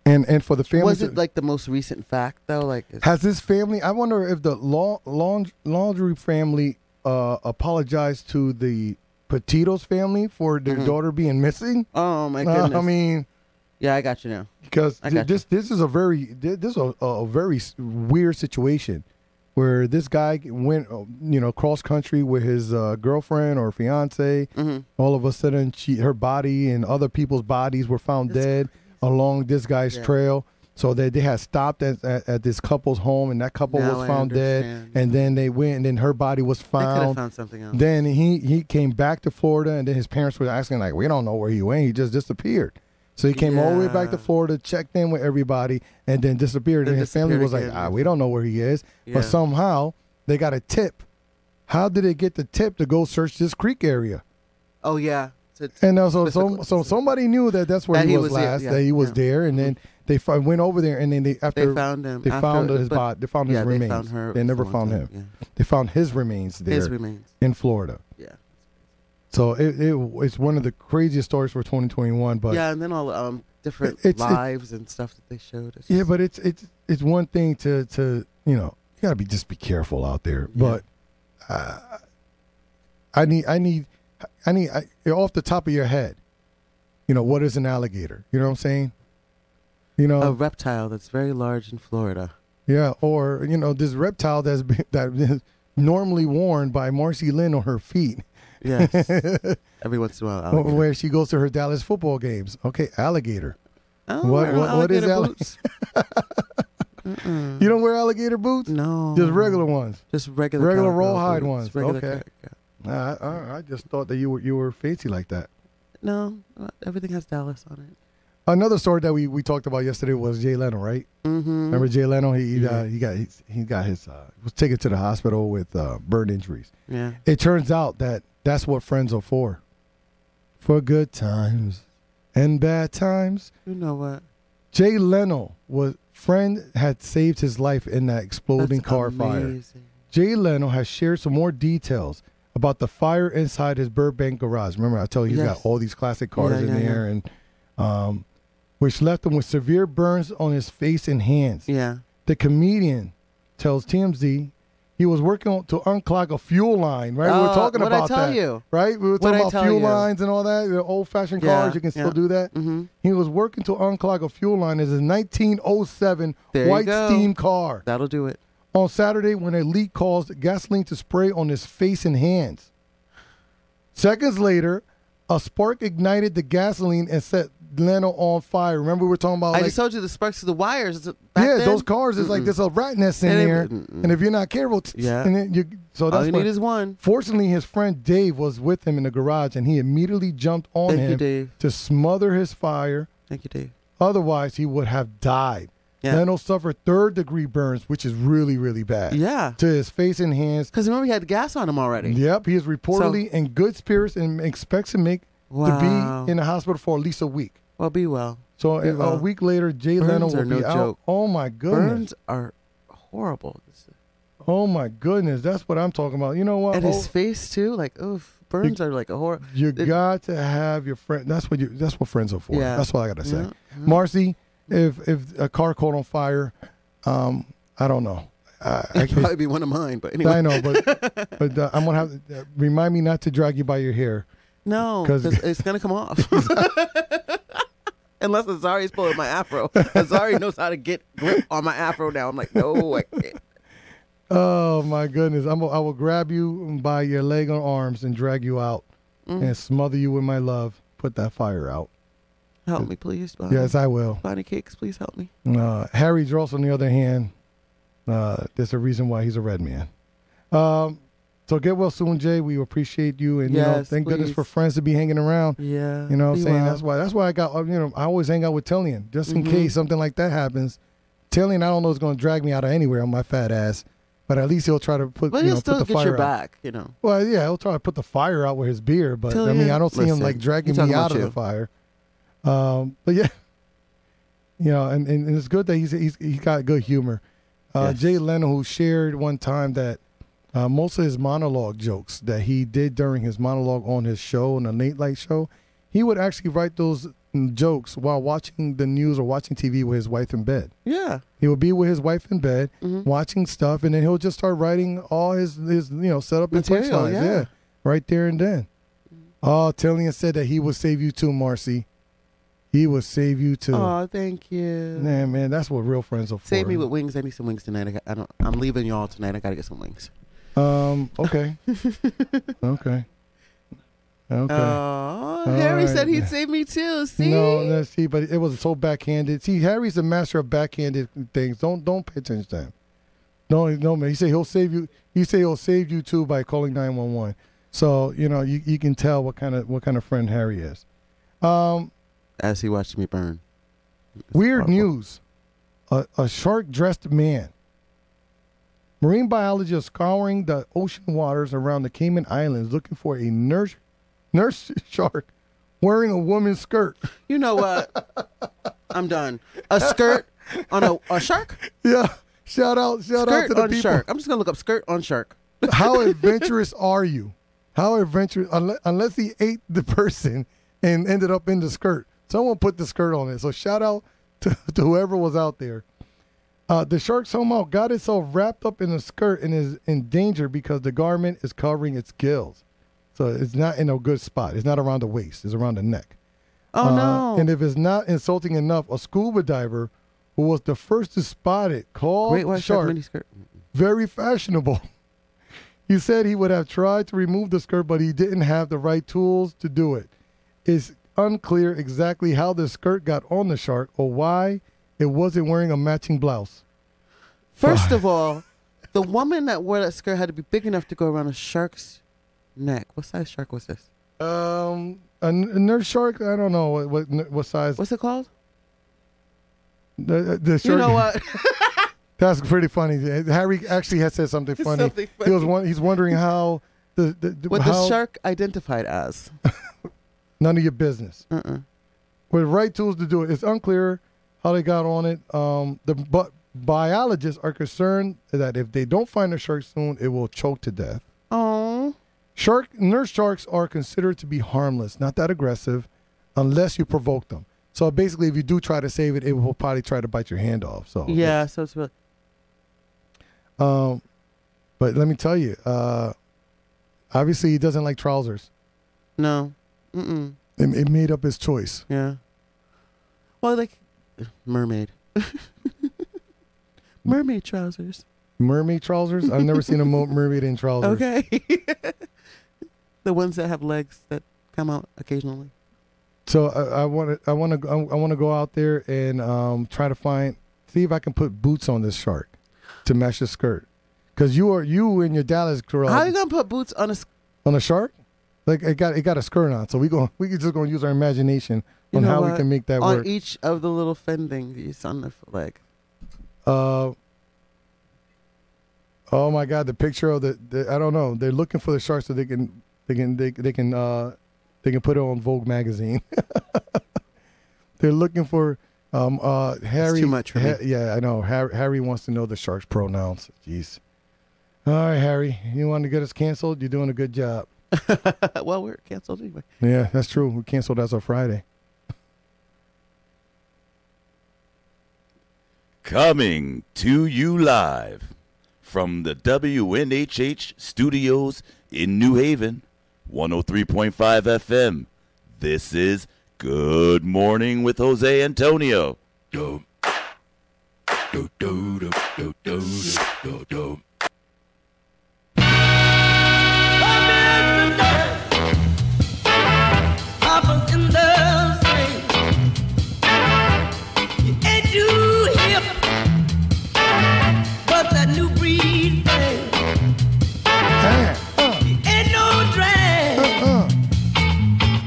Speaker 2: And and for the family,
Speaker 3: Was
Speaker 2: to-
Speaker 3: it like the most recent fact though? Like is-
Speaker 2: has this family? I wonder if the law laund- laundry family uh, apologized to the Petitos family for their daughter being missing.
Speaker 3: Oh Mm-hmm. my
Speaker 2: Uh,
Speaker 3: goodness.
Speaker 2: I mean,
Speaker 3: Yeah, I got you now.
Speaker 2: because
Speaker 3: I
Speaker 2: thi-
Speaker 3: gotcha.
Speaker 2: this this is a very thi- this is a, a very s- weird situation where this guy went uh, you know cross country with his uh, girlfriend or fiance.
Speaker 3: Mm-hmm.
Speaker 2: All of a sudden, she her body and other people's bodies were found dead along this guy's
Speaker 3: Yeah.
Speaker 2: trail. So that they had stopped at, at, at this couple's home, and that couple
Speaker 3: Now
Speaker 2: was
Speaker 3: I
Speaker 2: found dead.
Speaker 3: understand.
Speaker 2: And then they went, and then her body was
Speaker 3: They could have
Speaker 2: found.
Speaker 3: found something else.
Speaker 2: Then he he came back to Florida, and then his parents were asking like, "We don't know where he went. He just disappeared." So he came all the way back to
Speaker 3: Yeah.
Speaker 2: Florida, checked in with everybody, and then disappeared.
Speaker 3: Then
Speaker 2: and his family
Speaker 3: disappeared
Speaker 2: was like,
Speaker 3: again.
Speaker 2: "Ah, we don't know where he is."
Speaker 3: Yeah.
Speaker 2: But somehow they got a tip. How did they get the tip to go search this creek area?
Speaker 3: oh yeah. So it's-
Speaker 2: And uh, so, so,
Speaker 3: Specifically.
Speaker 2: so somebody knew that that's where
Speaker 3: That
Speaker 2: he,
Speaker 3: he
Speaker 2: was,
Speaker 3: was there,
Speaker 2: last.
Speaker 3: yeah,
Speaker 2: that he was
Speaker 3: yeah.
Speaker 2: there, and then they fi- went over there, and then they after
Speaker 3: they found him.
Speaker 2: they
Speaker 3: after-
Speaker 2: found his
Speaker 3: but-
Speaker 2: body. They found his
Speaker 3: yeah,
Speaker 2: remains.
Speaker 3: They, found her
Speaker 2: They never
Speaker 3: someone
Speaker 2: found him.
Speaker 3: did,
Speaker 2: They found his remains
Speaker 3: Yeah.
Speaker 2: there
Speaker 3: His remains.
Speaker 2: in Florida.
Speaker 3: Yeah.
Speaker 2: So it, it it's one of the craziest stories for 2021. But yeah,
Speaker 3: yeah, and then all um different
Speaker 2: It's- it-
Speaker 3: lives and stuff that they showed. It's just-
Speaker 2: but it's it's it's one thing to to you know you gotta be just be careful out there. But uh, I need I need I need I, off the top of your head, you know what is an alligator? You know what I'm saying? You know,
Speaker 3: a reptile that's very large in Florida.
Speaker 2: yeah, or you know this reptile that's been, that is normally worn by Marcy Lynn on her feet
Speaker 3: Yes. Every once in a while. alligator.
Speaker 2: where she goes to her Dallas football games. Okay, alligator.
Speaker 3: Oh,
Speaker 2: What-
Speaker 3: we're
Speaker 2: what- what is
Speaker 3: alligator
Speaker 2: alli-
Speaker 3: boots.
Speaker 2: You don't wear alligator boots?
Speaker 3: Mm. no.
Speaker 2: Just regular ones.
Speaker 3: Just regular.
Speaker 2: regular
Speaker 3: cowgirl
Speaker 2: rawhide
Speaker 3: boots.
Speaker 2: ones.
Speaker 3: Regular
Speaker 2: Okay.
Speaker 3: cow- yeah.
Speaker 2: Nah, I, I, I just thought that you were you were fancy like that.
Speaker 3: No, uh, everything has Dallas on it.
Speaker 2: Another story that we, we talked about yesterday was Jay Leno, right?
Speaker 3: Mm-hmm.
Speaker 2: Remember Jay Leno? He he, uh, he got his, he got his uh, was taken to the hospital with uh, burn injuries.
Speaker 3: Yeah.
Speaker 2: It turns out that that's what friends are for, for good times and bad times.
Speaker 3: You know what?
Speaker 2: Jay Leno was friend had saved his life in that exploding
Speaker 3: That's
Speaker 2: car fire.
Speaker 3: amazing.
Speaker 2: Jay Leno has shared some more details about the fire inside his Burbank garage. Remember, I tell you, he's
Speaker 3: Yes.
Speaker 2: got all these classic cars in
Speaker 3: Yeah, yeah,
Speaker 2: there, and um, which left him with severe burns on his face and hands.
Speaker 3: Yeah.
Speaker 2: The comedian tells TMZ he was working on, to unclog a fuel line. Right, we were
Speaker 3: Oh,
Speaker 2: talking
Speaker 3: what'd I
Speaker 2: about
Speaker 3: tell
Speaker 2: that.
Speaker 3: you?
Speaker 2: Right, we were
Speaker 3: What'd I
Speaker 2: talking about
Speaker 3: tell
Speaker 2: fuel
Speaker 3: you?
Speaker 2: lines and all that. The old-fashioned
Speaker 3: Yeah,
Speaker 2: cars, you can still
Speaker 3: yeah.
Speaker 2: do that.
Speaker 3: Mhm.
Speaker 2: He was working to unclog a fuel line. It's a 1907
Speaker 3: There you
Speaker 2: white
Speaker 3: go.
Speaker 2: steam car
Speaker 3: That'll do it.
Speaker 2: on Saturday when a leak caused gasoline to spray on his face and hands. Seconds later, a spark ignited the gasoline and set Leno on fire. Remember, we were talking about
Speaker 3: I
Speaker 2: Oh, like,
Speaker 3: just told you the sparks of the wires. is it back
Speaker 2: yeah,
Speaker 3: then?
Speaker 2: those cars is like
Speaker 3: Mm-mm.
Speaker 2: there's a rat nest in
Speaker 3: And it-
Speaker 2: there,
Speaker 3: mm-mm.
Speaker 2: and if you're not careful, tsk, tsk,
Speaker 3: Yeah.
Speaker 2: and then you, so
Speaker 3: All
Speaker 2: oh, that's
Speaker 3: you
Speaker 2: what.
Speaker 3: need is one.
Speaker 2: Fortunately, his friend Dave was with him in the garage, and he immediately jumped on
Speaker 3: Thank you,
Speaker 2: him
Speaker 3: Dave.
Speaker 2: to smother his fire.
Speaker 3: Thank you, Dave.
Speaker 2: Otherwise, he would have died.
Speaker 3: Yeah.
Speaker 2: Leno suffered third degree burns, which is really, really bad.
Speaker 3: Yeah.
Speaker 2: To his face and hands,
Speaker 3: Because remember, he had gas on him already.
Speaker 2: Yep, he is reportedly in good spirits and expects to make to
Speaker 3: Wow.
Speaker 2: be in the hospital for at least a week.
Speaker 3: Well, be well.
Speaker 2: So
Speaker 3: Be
Speaker 2: a- a
Speaker 3: well.
Speaker 2: week later, Jay
Speaker 3: Burns
Speaker 2: Leno
Speaker 3: are
Speaker 2: will be
Speaker 3: no
Speaker 2: out.
Speaker 3: joke.
Speaker 2: Oh my
Speaker 3: Burns
Speaker 2: goodness!
Speaker 3: are horrible. It's-
Speaker 2: Oh my goodness! That's what I'm talking about. You know what?
Speaker 3: And his
Speaker 2: Oh,
Speaker 3: face too. Like, oof. Burns are like a horror.
Speaker 2: you
Speaker 3: it-
Speaker 2: got to have your friend. That's what you. That's what friends are for.
Speaker 3: Yeah. Mm-hmm.
Speaker 2: That's what I gotta say.
Speaker 3: Yeah,
Speaker 2: Marcy, if if a car caught on fire, um, I don't know. I, I,
Speaker 3: It'd probably be one of mine, but anyway.
Speaker 2: I know, but but uh, I'm gonna have to, remind me not to drag you by your hair.
Speaker 3: No,
Speaker 2: 'Cause-
Speaker 3: because it's gonna come off. Unless Azari's pulling my afro. Azari knows how to get grip on my afro now. I'm like, no, I can't.
Speaker 2: Oh my goodness! I'm, I will grab you by your leg or arms and drag you out,
Speaker 3: Mm.
Speaker 2: and smother you with my love. Put that fire out.
Speaker 3: help me, please. Bonnie.
Speaker 2: Yes, I will.
Speaker 3: Bonnie Cakes, please help me.
Speaker 2: Uh, Harry Dross, on the other hand, uh, there's a reason why he's a red man. Um, so get well soon, Jay. We appreciate you, and you know,
Speaker 3: Yes,
Speaker 2: thank goodness
Speaker 3: please.
Speaker 2: for friends to be hanging around.
Speaker 3: Yeah,
Speaker 2: You know what I'm
Speaker 3: be
Speaker 2: saying?
Speaker 3: well.
Speaker 2: That's why. That's why I got. uh, You know, I always hang out with Tillian just
Speaker 3: Mm-hmm.
Speaker 2: in case something like that happens. Tillian, I don't know, is going to drag me out of anywhere on my fat ass, but at least he'll try to put.
Speaker 3: But
Speaker 2: you
Speaker 3: he'll
Speaker 2: know, put
Speaker 3: still
Speaker 2: the
Speaker 3: get
Speaker 2: fire
Speaker 3: your
Speaker 2: out.
Speaker 3: back, you know.
Speaker 2: Well, yeah, he'll try to put the fire out with his beer, but I
Speaker 3: Till
Speaker 2: mean,
Speaker 3: you-
Speaker 2: I don't see him
Speaker 3: listen,
Speaker 2: like dragging
Speaker 3: he talking
Speaker 2: me
Speaker 3: about
Speaker 2: out of the
Speaker 3: you.
Speaker 2: fire. Um, but yeah, you know, and, and, and it's good that he's he's he got good humor. Uh,
Speaker 3: Yes.
Speaker 2: Jay Leno, who shared one time that uh, most of his monologue jokes that he did during his monologue on his show on the late night show, he would actually write those mm, jokes while watching the news or watching TV with his wife in bed.
Speaker 3: Yeah,
Speaker 2: He would be with his wife in bed,
Speaker 3: Mm-hmm.
Speaker 2: watching stuff, and then he'll just start writing all his his you know setup and
Speaker 3: Material,
Speaker 2: punchlines. Yeah.
Speaker 3: yeah. Mm.
Speaker 2: right there and then. Oh, Tillian said that he will save you too, Marcy. He will save you too.
Speaker 3: Oh, thank you.
Speaker 2: Nah, man, that's what real friends are for.
Speaker 3: Save me with wings. I need some wings tonight. I, got, I don't. I'm leaving y'all tonight. I gotta get some wings.
Speaker 2: Um. Okay. okay. Okay.
Speaker 3: Oh, Harry
Speaker 2: right.
Speaker 3: said he'd save me too. See,
Speaker 2: No, no, see, but it was so backhanded. See, Harry's a master of backhanded things. Don't don't pay attention to him. No, no, man. He said he'll save you. He said he'll save you too by calling nine one one. So you know you, you can tell what kind of what kind of friend Harry is. Um,
Speaker 3: as he watched me burn.
Speaker 2: weird
Speaker 3: horrible.
Speaker 2: news: a, a shark dressed man. Marine biologists scouring the ocean waters around the Cayman Islands looking for a nurse nurse shark wearing a woman's skirt.
Speaker 3: You know what? I'm done. A skirt on a, a shark.
Speaker 2: Yeah. Shout out, shout out
Speaker 3: Skirt
Speaker 2: to the
Speaker 3: on
Speaker 2: people.
Speaker 3: shark. I'm just gonna look up skirt on shark.
Speaker 2: How adventurous are you? How adventurous? Unless, unless he ate the person and ended up in the skirt. Someone put the skirt on it. So shout out to, to whoever was out there. Uh, the shark somehow got itself wrapped up in a skirt and is in danger because the garment is covering its gills. So it's not in a good spot. It's not around the waist. It's around the neck.
Speaker 3: Oh
Speaker 2: Uh,
Speaker 3: no!
Speaker 2: And if it's not insulting enough, a scuba diver who was the first to spot it called
Speaker 3: Great
Speaker 2: the
Speaker 3: white
Speaker 2: shark
Speaker 3: shark mini skirt.
Speaker 2: very fashionable. He said he would have tried to remove the skirt, but he didn't have the right tools to do it. It's unclear exactly how the skirt got on the shark or why it wasn't wearing a matching blouse.
Speaker 3: First of all, the woman that wore that skirt had to be big enough to go around a shark's neck. What size shark was this?
Speaker 2: Um, a, n- a nurse shark. I don't know what what, what size.
Speaker 3: What's it called?
Speaker 2: The, uh, the shark.
Speaker 3: You know what?
Speaker 2: That's pretty funny. Harry actually had said something funny.
Speaker 3: Something
Speaker 2: He was
Speaker 3: funny.
Speaker 2: won- he's wondering how the, the, the
Speaker 3: What
Speaker 2: how,
Speaker 3: the shark identified as?
Speaker 2: None of your business.
Speaker 3: Uh-uh.
Speaker 2: with right tools to do it. It's unclear how they got on it. Um, the but biologists are concerned that if they don't find the shark soon, it will choke to death.
Speaker 3: Oh,
Speaker 2: Shark nurse sharks are considered to be harmless, not that aggressive, unless you provoke them. So basically, if you do try to save it, it will probably try to bite your hand off. So
Speaker 3: yeah. So it's really
Speaker 2: Um, but let me tell you, uh, obviously he doesn't like trousers.
Speaker 3: no. Mm-mm.
Speaker 2: It, it made up his choice.
Speaker 3: Yeah. Well, like mermaid. mermaid trousers.
Speaker 2: Mermaid trousers. I've never seen a mo- mermaid in trousers.
Speaker 3: Okay. the ones that have legs that come out occasionally.
Speaker 2: So I want to I want to I want to go out there and um, try to find see if I can put boots on this shark to match the skirt. Cause you are you in your Dallas girl
Speaker 3: How you gonna put boots on a? s-
Speaker 2: on a shark, like it got it got a skirt on. So we go we just gonna use our imagination
Speaker 3: You
Speaker 2: on
Speaker 3: know
Speaker 2: how we
Speaker 3: what?
Speaker 2: can make that
Speaker 3: on
Speaker 2: work.
Speaker 3: each of the little fin things on the f- leg.
Speaker 2: uh, oh my God, the picture of the, the I don't know. They're looking for the shark so they can they can they, they can uh they can put it on Vogue magazine. they're looking for um uh Harry.
Speaker 3: too much for me.
Speaker 2: Yeah, I know. Harry, Harry wants to know the shark's pronouns. Jeez. All right, Harry, you want to get us canceled? You're doing a good job.
Speaker 3: well, we're canceled anyway.
Speaker 2: Yeah, that's true. We canceled as of Friday.
Speaker 1: Coming to you live from the WNHH studios in New Haven, 103.5 FM. This is Good Morning with Jose Antonio.
Speaker 2: Ah, uh, uh.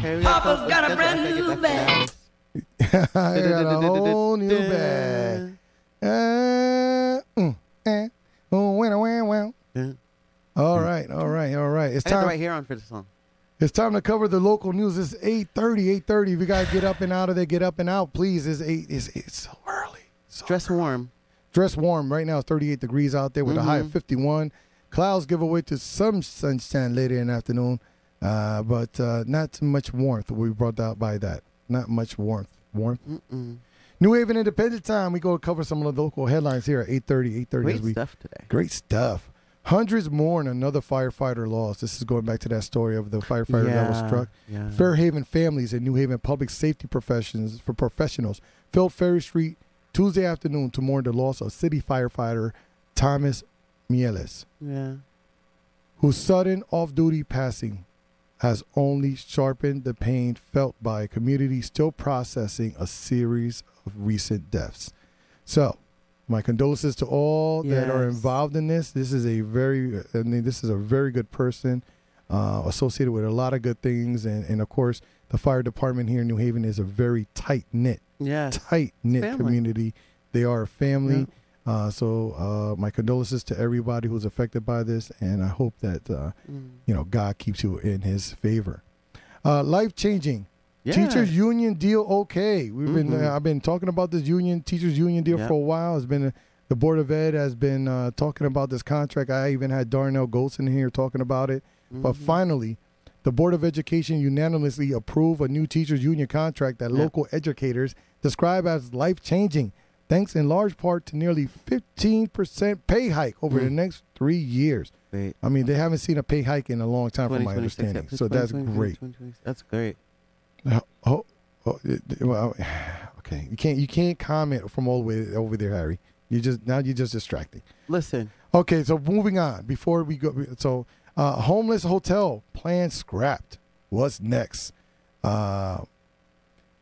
Speaker 3: Here we go.
Speaker 8: Papa's got a brand new bag.
Speaker 2: I got a whole new bag. Uh, mm, eh, oh, wow, wow, wow.
Speaker 3: Yeah.
Speaker 2: All right, all right, all right. It's
Speaker 3: I got the right
Speaker 2: time.
Speaker 3: hair on for this song.
Speaker 2: It's time to cover the local news. It's 8.30, 8.30. We gotta get up and out of there. Get up and out, please. It's eight. It's, it's so early. So
Speaker 3: Dress warm.
Speaker 2: dress warm. Right now, it's 38 degrees out there with a high
Speaker 3: Mm-hmm.
Speaker 2: of 51. Clouds give away to some sunshine later in the afternoon, uh, but uh, not too much warmth. We brought out by that. Not much warmth. Warmth. New Haven Independent Time. We go cover some of the local headlines here at 8.30, 8.30. as
Speaker 3: Great
Speaker 2: we,
Speaker 3: stuff today.
Speaker 2: Great stuff. Hundreds more and another firefighter lost. This is going back to that story of the firefighter that was
Speaker 3: Yeah,
Speaker 2: struck.
Speaker 3: yeah.
Speaker 2: Fairhaven families and New Haven public safety professions for professionals filled Ferry Street Tuesday afternoon to mourn the loss of city firefighter Thomas Mieles,
Speaker 3: Yeah.
Speaker 2: whose sudden off-duty passing has only sharpened the pain felt by a community still processing a series of recent deaths. So, my condolences to all that are
Speaker 3: Yes.
Speaker 2: involved in this. This is a very, I mean, this is a very good person uh, associated with a lot of good things, and and of course, the fire department here in New Haven is a very tight knit,
Speaker 3: Yes.
Speaker 2: tight knit
Speaker 3: Family.
Speaker 2: community. They are a family. Uh, so uh, my condolences to everybody who's affected by this, and I hope that uh, you know God keeps you in His favor. Uh, Life changing.
Speaker 3: Yeah. Mm-hmm.
Speaker 2: Teachers union deal okay. We've been uh, I've been talking about this union teachers union deal
Speaker 3: Yep.
Speaker 2: for a while. It's been uh, the board of ed has been uh, talking about this contract. I even had Darnell Goldson here talking about it. But
Speaker 3: Mm-hmm.
Speaker 2: finally, the board of education unanimously approved a new teachers union contract that local educators describe as life changing. Thanks in large part to nearly 15% pay hike over
Speaker 3: Mm.
Speaker 2: the next three years.
Speaker 3: Wait.
Speaker 2: I mean, they haven't seen a pay hike in a long time, from my
Speaker 3: 2026,
Speaker 2: understanding.
Speaker 3: yeah,
Speaker 2: So that's
Speaker 3: 2026,
Speaker 2: great.
Speaker 3: 2026. That's great.
Speaker 2: Now, Oh, oh, it- it- well, okay. You can't you can't comment from all the way over there, Harry. You just now you're just distracting.
Speaker 3: Listen.
Speaker 2: Okay, so moving on. Before we go, so uh, homeless hotel plan scrapped. What's next? Uh,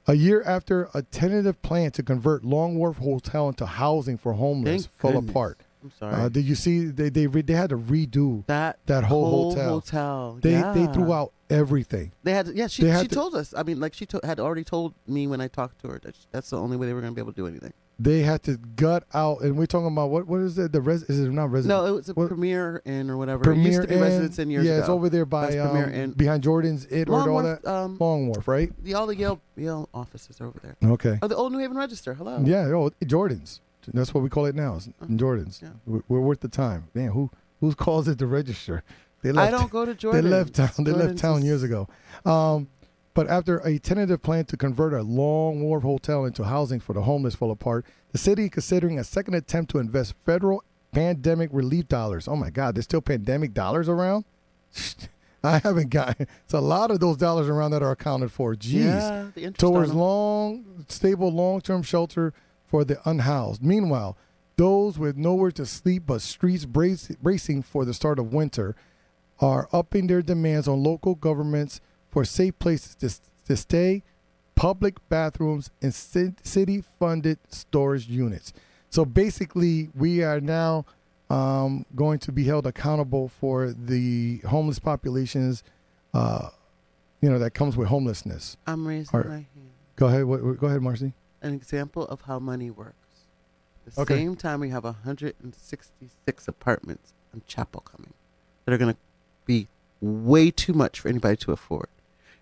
Speaker 2: a year after a tentative plan to convert Long Wharf Hotel into housing for homeless
Speaker 3: Thank
Speaker 2: fell
Speaker 3: goodness.
Speaker 2: apart.
Speaker 3: I'm sorry.
Speaker 2: Uh, did you see they they re- they had to redo
Speaker 3: that
Speaker 2: that whole hotel.
Speaker 3: hotel.
Speaker 2: They they
Speaker 3: yeah.
Speaker 2: threw out everything.
Speaker 3: They had yeah. She
Speaker 2: they had
Speaker 3: she
Speaker 2: to-
Speaker 3: told us. I mean, like she to, had already told me when I talked to her that sh- that's the only way they were going to be able to do anything.
Speaker 2: They had to gut out, and we're talking about what what is it? The res is it not resident?
Speaker 3: No, it was a
Speaker 2: What-
Speaker 3: Premier Inn or whatever. it
Speaker 2: Premier
Speaker 3: used to be
Speaker 2: Inn.
Speaker 3: Residence Inn years
Speaker 2: yeah,
Speaker 3: ago.
Speaker 2: it's over there by
Speaker 3: That's
Speaker 2: um,
Speaker 3: Premier Inn.
Speaker 2: behind Jordan's it
Speaker 3: Long
Speaker 2: or all
Speaker 3: Wharf,
Speaker 2: that
Speaker 3: um,
Speaker 2: Long Wharf, right?
Speaker 3: The all the Yale Yale offices are over there.
Speaker 2: Okay.
Speaker 3: Oh, the old New Haven Register. Hello.
Speaker 2: Yeah, oh, Jordans. That's what we call it now. It's Jordans.
Speaker 3: Uh-huh. yeah.
Speaker 2: We're, we're worth the time. Man, who who calls it the register? They
Speaker 3: I don't go to Jordan.
Speaker 2: They left town. They left
Speaker 3: Jordan's
Speaker 2: town
Speaker 3: is-
Speaker 2: years ago. Um, but after a tentative plan to convert a Long Wharf hotel into housing for the homeless fell apart, the city considering a second attempt to invest federal pandemic relief dollars. Oh my God, there's still pandemic dollars around. I haven't got. It's a lot of those dollars around that are accounted for. Jeez
Speaker 3: Yeah, the interest on
Speaker 2: towards
Speaker 3: them.
Speaker 2: long, stable, long-term shelter for the unhoused. Meanwhile, those with nowhere to sleep but streets brace, bracing for the start of winter are upping their demands on local governments for safe places to, to stay, public bathrooms, and ci- city-funded storage units. So basically, we are now um, going to be held accountable for the homeless populations, uh, you know, that comes with homelessness.
Speaker 3: I'm raising
Speaker 2: Or-
Speaker 3: my hand.
Speaker 2: Go ahead. What, what- go ahead, Marcy.
Speaker 3: An example of how money works. The
Speaker 2: Okay.
Speaker 3: same time we have 166 apartments on Chapel coming that are going to be way too much for anybody to afford,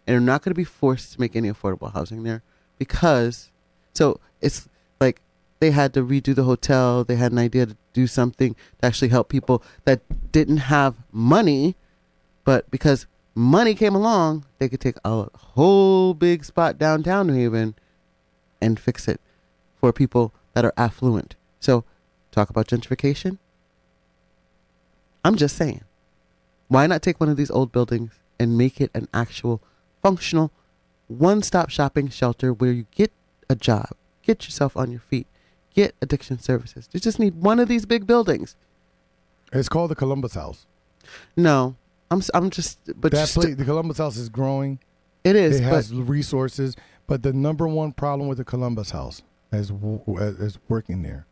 Speaker 3: and they're not going to be forced to make any affordable housing there because so it's like they had to redo the hotel. They had an idea to do something to actually help people that didn't have money but because money came along, they could take a whole big spot downtown New Haven and fix it for people that are affluent. So, talk about gentrification. I'm just saying, why not take one of these old buildings and make it an actual functional one stop shopping shelter where you get a job, get yourself on your feet, get addiction services? You just need one of these big buildings.
Speaker 2: It's called the Columbus House.
Speaker 3: No, I'm, s- I'm just, but
Speaker 2: that
Speaker 3: just-
Speaker 2: place, the Columbus House is growing.
Speaker 3: it is.
Speaker 2: It
Speaker 3: but
Speaker 2: has resources, but the number one problem with the Columbus House is w- is working there.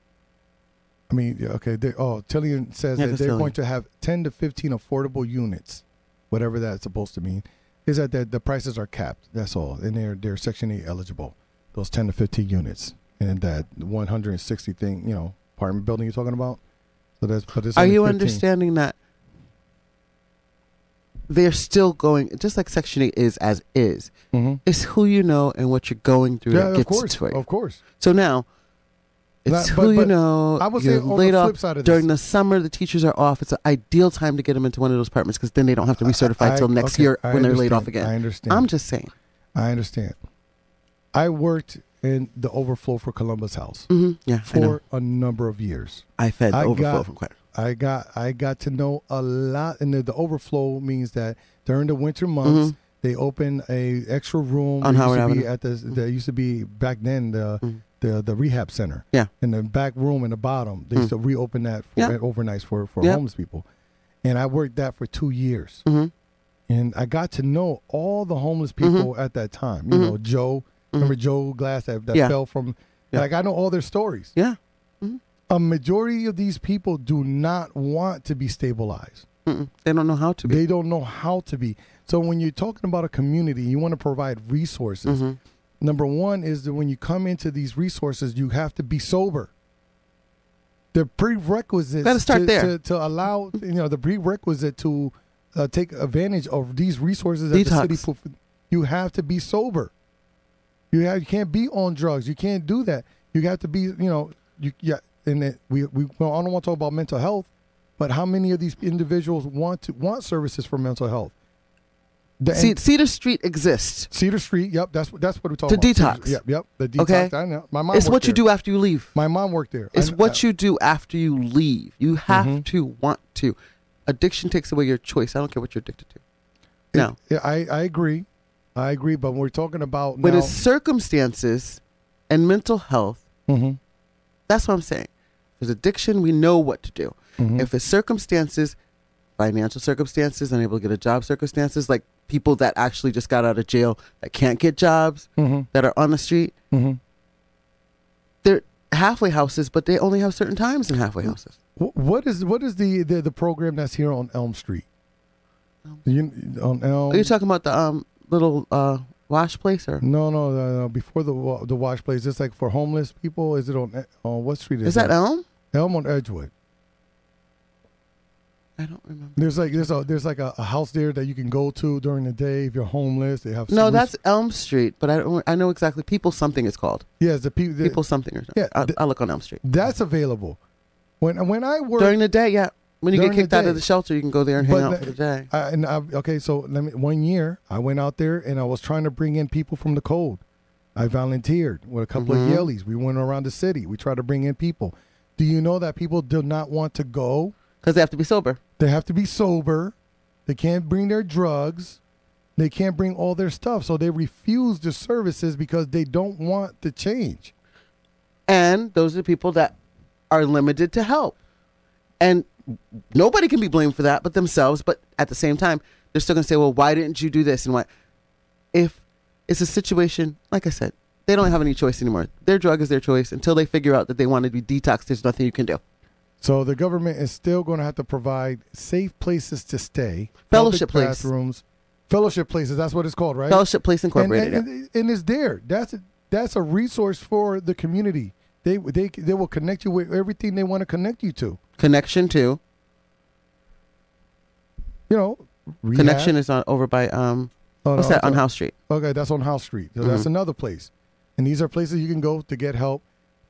Speaker 2: I mean, yeah, okay. They, oh, Tillian says
Speaker 3: Yeah,
Speaker 2: that
Speaker 3: that's
Speaker 2: they're
Speaker 3: Tillian.
Speaker 2: going to have ten to fifteen affordable units, whatever that's supposed to mean. Is that that the prices are capped? That's all, and they're they're Section Eight eligible. Those ten to fifteen units, and that one hundred and sixty thing, you know, apartment building you're talking about. So that's but it's
Speaker 3: Are
Speaker 2: only
Speaker 3: you
Speaker 2: 15.
Speaker 3: understanding that they're still going just like Section Eight is as is?
Speaker 2: Mhm.
Speaker 3: It's who you know and what you're going through
Speaker 2: Yeah,
Speaker 3: that
Speaker 2: of
Speaker 3: gets
Speaker 2: course,
Speaker 3: it for you.
Speaker 2: of course.
Speaker 3: So now
Speaker 2: That-
Speaker 3: it's who
Speaker 2: but-
Speaker 3: you
Speaker 2: but
Speaker 3: know.
Speaker 2: I would
Speaker 3: you're
Speaker 2: say on the
Speaker 3: laid
Speaker 2: flip
Speaker 3: off
Speaker 2: side of
Speaker 3: during
Speaker 2: this-
Speaker 3: the summer. The teachers are off. It's an ideal time to get them into one of those apartments because then they don't have to be certified
Speaker 2: I-
Speaker 3: till next
Speaker 2: okay,
Speaker 3: year
Speaker 2: I
Speaker 3: when they're laid off
Speaker 2: understand,
Speaker 3: again.
Speaker 2: I understand.
Speaker 3: I'm just saying.
Speaker 2: I understand. I worked in the overflow for Columbus House
Speaker 3: hmm Yeah, I know.
Speaker 2: for a number of years.
Speaker 3: I fed the
Speaker 2: I
Speaker 3: overflow
Speaker 2: got-
Speaker 3: from quite.
Speaker 2: I got I got to know a lot, and the, the overflow means that during the winter months they open a extra room
Speaker 3: Mm-hmm. On
Speaker 2: that
Speaker 3: Howard
Speaker 2: used to be
Speaker 3: Avenue. Mm-hmm.
Speaker 2: at the that used to be back then the the, the rehab center.
Speaker 3: Yeah.
Speaker 2: in the back room in the bottom they used to reopen that for
Speaker 3: Hmm. Yeah.
Speaker 2: overnights for for
Speaker 3: Yeah. Mm-hmm.
Speaker 2: homeless people, and I worked that for two years, and I got to know all the homeless people at that time. You know, Joe, remember Joe Glass that, that
Speaker 3: Mm-hmm. Yeah.
Speaker 2: fell from.
Speaker 3: Yeah.
Speaker 2: Like I know all their stories
Speaker 3: Yeah.
Speaker 2: a majority of these people do not want to be stabilized.
Speaker 3: Mm-mm. They don't know how to be.
Speaker 2: They don't know how to be. So when you're talking about a community, you want to provide resources.
Speaker 3: Mm-hmm.
Speaker 2: Number one is that when you come into these resources, you have to be sober. The prerequisites
Speaker 3: Gotta start
Speaker 2: to,
Speaker 3: there.
Speaker 2: To, to allow you know the prerequisite to uh, take advantage of these resources that the
Speaker 3: Detox.
Speaker 2: city. prof- You have to be sober. You have, you can't be on drugs. You can't do that. You have to be, you know, you yeah. And it, we we well, I don't want to talk about mental health, but how many of these individuals want to want services for mental health? The,
Speaker 3: See,
Speaker 2: and
Speaker 3: Cedar Street exists.
Speaker 2: Cedar Street. Yep, that's what that's what we're talking
Speaker 3: To
Speaker 2: about.
Speaker 3: detox.
Speaker 2: Cedar- Yep, yep. The detox.
Speaker 3: Okay.
Speaker 2: I know. My mom.
Speaker 3: It's
Speaker 2: worked
Speaker 3: what you
Speaker 2: there.
Speaker 3: do after you leave.
Speaker 2: My mom worked there.
Speaker 3: It's
Speaker 2: I-
Speaker 3: what
Speaker 2: I-
Speaker 3: you do after you leave. You have to want to. Addiction takes away your choice. I don't care what you're addicted to. No.
Speaker 2: Yeah, I I agree, I agree. But when we're talking about
Speaker 3: But
Speaker 2: now,
Speaker 3: it's circumstances and mental health.
Speaker 2: Mhm.
Speaker 3: That's what I'm saying. If it's addiction, we know what to do. If it's circumstances, financial circumstances, unable to get a job circumstances, like people that actually just got out of jail that can't get jobs,
Speaker 2: mm-hmm,
Speaker 3: that are on the street, they're halfway houses, but they only have certain times in halfway houses.
Speaker 2: Wh- what is what is the, the the program that's here on Elm Street? You, on Elm.
Speaker 3: Are you talking about the um little uh wash place or
Speaker 2: No, no, no, no. Before the wa- the wash place, it's like for homeless people. Is it on E- on what street is,
Speaker 3: is that Elm?
Speaker 2: Elm on Edgewood?
Speaker 3: I don't remember.
Speaker 2: There's like there's a there's like a, a house there that you can go to during the day if you're homeless. They have
Speaker 3: No,
Speaker 2: some-
Speaker 3: that's Elm Street, but I don't. I know exactly. People something is called.
Speaker 2: yes, the people.
Speaker 3: People something or something.
Speaker 2: Yeah,
Speaker 3: I'll,
Speaker 2: th-
Speaker 3: I'll look on Elm Street
Speaker 2: that's available. When when I work
Speaker 3: during the day. Yeah, when you get
Speaker 2: During the
Speaker 3: kicked out
Speaker 2: day.
Speaker 3: of the shelter, you can go there and hang out for the day.
Speaker 2: I, and I, okay, so let me. One year, I went out there and I was trying to bring in people from the cold. I volunteered with a couple
Speaker 3: Mm-hmm.
Speaker 2: of Yaleys. We went around the city. We tried to bring in people. Do you know that people do not want to go?
Speaker 3: Because they have to be sober.
Speaker 2: They have to be sober. They can't bring their drugs. They can't bring all their stuff. So they refuse the services because they don't want to change.
Speaker 3: And those are the people that are limited to help. And nobody can be blamed for that but themselves. But at the same time, they're still going to say, well, why didn't you do this? And why? If it's a situation, like I said, they don't have any choice anymore. Their drug is their choice until they figure out that they want to be detoxed. There's nothing you can do.
Speaker 2: So the government is still going to have to provide safe places to stay,
Speaker 3: Fellowship
Speaker 2: public
Speaker 3: place.
Speaker 2: bathrooms, fellowship places. That's what it's called, right?
Speaker 3: Fellowship Place
Speaker 2: and,
Speaker 3: Incorporated.
Speaker 2: and, and- and it's there. That's a, that's a resource for the community. They they they will connect you with everything they want to connect you to.
Speaker 3: Connection to
Speaker 2: You know, rehab.
Speaker 3: Connection is on over by um
Speaker 2: Oh, no,
Speaker 3: what's that
Speaker 2: I'm
Speaker 3: on
Speaker 2: sorry.
Speaker 3: House Street?
Speaker 2: Okay, that's on House Street. So that's another place. And these are places you can go to get help.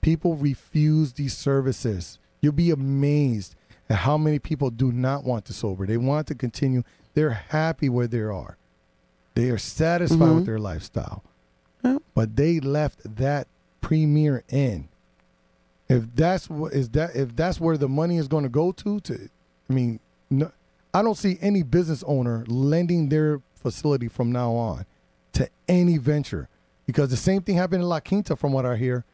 Speaker 2: People refuse these services. You'll be amazed at how many people do not want to sober. They want to continue. They're happy where they are. They are satisfied with their lifestyle.
Speaker 3: Mm-hmm. Yep.
Speaker 2: But they left that premier in. If that's what is that if that's where the money is going to go to to I mean no, I don't see any business owner lending their facility from now on to any venture because the same thing happened in La Quinta from what I hear.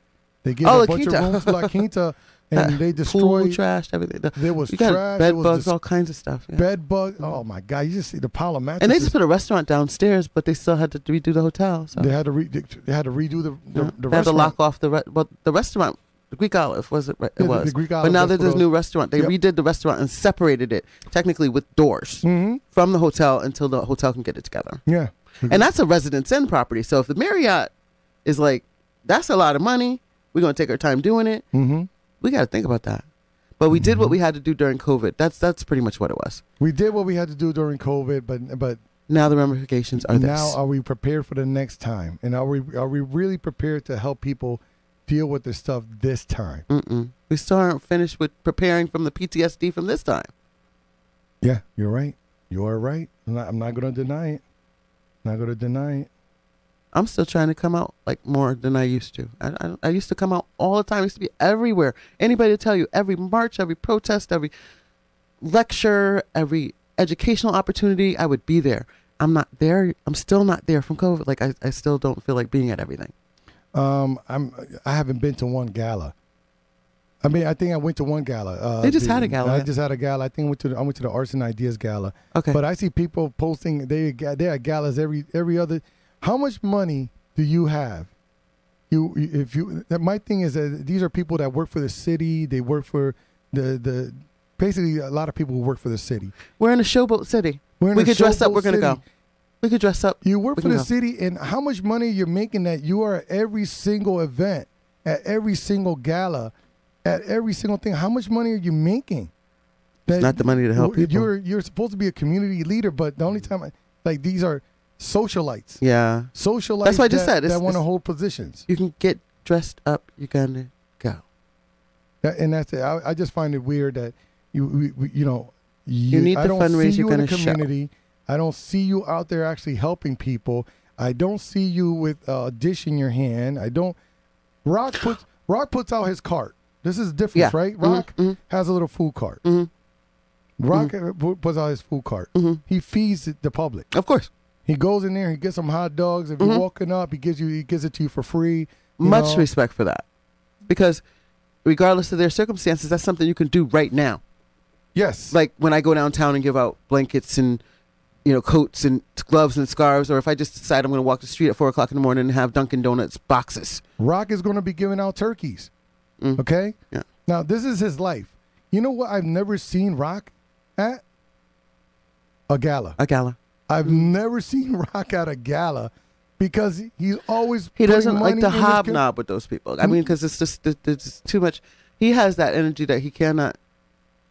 Speaker 2: They give
Speaker 3: Oh,
Speaker 2: a
Speaker 3: La
Speaker 2: bunch
Speaker 3: Quinta.
Speaker 2: of rooms to La Quinta and they
Speaker 3: Pool
Speaker 2: destroy
Speaker 3: trash, everything. The-
Speaker 2: there was
Speaker 3: you got
Speaker 2: trash,
Speaker 3: bed
Speaker 2: there was
Speaker 3: bugs,
Speaker 2: dis-
Speaker 3: all kinds of stuff. yeah.
Speaker 2: bed bugs. Oh my god, you just see the pile of mattresses.
Speaker 3: and they just put a restaurant downstairs, but they still had to redo the hotel. So
Speaker 2: They had to re- they, they had to redo the the,
Speaker 3: yeah.
Speaker 2: the
Speaker 3: they had to
Speaker 2: restaurant.
Speaker 3: lock off the re- well, the restaurant. The Greek Olive was it? Re-
Speaker 2: Yeah,
Speaker 3: it
Speaker 2: the-
Speaker 3: was.
Speaker 2: the Greek
Speaker 3: but
Speaker 2: Olive,
Speaker 3: now
Speaker 2: that's
Speaker 3: there's
Speaker 2: what
Speaker 3: this
Speaker 2: I
Speaker 3: new
Speaker 2: was-
Speaker 3: restaurant. They
Speaker 2: Yep.
Speaker 3: redid the restaurant and separated it technically with doors
Speaker 2: Mm.
Speaker 3: from the hotel until the hotel can get it together.
Speaker 2: Mm-hmm. Yeah,
Speaker 3: And that's a residence in property. So if the Marriott is like, that's a lot of money, we're going to take our time doing it.
Speaker 2: mm-hmm.
Speaker 3: We got to think about that. But we did what we had to do during COVID. That's that's pretty much what it was.
Speaker 2: we did what we had to do during COVID, but but
Speaker 3: Now the ramifications are this.
Speaker 2: now uh, are we prepared for the next time? And are we are we really prepared to help people deal with this stuff this time?
Speaker 3: Mm-mm. We still aren't finished with preparing from the PTSD from this time.
Speaker 2: Yeah, you're right. You are right. I'm not, I'm not going to deny it. Not going to deny it.
Speaker 3: I'm still trying to come out like more than I used to. I, I, I used to come out all the time. I used to be everywhere. Anybody to tell you every march, every protest, every lecture, every educational opportunity, I would be there. I'm not there. I'm still not there from COVID. Like I, I still don't feel like being at everything.
Speaker 2: Um, I'm I haven't been to one gala. I mean, I think I went to one gala. Uh,
Speaker 3: They just
Speaker 2: the-
Speaker 3: had a gala.
Speaker 2: I just had a gala. I think I went to the, I went to the Arts and Ideas gala.
Speaker 3: Okay.
Speaker 2: But I see people posting they ga- they at galas every every other. How much money do you have? You if you that- my thing is that these are people that work for the city. They work for the the basically a lot of people who work for the city.
Speaker 3: We're in a showboat city.
Speaker 2: We're in
Speaker 3: we
Speaker 2: a
Speaker 3: could dress up.
Speaker 2: showboat
Speaker 3: We're gonna
Speaker 2: city.
Speaker 3: go. We could dress up.
Speaker 2: You work
Speaker 3: We
Speaker 2: for
Speaker 3: can
Speaker 2: the
Speaker 3: go.
Speaker 2: city, and how much money you're making that you are at every single event, at every single gala, at every single thing. How much money are you making? That
Speaker 3: not the money to help
Speaker 2: you're,
Speaker 3: people.
Speaker 2: You're you're supposed to be a community leader, but the only time I, like these are socialites.
Speaker 3: Yeah.
Speaker 2: Socialites.
Speaker 3: That's what I just
Speaker 2: that,
Speaker 3: said. It's-
Speaker 2: that want to
Speaker 3: it's-
Speaker 2: hold positions,
Speaker 3: You can get dressed up. You can go.
Speaker 2: That- and that's it. I, I just find it weird that you we, we, you know you,
Speaker 3: need
Speaker 2: I
Speaker 3: to
Speaker 2: don't
Speaker 3: fundraise,
Speaker 2: see
Speaker 3: you're
Speaker 2: you in the
Speaker 3: gonna show.
Speaker 2: community. I don't see you out there actually helping people. I don't see you with uh, a dish in your hand. I don't. Rock puts Rock puts out his cart. This is different,
Speaker 3: Yeah.
Speaker 2: right?
Speaker 3: Mhm,
Speaker 2: Rock
Speaker 3: mhm.
Speaker 2: has a little food cart.
Speaker 3: Mhm.
Speaker 2: Rock
Speaker 3: Mm-hmm.
Speaker 2: uh, pu- puts out his food cart. He feeds the public.
Speaker 3: Of course.
Speaker 2: He goes in there. He gets some hot dogs. If you're walking up, he gives you. He gives it to you for free. you
Speaker 3: Mm-hmm. Much
Speaker 2: know.
Speaker 3: respect for that, because regardless of their circumstances, that's something you can do right now.
Speaker 2: Yes.
Speaker 3: Like when I go downtown and give out blankets and you know coats and gloves and scarves, or if I just decide I'm going to walk the street at four o'clock in the morning and have Dunkin' Donuts boxes.
Speaker 2: Rock is going to be giving out turkeys. Okay?
Speaker 3: Mm. Yeah.
Speaker 2: Now, this is his life. You know what I've never seen Rock at? A gala.
Speaker 3: A gala.
Speaker 2: I've never seen Rock at a gala because he's always
Speaker 3: He
Speaker 2: putting
Speaker 3: doesn't like
Speaker 2: money
Speaker 3: to
Speaker 2: in his Mm-hmm. com-
Speaker 3: hobnob with those people. I mean, because it's just th- th- it's too much. He has that energy that he cannot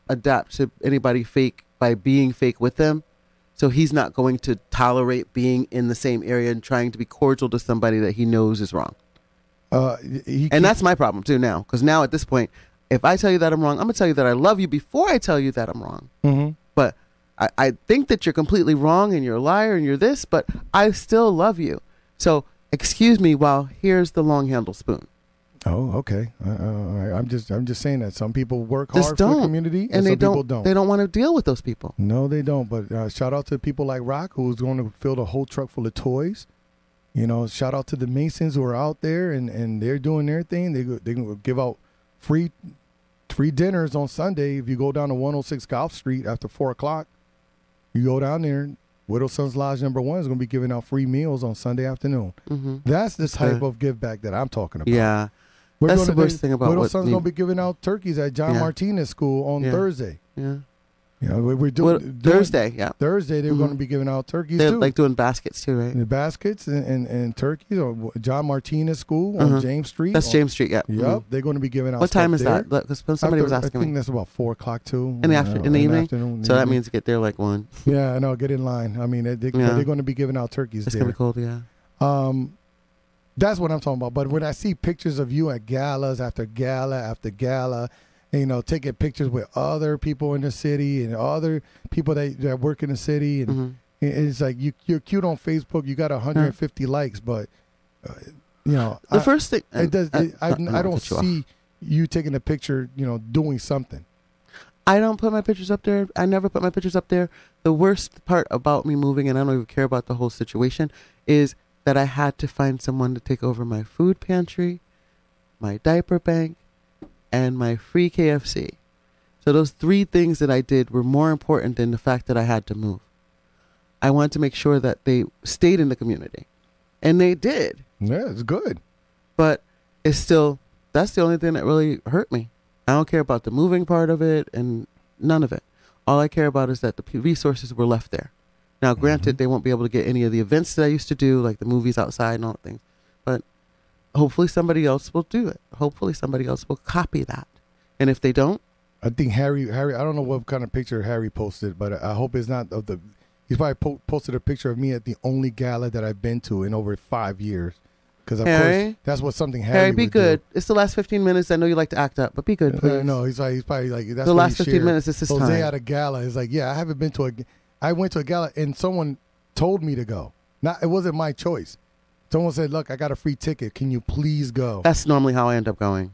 Speaker 3: adapt to anybody fake by being fake with them. So he's not going to tolerate being in the same area and trying to be cordial to somebody that he knows is wrong.
Speaker 2: Uh, he keep-
Speaker 3: And that's my problem too now, because now at this point, if I tell you that I'm wrong, I'm gonna tell you that I love you before I tell you that I'm wrong.
Speaker 2: Mhm.
Speaker 3: But I, I think that you're completely wrong and you're a liar and you're this, but I still love you. So excuse me while here's the long handle spoon.
Speaker 2: Oh, okay. Uh, uh, all right. I'm just I'm just saying that some people work
Speaker 3: Just
Speaker 2: hard
Speaker 3: don't.
Speaker 2: for the community and,
Speaker 3: and they
Speaker 2: some
Speaker 3: don't,
Speaker 2: people don't.
Speaker 3: They don't want to deal with those people.
Speaker 2: No, they don't. But uh, shout out to people like Rock, who's going to fill the whole truck full of toys. You know, shout out to the Masons who are out there and, and they're doing their thing. They go, they can give out free free dinners on Sunday if you go down to 106 Golf Street after four o'clock. You go down there. Widow Sons Lodge number one is going to be giving out free meals on Sunday afternoon. That's the type
Speaker 3: Uh,
Speaker 2: of give back that I'm talking about.
Speaker 3: Yeah.
Speaker 2: We're
Speaker 3: That's
Speaker 2: gonna
Speaker 3: the worst
Speaker 2: be-
Speaker 3: thing about
Speaker 2: Widow
Speaker 3: what
Speaker 2: Sons
Speaker 3: we-
Speaker 2: going to be giving out turkeys at John
Speaker 3: Yeah.
Speaker 2: Martinez School on
Speaker 3: Yeah.
Speaker 2: Thursday.
Speaker 3: Yeah.
Speaker 2: You know, we- we're doing
Speaker 3: Well, Thursday, yeah.
Speaker 2: Thursday they're going to be giving out turkeys
Speaker 3: Mm-hmm. They're
Speaker 2: too,
Speaker 3: like doing baskets too, right?
Speaker 2: in the baskets and, and, and turkeys on John Martinez School on James Street.
Speaker 3: Uh-huh. That's
Speaker 2: on-
Speaker 3: James Street, yeah.
Speaker 2: Yep,
Speaker 3: Mhm.
Speaker 2: they're going to be giving out.
Speaker 3: What time
Speaker 2: stuff
Speaker 3: is
Speaker 2: there.
Speaker 3: that? Because somebody
Speaker 2: After-
Speaker 3: was
Speaker 2: I
Speaker 3: asking
Speaker 2: think
Speaker 3: me.
Speaker 2: that's about four o'clock too.
Speaker 3: In the,
Speaker 2: uh,
Speaker 3: after, in the evening?
Speaker 2: afternoon,
Speaker 3: so that
Speaker 2: evening.
Speaker 3: means get there like one.
Speaker 2: yeah, no, get in line. I mean, they, they,
Speaker 3: Yeah.
Speaker 2: are going to be giving out turkeys
Speaker 3: It's
Speaker 2: there.
Speaker 3: gonna be cold, yeah.
Speaker 2: Um, that's what I'm talking about. But when I see pictures of you at galas after gala after gala, and, you know, taking pictures with other people in the city and other people that, that work in the city,
Speaker 3: Mm-hmm.
Speaker 2: and it- it's like you you're cute on Facebook. You got 150 likes, but uh, you know,
Speaker 3: The
Speaker 2: I,
Speaker 3: first thing uh,
Speaker 2: it does.
Speaker 3: I,
Speaker 2: it- I, I, don't see you taking a picture. You know, doing something.
Speaker 3: I don't put my pictures up there. I never put my pictures up there. The worst part about me moving, and I don't even care about the whole situation, is that I had to find someone to take over my food pantry, my diaper bank, and my free KFC. So those three things that I did were more important than the fact that I had to move. I wanted to make sure that they stayed in the community, and they did.
Speaker 2: Yeah, it's good.
Speaker 3: But it's still that's the only thing that really hurt me. I don't care about the moving part of it and none of it. All I care about is that the p- resources were left there. Now,
Speaker 2: Mm-hmm.
Speaker 3: granted, they won't be able to get any of the events that I used to do, like the movies outside and all that things, but hopefully somebody else will do it. Hopefully somebody else will copy that. And if they don't,
Speaker 2: I think Harry, Harry, I don't know what kind of picture Harry posted, but I hope it's not of the. He's probably po- posted a picture of me at the only gala that I've been to in over five years, because of course
Speaker 3: Harry?
Speaker 2: that's what something Harry,
Speaker 3: Harry, be
Speaker 2: would do.
Speaker 3: good. It's the last 15 minutes. I know you like to act up, but be good,
Speaker 2: No,
Speaker 3: please.
Speaker 2: no, he's like he's probably like that's
Speaker 3: The
Speaker 2: what he
Speaker 3: last 15
Speaker 2: shared.
Speaker 3: minutes, this is
Speaker 2: Jose
Speaker 3: time.
Speaker 2: at a gala. He's like, yeah, I haven't been to a. g- I went to a gala and someone told me to go. Not it wasn't my choice. Someone said, look, I got a free ticket. Can you please go?
Speaker 3: That's normally how I end up going.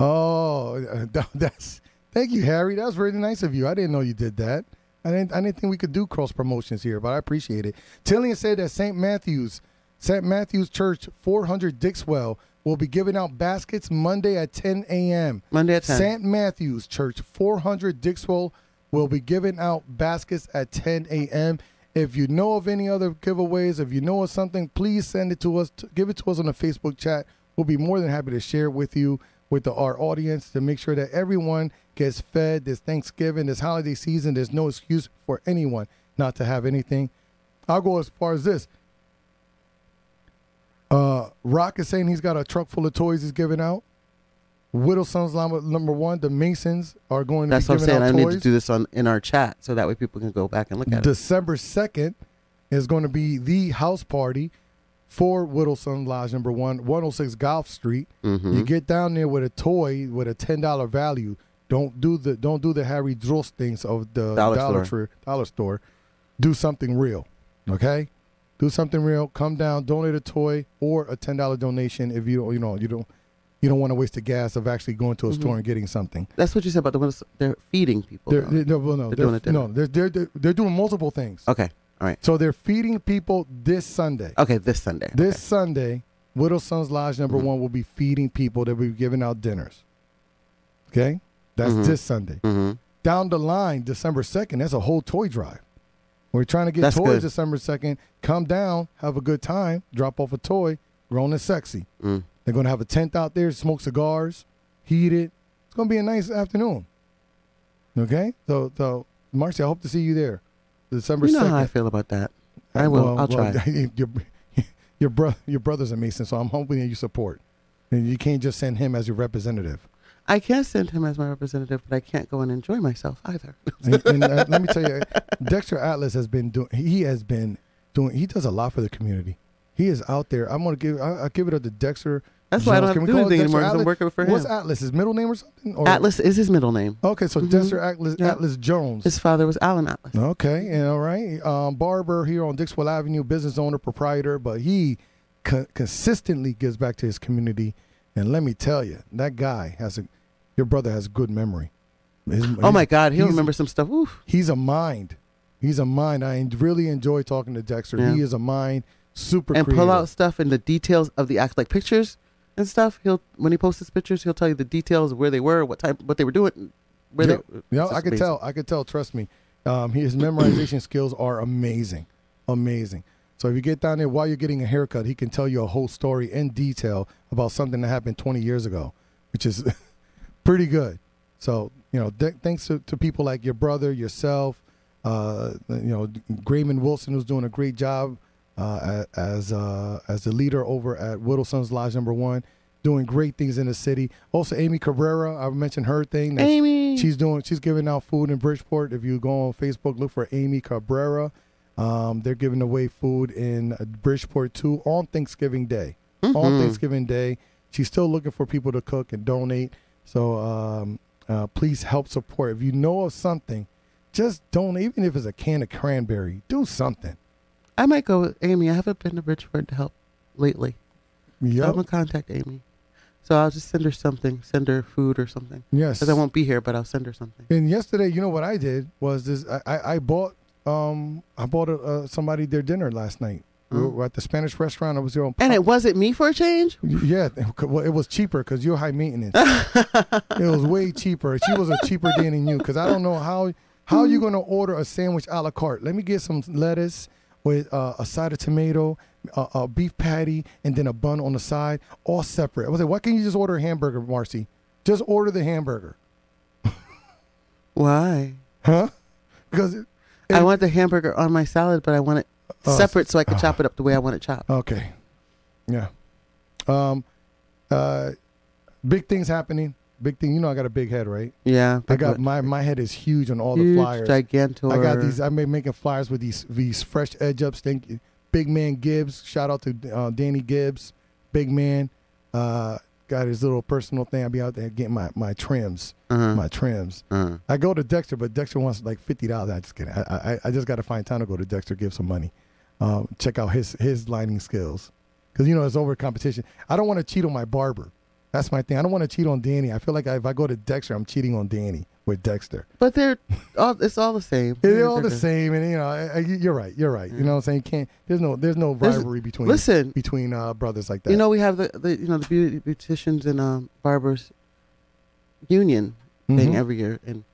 Speaker 2: oh, that- that's Thank you, Harry. That was really nice of you. I didn't know you did that. I didn't. I didn't think we could do cross promotions here, but I appreciate it. Tillian said that St. Matthew's, St. Matthew's Church, 400 Dixwell, will be giving out baskets Monday at 10 a.m.
Speaker 3: Monday at 10.
Speaker 2: St. Matthew's Church, 400 Dixwell, will be giving out baskets at 10 a.m. If you know of any other giveaways, if you know of something, please send it to us. t- Give it to us on the Facebook chat. We'll be more than happy to share it with you, with the, our audience, to make sure that everyone gets fed this Thanksgiving, this holiday season. There's no excuse for anyone not to have anything. I'll go as far as this. Uh, Rock is saying he's got a truck full of toys he's giving out. Whittle Sons Llama number one, the Masons are going to
Speaker 3: That's
Speaker 2: be
Speaker 3: what I'm
Speaker 2: giving
Speaker 3: saying.
Speaker 2: out
Speaker 3: I
Speaker 2: toys.
Speaker 3: need to do this on in our chat so that way people can go back and look at it.
Speaker 2: December 2nd is going to be the house party for Whittleson Lodge number one, 106 Golf Street.
Speaker 3: Mm-hmm.
Speaker 2: You get down there with a toy with a $10 value. Don't do the don't do the Harry Dross things of the dollar,
Speaker 3: Dollar
Speaker 2: dollar,
Speaker 3: store.
Speaker 2: Tree- dollar store. Do something real. Okay? Do something real. Come down, donate a toy or a $10 donation if you don't you know, you don't you don't want to waste the gas of actually going to a
Speaker 3: Mm-hmm.
Speaker 2: store and getting something.
Speaker 3: That's what you said about the windows. They're feeding people.
Speaker 2: They're,
Speaker 3: now.
Speaker 2: they're, well, no,
Speaker 3: They're
Speaker 2: they're,
Speaker 3: doing it
Speaker 2: no, they're, they're, they're, they're doing multiple things.
Speaker 3: okay. All right.
Speaker 2: So they're feeding people this Sunday.
Speaker 3: Okay. This Sunday.
Speaker 2: This Sunday, Whittle Sons Lodge number
Speaker 3: Mm-hmm.
Speaker 2: one will be feeding people that will be giving out dinners. Okay? That's
Speaker 3: Mm-hmm.
Speaker 2: this Sunday. Down the line, December 2nd, that's a whole toy drive. We're trying to get
Speaker 3: That's
Speaker 2: toys
Speaker 3: good.
Speaker 2: December 2nd. Come down, have a good time, drop off a toy, grown and sexy.
Speaker 3: Mm.
Speaker 2: They're going to have a tent out there, smoke cigars, heat it. It's going to be a nice afternoon. Okay? So, so Marcy, I hope to see you there. December
Speaker 3: you know
Speaker 2: 2nd.
Speaker 3: how I feel about that. I will.
Speaker 2: Uh, Well,
Speaker 3: I'll
Speaker 2: well,
Speaker 3: try.
Speaker 2: your, your, bro, your brother's a Mason, so I'm hoping that you support. And you can't just send him as your representative.
Speaker 3: I can't send him as my representative, but I can't go and enjoy myself either.
Speaker 2: And, and, uh, let me tell you, Dexter Atlas has been doing. He has been doing. He does a lot for the community. He is out there. I'm gonna give. I, I give it up to Dexter.
Speaker 3: That's why I don't
Speaker 2: Jones. Can
Speaker 3: have
Speaker 2: we
Speaker 3: to do
Speaker 2: call it
Speaker 3: anything
Speaker 2: Dexter
Speaker 3: anymore, 'cause I'm
Speaker 2: Atlas?
Speaker 3: working for
Speaker 2: What's
Speaker 3: him.
Speaker 2: Atlas? His middle name or something? Or,
Speaker 3: Atlas is his middle name.
Speaker 2: Okay, so Dexter Atlas,
Speaker 3: Yeah.
Speaker 2: Atlas Jones.
Speaker 3: His father was Alan Atlas.
Speaker 2: Okay, and all right. Um, Barber here on Dixwell Avenue, business owner, proprietor, but he co- consistently gives back to his community. And let me tell you, that guy has a, your brother has good memory. His-
Speaker 3: Oh my God, he'll
Speaker 2: he's-
Speaker 3: remember some stuff. Oof.
Speaker 2: He's a mind. He's a mind. I en- really enjoy talking to Dexter.
Speaker 3: Yeah.
Speaker 2: He is a mind, super
Speaker 3: And
Speaker 2: creative.
Speaker 3: pull out stuff and the details of the act, like pictures and stuff. He'll when he posts his pictures, he'll tell you the details of where they were, what type, what they were doing, where
Speaker 2: Yeah,
Speaker 3: they.
Speaker 2: yeah,
Speaker 3: it's
Speaker 2: I
Speaker 3: just
Speaker 2: could
Speaker 3: amazing.
Speaker 2: tell. I could tell. Trust me, um, his memorization skills are amazing, amazing. So if you get down there while you're getting a haircut, he can tell you a whole story in detail about something that happened 20 years ago, which is pretty good. So you know, th- thanks to, to people like your brother, yourself, uh, you know, Grayman Wilson, who's doing a great job uh, a- as uh, as the leader over at Whittleson's Lodge Number One, doing great things in the city. Also, Amy Cabrera, I mentioned her thing. that
Speaker 3: Amy.
Speaker 2: she's doing. She's giving out food in Bridgeport. If you go on Facebook, look for Amy Cabrera. Um, they're giving away food in uh, Bridgeport too on Thanksgiving Day. On Thanksgiving Day, she's still looking for people to cook and donate. So um, uh, please help support. If you know of something, just donate. Even if it's a can of cranberry, do something.
Speaker 3: I might go with Amy. I haven't been to Bridgeport to help lately. So I'm
Speaker 2: Yep.
Speaker 3: gonna contact Amy. So I'll just send her something, send her food or something.
Speaker 2: Yes.
Speaker 3: Because I won't be here, but I'll send her something.
Speaker 2: And yesterday, you know what I did was this: I, I, I bought um I bought a, uh, somebody their dinner last night. We were at the Spanish restaurant. I was there on
Speaker 3: And it wasn't me for a change.
Speaker 2: Yeah, it- well, it was cheaper because you're high maintenance. it was way cheaper. She was a cheaper day than you because I don't know how how you gonna order a sandwich a la carte. Let me get some lettuce with uh, a side of tomato, a, a beef patty, and then a bun on the side, all separate. I was like, why can't you just order a hamburger, Marcy? Just order the hamburger,
Speaker 3: Why?
Speaker 2: huh? Because it-
Speaker 3: I want the hamburger on my salad, but I want it
Speaker 2: Oh,
Speaker 3: separate so I can chop it up the way I want it chopped.
Speaker 2: Okay. Yeah. Um, uh, big things happening. Big thing. You know, I got a big head, right?
Speaker 3: yeah.
Speaker 2: I
Speaker 3: big
Speaker 2: got
Speaker 3: one.
Speaker 2: my my head is huge on all
Speaker 3: Huge
Speaker 2: the flyers.
Speaker 3: Gigantor.
Speaker 2: I got these. uh, I've been making flyers with these these fresh edge ups. Thank you, Big Man Gibbs. Shout out to uh, Danny Gibbs, Big Man. Uh, got his little personal thing. I be out there getting my my trims, my trims. I go to Dexter, but Dexter wants like fifty dollars. I just kidding. I, I I just got to find time to go to Dexter, give some money, um, check out his his lining skills, because you know it's over competition. I don't want to cheat on my barber. That's my thing. I don't want to cheat on Danny. I feel like if I go to Dexter, I'm cheating on Danny with Dexter.
Speaker 3: But they're all it's all the same.
Speaker 2: They're all the same, and you know, I, I, you're right. You're right. You know what I'm saying? Can't there's no there's no
Speaker 3: There's-
Speaker 2: rivalry between
Speaker 3: listen.
Speaker 2: between uh, brothers like that.
Speaker 3: You know, we have the, the you know the beauty beauticians and um, barbers union thing
Speaker 2: Mhm.
Speaker 3: every year, and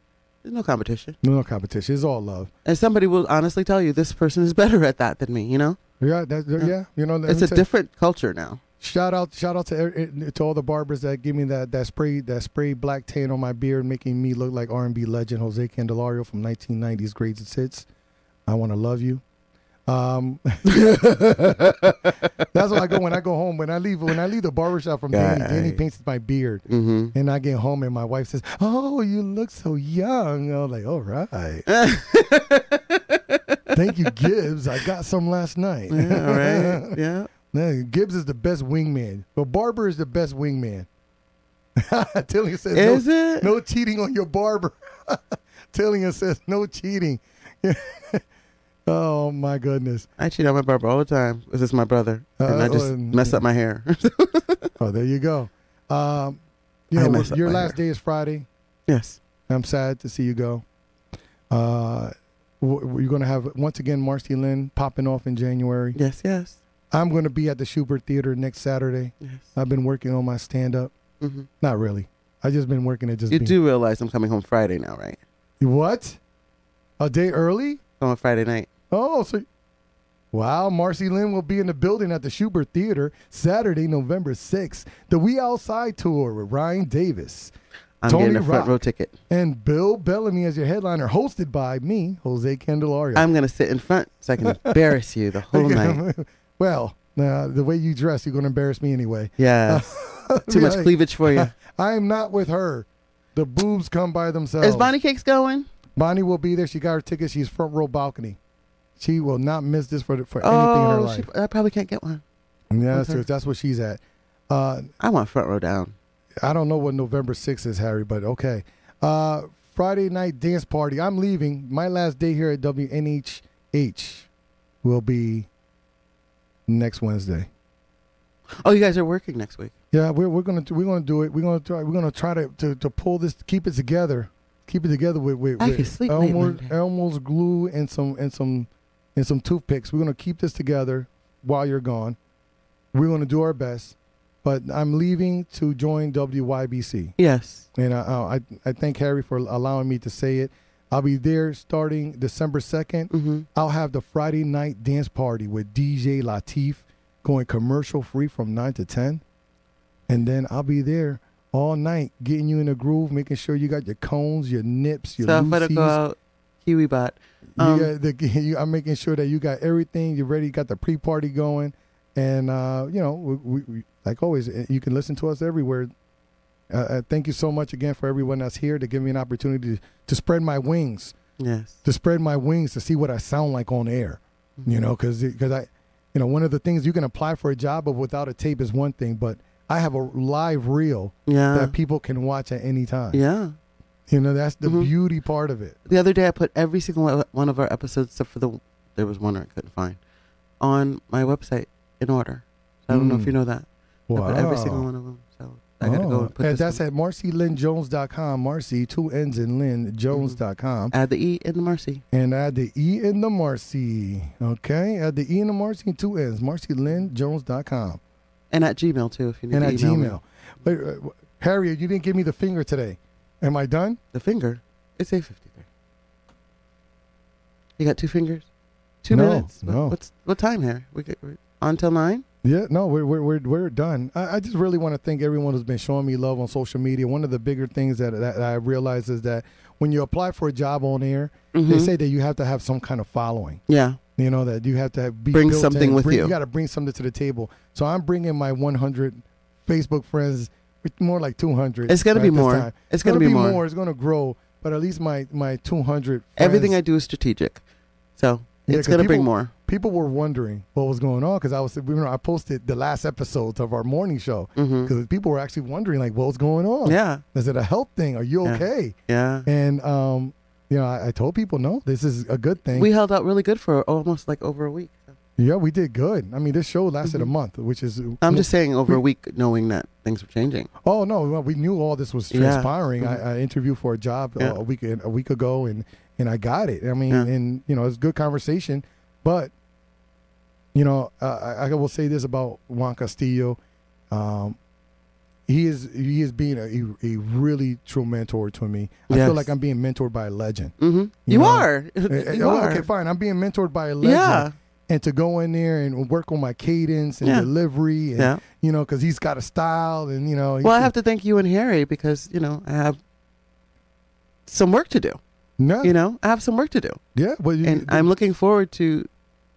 Speaker 3: there's no competition.
Speaker 2: no competition. It's all love.
Speaker 3: And somebody will honestly tell you this person is better at that than me. You know,
Speaker 2: Yeah, that, yeah. You know, let
Speaker 3: it's
Speaker 2: me
Speaker 3: a
Speaker 2: tell you-
Speaker 3: different culture now.
Speaker 2: Shout out, shout out to every- to all the barbers that give me that that spray that spray black tan on my beard, making me look like R and B legend Jose Candelario from 1990s Greatest Hits. I want to love you. Um, that's what I go when I go home. When I leave, when I leave the barbershop from Danny, Danny
Speaker 3: Guys.
Speaker 2: paints my beard,
Speaker 3: Mm-hmm.
Speaker 2: and I get home and my wife says, "Oh, you look so young." I'm like, "All right, thank you, Gibbs. I got some last night."
Speaker 3: Yeah, all right. Yeah.
Speaker 2: No, Gibbs is the best wingman, but Barber is the best wingman. Tillian says,
Speaker 3: Is
Speaker 2: no,
Speaker 3: it?
Speaker 2: no cheating on your barber. Tillian says, no cheating. oh, my goodness.
Speaker 3: I cheat on my barber all the time. This is my brother, and I
Speaker 2: Uh,
Speaker 3: just
Speaker 2: uh,
Speaker 3: mess up my hair.
Speaker 2: Oh, there you go. Um, you
Speaker 3: I
Speaker 2: know,
Speaker 3: mess up
Speaker 2: your
Speaker 3: my
Speaker 2: last
Speaker 3: hair.
Speaker 2: day is Friday.
Speaker 3: yes.
Speaker 2: I'm sad to see you go. Uh, w- we're going to have, once again, Marcy Lynn popping off in January.
Speaker 3: Yes. Yes.
Speaker 2: I'm going to be at the Schubert Theater next Saturday.
Speaker 3: Yes.
Speaker 2: I've been working on my stand up.
Speaker 3: hmm
Speaker 2: Not really. i just been working at just
Speaker 3: You
Speaker 2: being
Speaker 3: do realize I'm coming home Friday now, right?
Speaker 2: What? A day early?
Speaker 3: On a Friday night.
Speaker 2: Oh, so. Wow, Marcy Lynn will be in the building at the Schubert Theater Saturday, November 6th. The We Outside Tour with Ryan Davis
Speaker 3: I'm
Speaker 2: Tony
Speaker 3: getting a front
Speaker 2: Rock.
Speaker 3: row ticket.
Speaker 2: and Bill Bellamy as your headliner, hosted by me, Jose Candelario.
Speaker 3: I'm gonna sit in front so I can embarrass you the whole night.
Speaker 2: well, nah, the way you dress, you're going to embarrass me anyway.
Speaker 3: Yes. Too much
Speaker 2: Like,
Speaker 3: cleavage for you.
Speaker 2: I am not with her. The boobs come by themselves.
Speaker 3: Is Bonnie Cakes going?
Speaker 2: Bonnie will be there. She got her ticket. She's front row balcony. She will not miss this for, for anything in her
Speaker 3: Oh,
Speaker 2: life.
Speaker 3: she, I probably can't get one.
Speaker 2: Yeah,
Speaker 3: Okay.
Speaker 2: so that's where she's at. Uh,
Speaker 3: I want front row down.
Speaker 2: I don't know what November 6th is, Harry, but okay. Uh, Friday night dance party. I'm leaving. My last day here at WNHH will be next Wednesday.
Speaker 3: Oh, you guys are working next week.
Speaker 2: Yeah, we're, we're gonna we're gonna do it. We're gonna try. We're gonna try to, to, to pull this, keep it together, keep it together with with,
Speaker 3: I
Speaker 2: with
Speaker 3: could sleep late
Speaker 2: Elmer's,
Speaker 3: Monday.
Speaker 2: Elmer's glue and some and some and some toothpicks. We're gonna keep this together while you're gone. We're gonna do our best, but I'm leaving to join WYBC,
Speaker 3: Yes.
Speaker 2: and I I, I thank Harry for allowing me to say it. I'll be there starting December second.
Speaker 3: Mm-hmm.
Speaker 2: I'll have the Friday night dance party with DJ Latif going commercial free from 9 to 10. And then I'll be there all night getting you in the groove, making sure you got your cones, your nips, your
Speaker 3: So I'm gonna go
Speaker 2: Lucy's.
Speaker 3: out. Kiwi bot.
Speaker 2: You
Speaker 3: um,
Speaker 2: got the, you, I'm making sure that you got everything. You're ready. You got the pre party going. And, uh, you know, we, we, we, like always, eh, you can listen to us everywhere. Uh, uh, thank you so much again for everyone that's here to give me an opportunity to, to spread my wings
Speaker 3: Yes.
Speaker 2: to spread my wings to see what I sound like on air.
Speaker 3: Mm-hmm.
Speaker 2: You know, because because I, you know, one of the things you can apply for a job of without a tape is one thing, but I have a live reel
Speaker 3: Yeah.
Speaker 2: that people can watch at any time.
Speaker 3: Uh-huh. Yeah.
Speaker 2: You know, that's the
Speaker 3: Mhm.
Speaker 2: beauty part of it.
Speaker 3: The other day, I put every single one- one of our episodes, except for the there was one I couldn't find, on my website in order. So I don't know
Speaker 2: Mm.
Speaker 3: if you know that. I
Speaker 2: Wow.
Speaker 3: put every single one of them. So I gotta go
Speaker 2: Oh.
Speaker 3: and put
Speaker 2: And
Speaker 3: this
Speaker 2: that's
Speaker 3: one.
Speaker 2: at marcylynjones.com. Marcy, two N's in Lynn, Jones.com.
Speaker 3: Add the E in the Marcy.
Speaker 2: And add the E in the Marcy. Okay? Add the E in the Marcy and two N's. MarcyLynnJones.com.
Speaker 3: And at Gmail too, if you need
Speaker 2: And
Speaker 3: to
Speaker 2: at
Speaker 3: email me.
Speaker 2: Gmail. Wait, uh, wh- Harriet, you didn't give me the finger today. Am I done?
Speaker 3: The finger. It's eight fifty three. You got two fingers? Two
Speaker 2: No,
Speaker 3: minutes? What-
Speaker 2: no.
Speaker 3: What's what time here? We get we're on till nine?
Speaker 2: Yeah, no, we're we're we're, we're done. I, I just really want to thank everyone who's been showing me love on social media. One of the bigger things that, that I realize is that when you apply for a job on air, they
Speaker 3: Mhm.
Speaker 2: say that you have to have some kind of following.
Speaker 3: Yeah.
Speaker 2: You know that you have to have, be
Speaker 3: Bring
Speaker 2: built
Speaker 3: something
Speaker 2: in.
Speaker 3: with
Speaker 2: Bring-
Speaker 3: you.
Speaker 2: You got to bring something to the table. So I'm bringing my 100 Facebook friends, with more like 200.
Speaker 3: It's gonna
Speaker 2: right,
Speaker 3: be
Speaker 2: this
Speaker 3: more.
Speaker 2: time.
Speaker 3: It's gonna, be, more.
Speaker 2: It's gonna grow, but at least my my 200. Friends,
Speaker 3: Everything I do is strategic. So
Speaker 2: Yeah,
Speaker 3: it's
Speaker 2: 'cause
Speaker 3: gonna bring
Speaker 2: people-
Speaker 3: more.
Speaker 2: people were wondering what was going on because I was you know I posted the last episodes of our morning show
Speaker 3: Mhm.
Speaker 2: because people were actually wondering like what's going on.
Speaker 3: Yeah.
Speaker 2: is it a health thing? Are you
Speaker 3: Yeah.
Speaker 2: okay?
Speaker 3: Yeah.
Speaker 2: And um, you know I, I told people no, this is a good thing.
Speaker 3: We held out really good for almost like over a week.
Speaker 2: yeah, we did good. I mean, this show lasted a month, which is
Speaker 3: Mm-hmm. I'm just saying over
Speaker 2: we-
Speaker 3: a week knowing that things were changing.
Speaker 2: Oh no, well, we knew all this was
Speaker 3: Yeah. Mm-hmm.
Speaker 2: transpiring. I, I interviewed for a job uh,
Speaker 3: Yeah.
Speaker 2: a week a week ago, and and I got it. I mean,
Speaker 3: Yeah.
Speaker 2: and you know, it's good conversation, but you know, uh, I, I will say this about Juan Castillo. Um, he is he is being a, a really true mentor to me. I
Speaker 3: Yes.
Speaker 2: feel like I'm being mentored by a legend.
Speaker 3: Mm-hmm. You, Uh,
Speaker 2: know?
Speaker 3: are.
Speaker 2: Eh, eh,
Speaker 3: you
Speaker 2: oh,
Speaker 3: are.
Speaker 2: Okay, fine. I'm being mentored by a legend.
Speaker 3: yeah.
Speaker 2: And to go in there and work on my cadence and
Speaker 3: Yeah.
Speaker 2: delivery, and
Speaker 3: Yeah.
Speaker 2: you know, because he's got a style, and you know, he
Speaker 3: Well, I
Speaker 2: can-
Speaker 3: have to thank you and Harry because you know I have some work to do.
Speaker 2: no,
Speaker 3: You know, I have some work to do,
Speaker 2: Yeah, well, you,
Speaker 3: and I'm looking forward to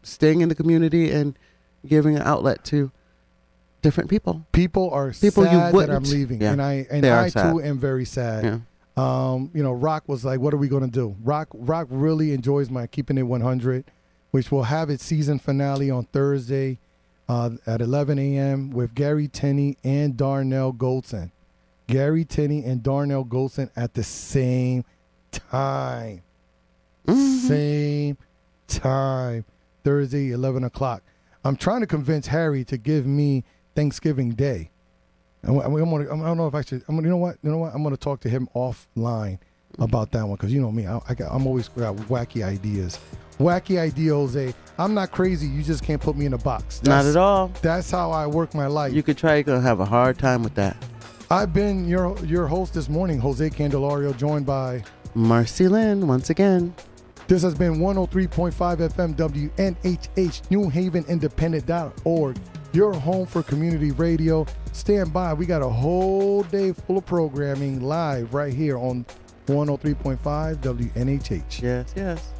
Speaker 3: staying in the community and giving an outlet to different people.
Speaker 2: people are
Speaker 3: People you
Speaker 2: sad that I'm
Speaker 3: wouldn't-
Speaker 2: leaving,
Speaker 3: Yeah.
Speaker 2: and I and
Speaker 3: They are
Speaker 2: I
Speaker 3: sad.
Speaker 2: too am very sad.
Speaker 3: Yeah.
Speaker 2: Um, you know, Rock was like, "What are we gonna do?" Rock Rock really enjoys my keeping it 100, which will have its season finale on Thursday uh, at 11 a.m. with Gary Tenney and Darnell Goldson. Gary Tenney and Darnell Goldson at the same time. Same time. Thursday, 11 o'clock. I'm trying to convince Harry to give me Thanksgiving Day. And we- I'm gonna, I don't know if I should. I'm gonna, you know what? You know what? I'm gonna talk to him offline about that one because you know me. I, I got, I'm always got wacky ideas. Wacky idea, Jose. I'm not crazy. You just can't put me in a box.
Speaker 3: Not at all.
Speaker 2: That's how I work my life.
Speaker 3: You could try. You're gonna have a hard time with that.
Speaker 2: I've been your your host this morning, Jose Candelario, joined by.
Speaker 3: Marcy Lynn, once again.
Speaker 2: This has been 103.5 FM WNHH New Haven Independent.org, your home for community radio. Stand by. We got a whole day full of oh programming live right here on 103.5 WNHH.
Speaker 3: Yes, yes.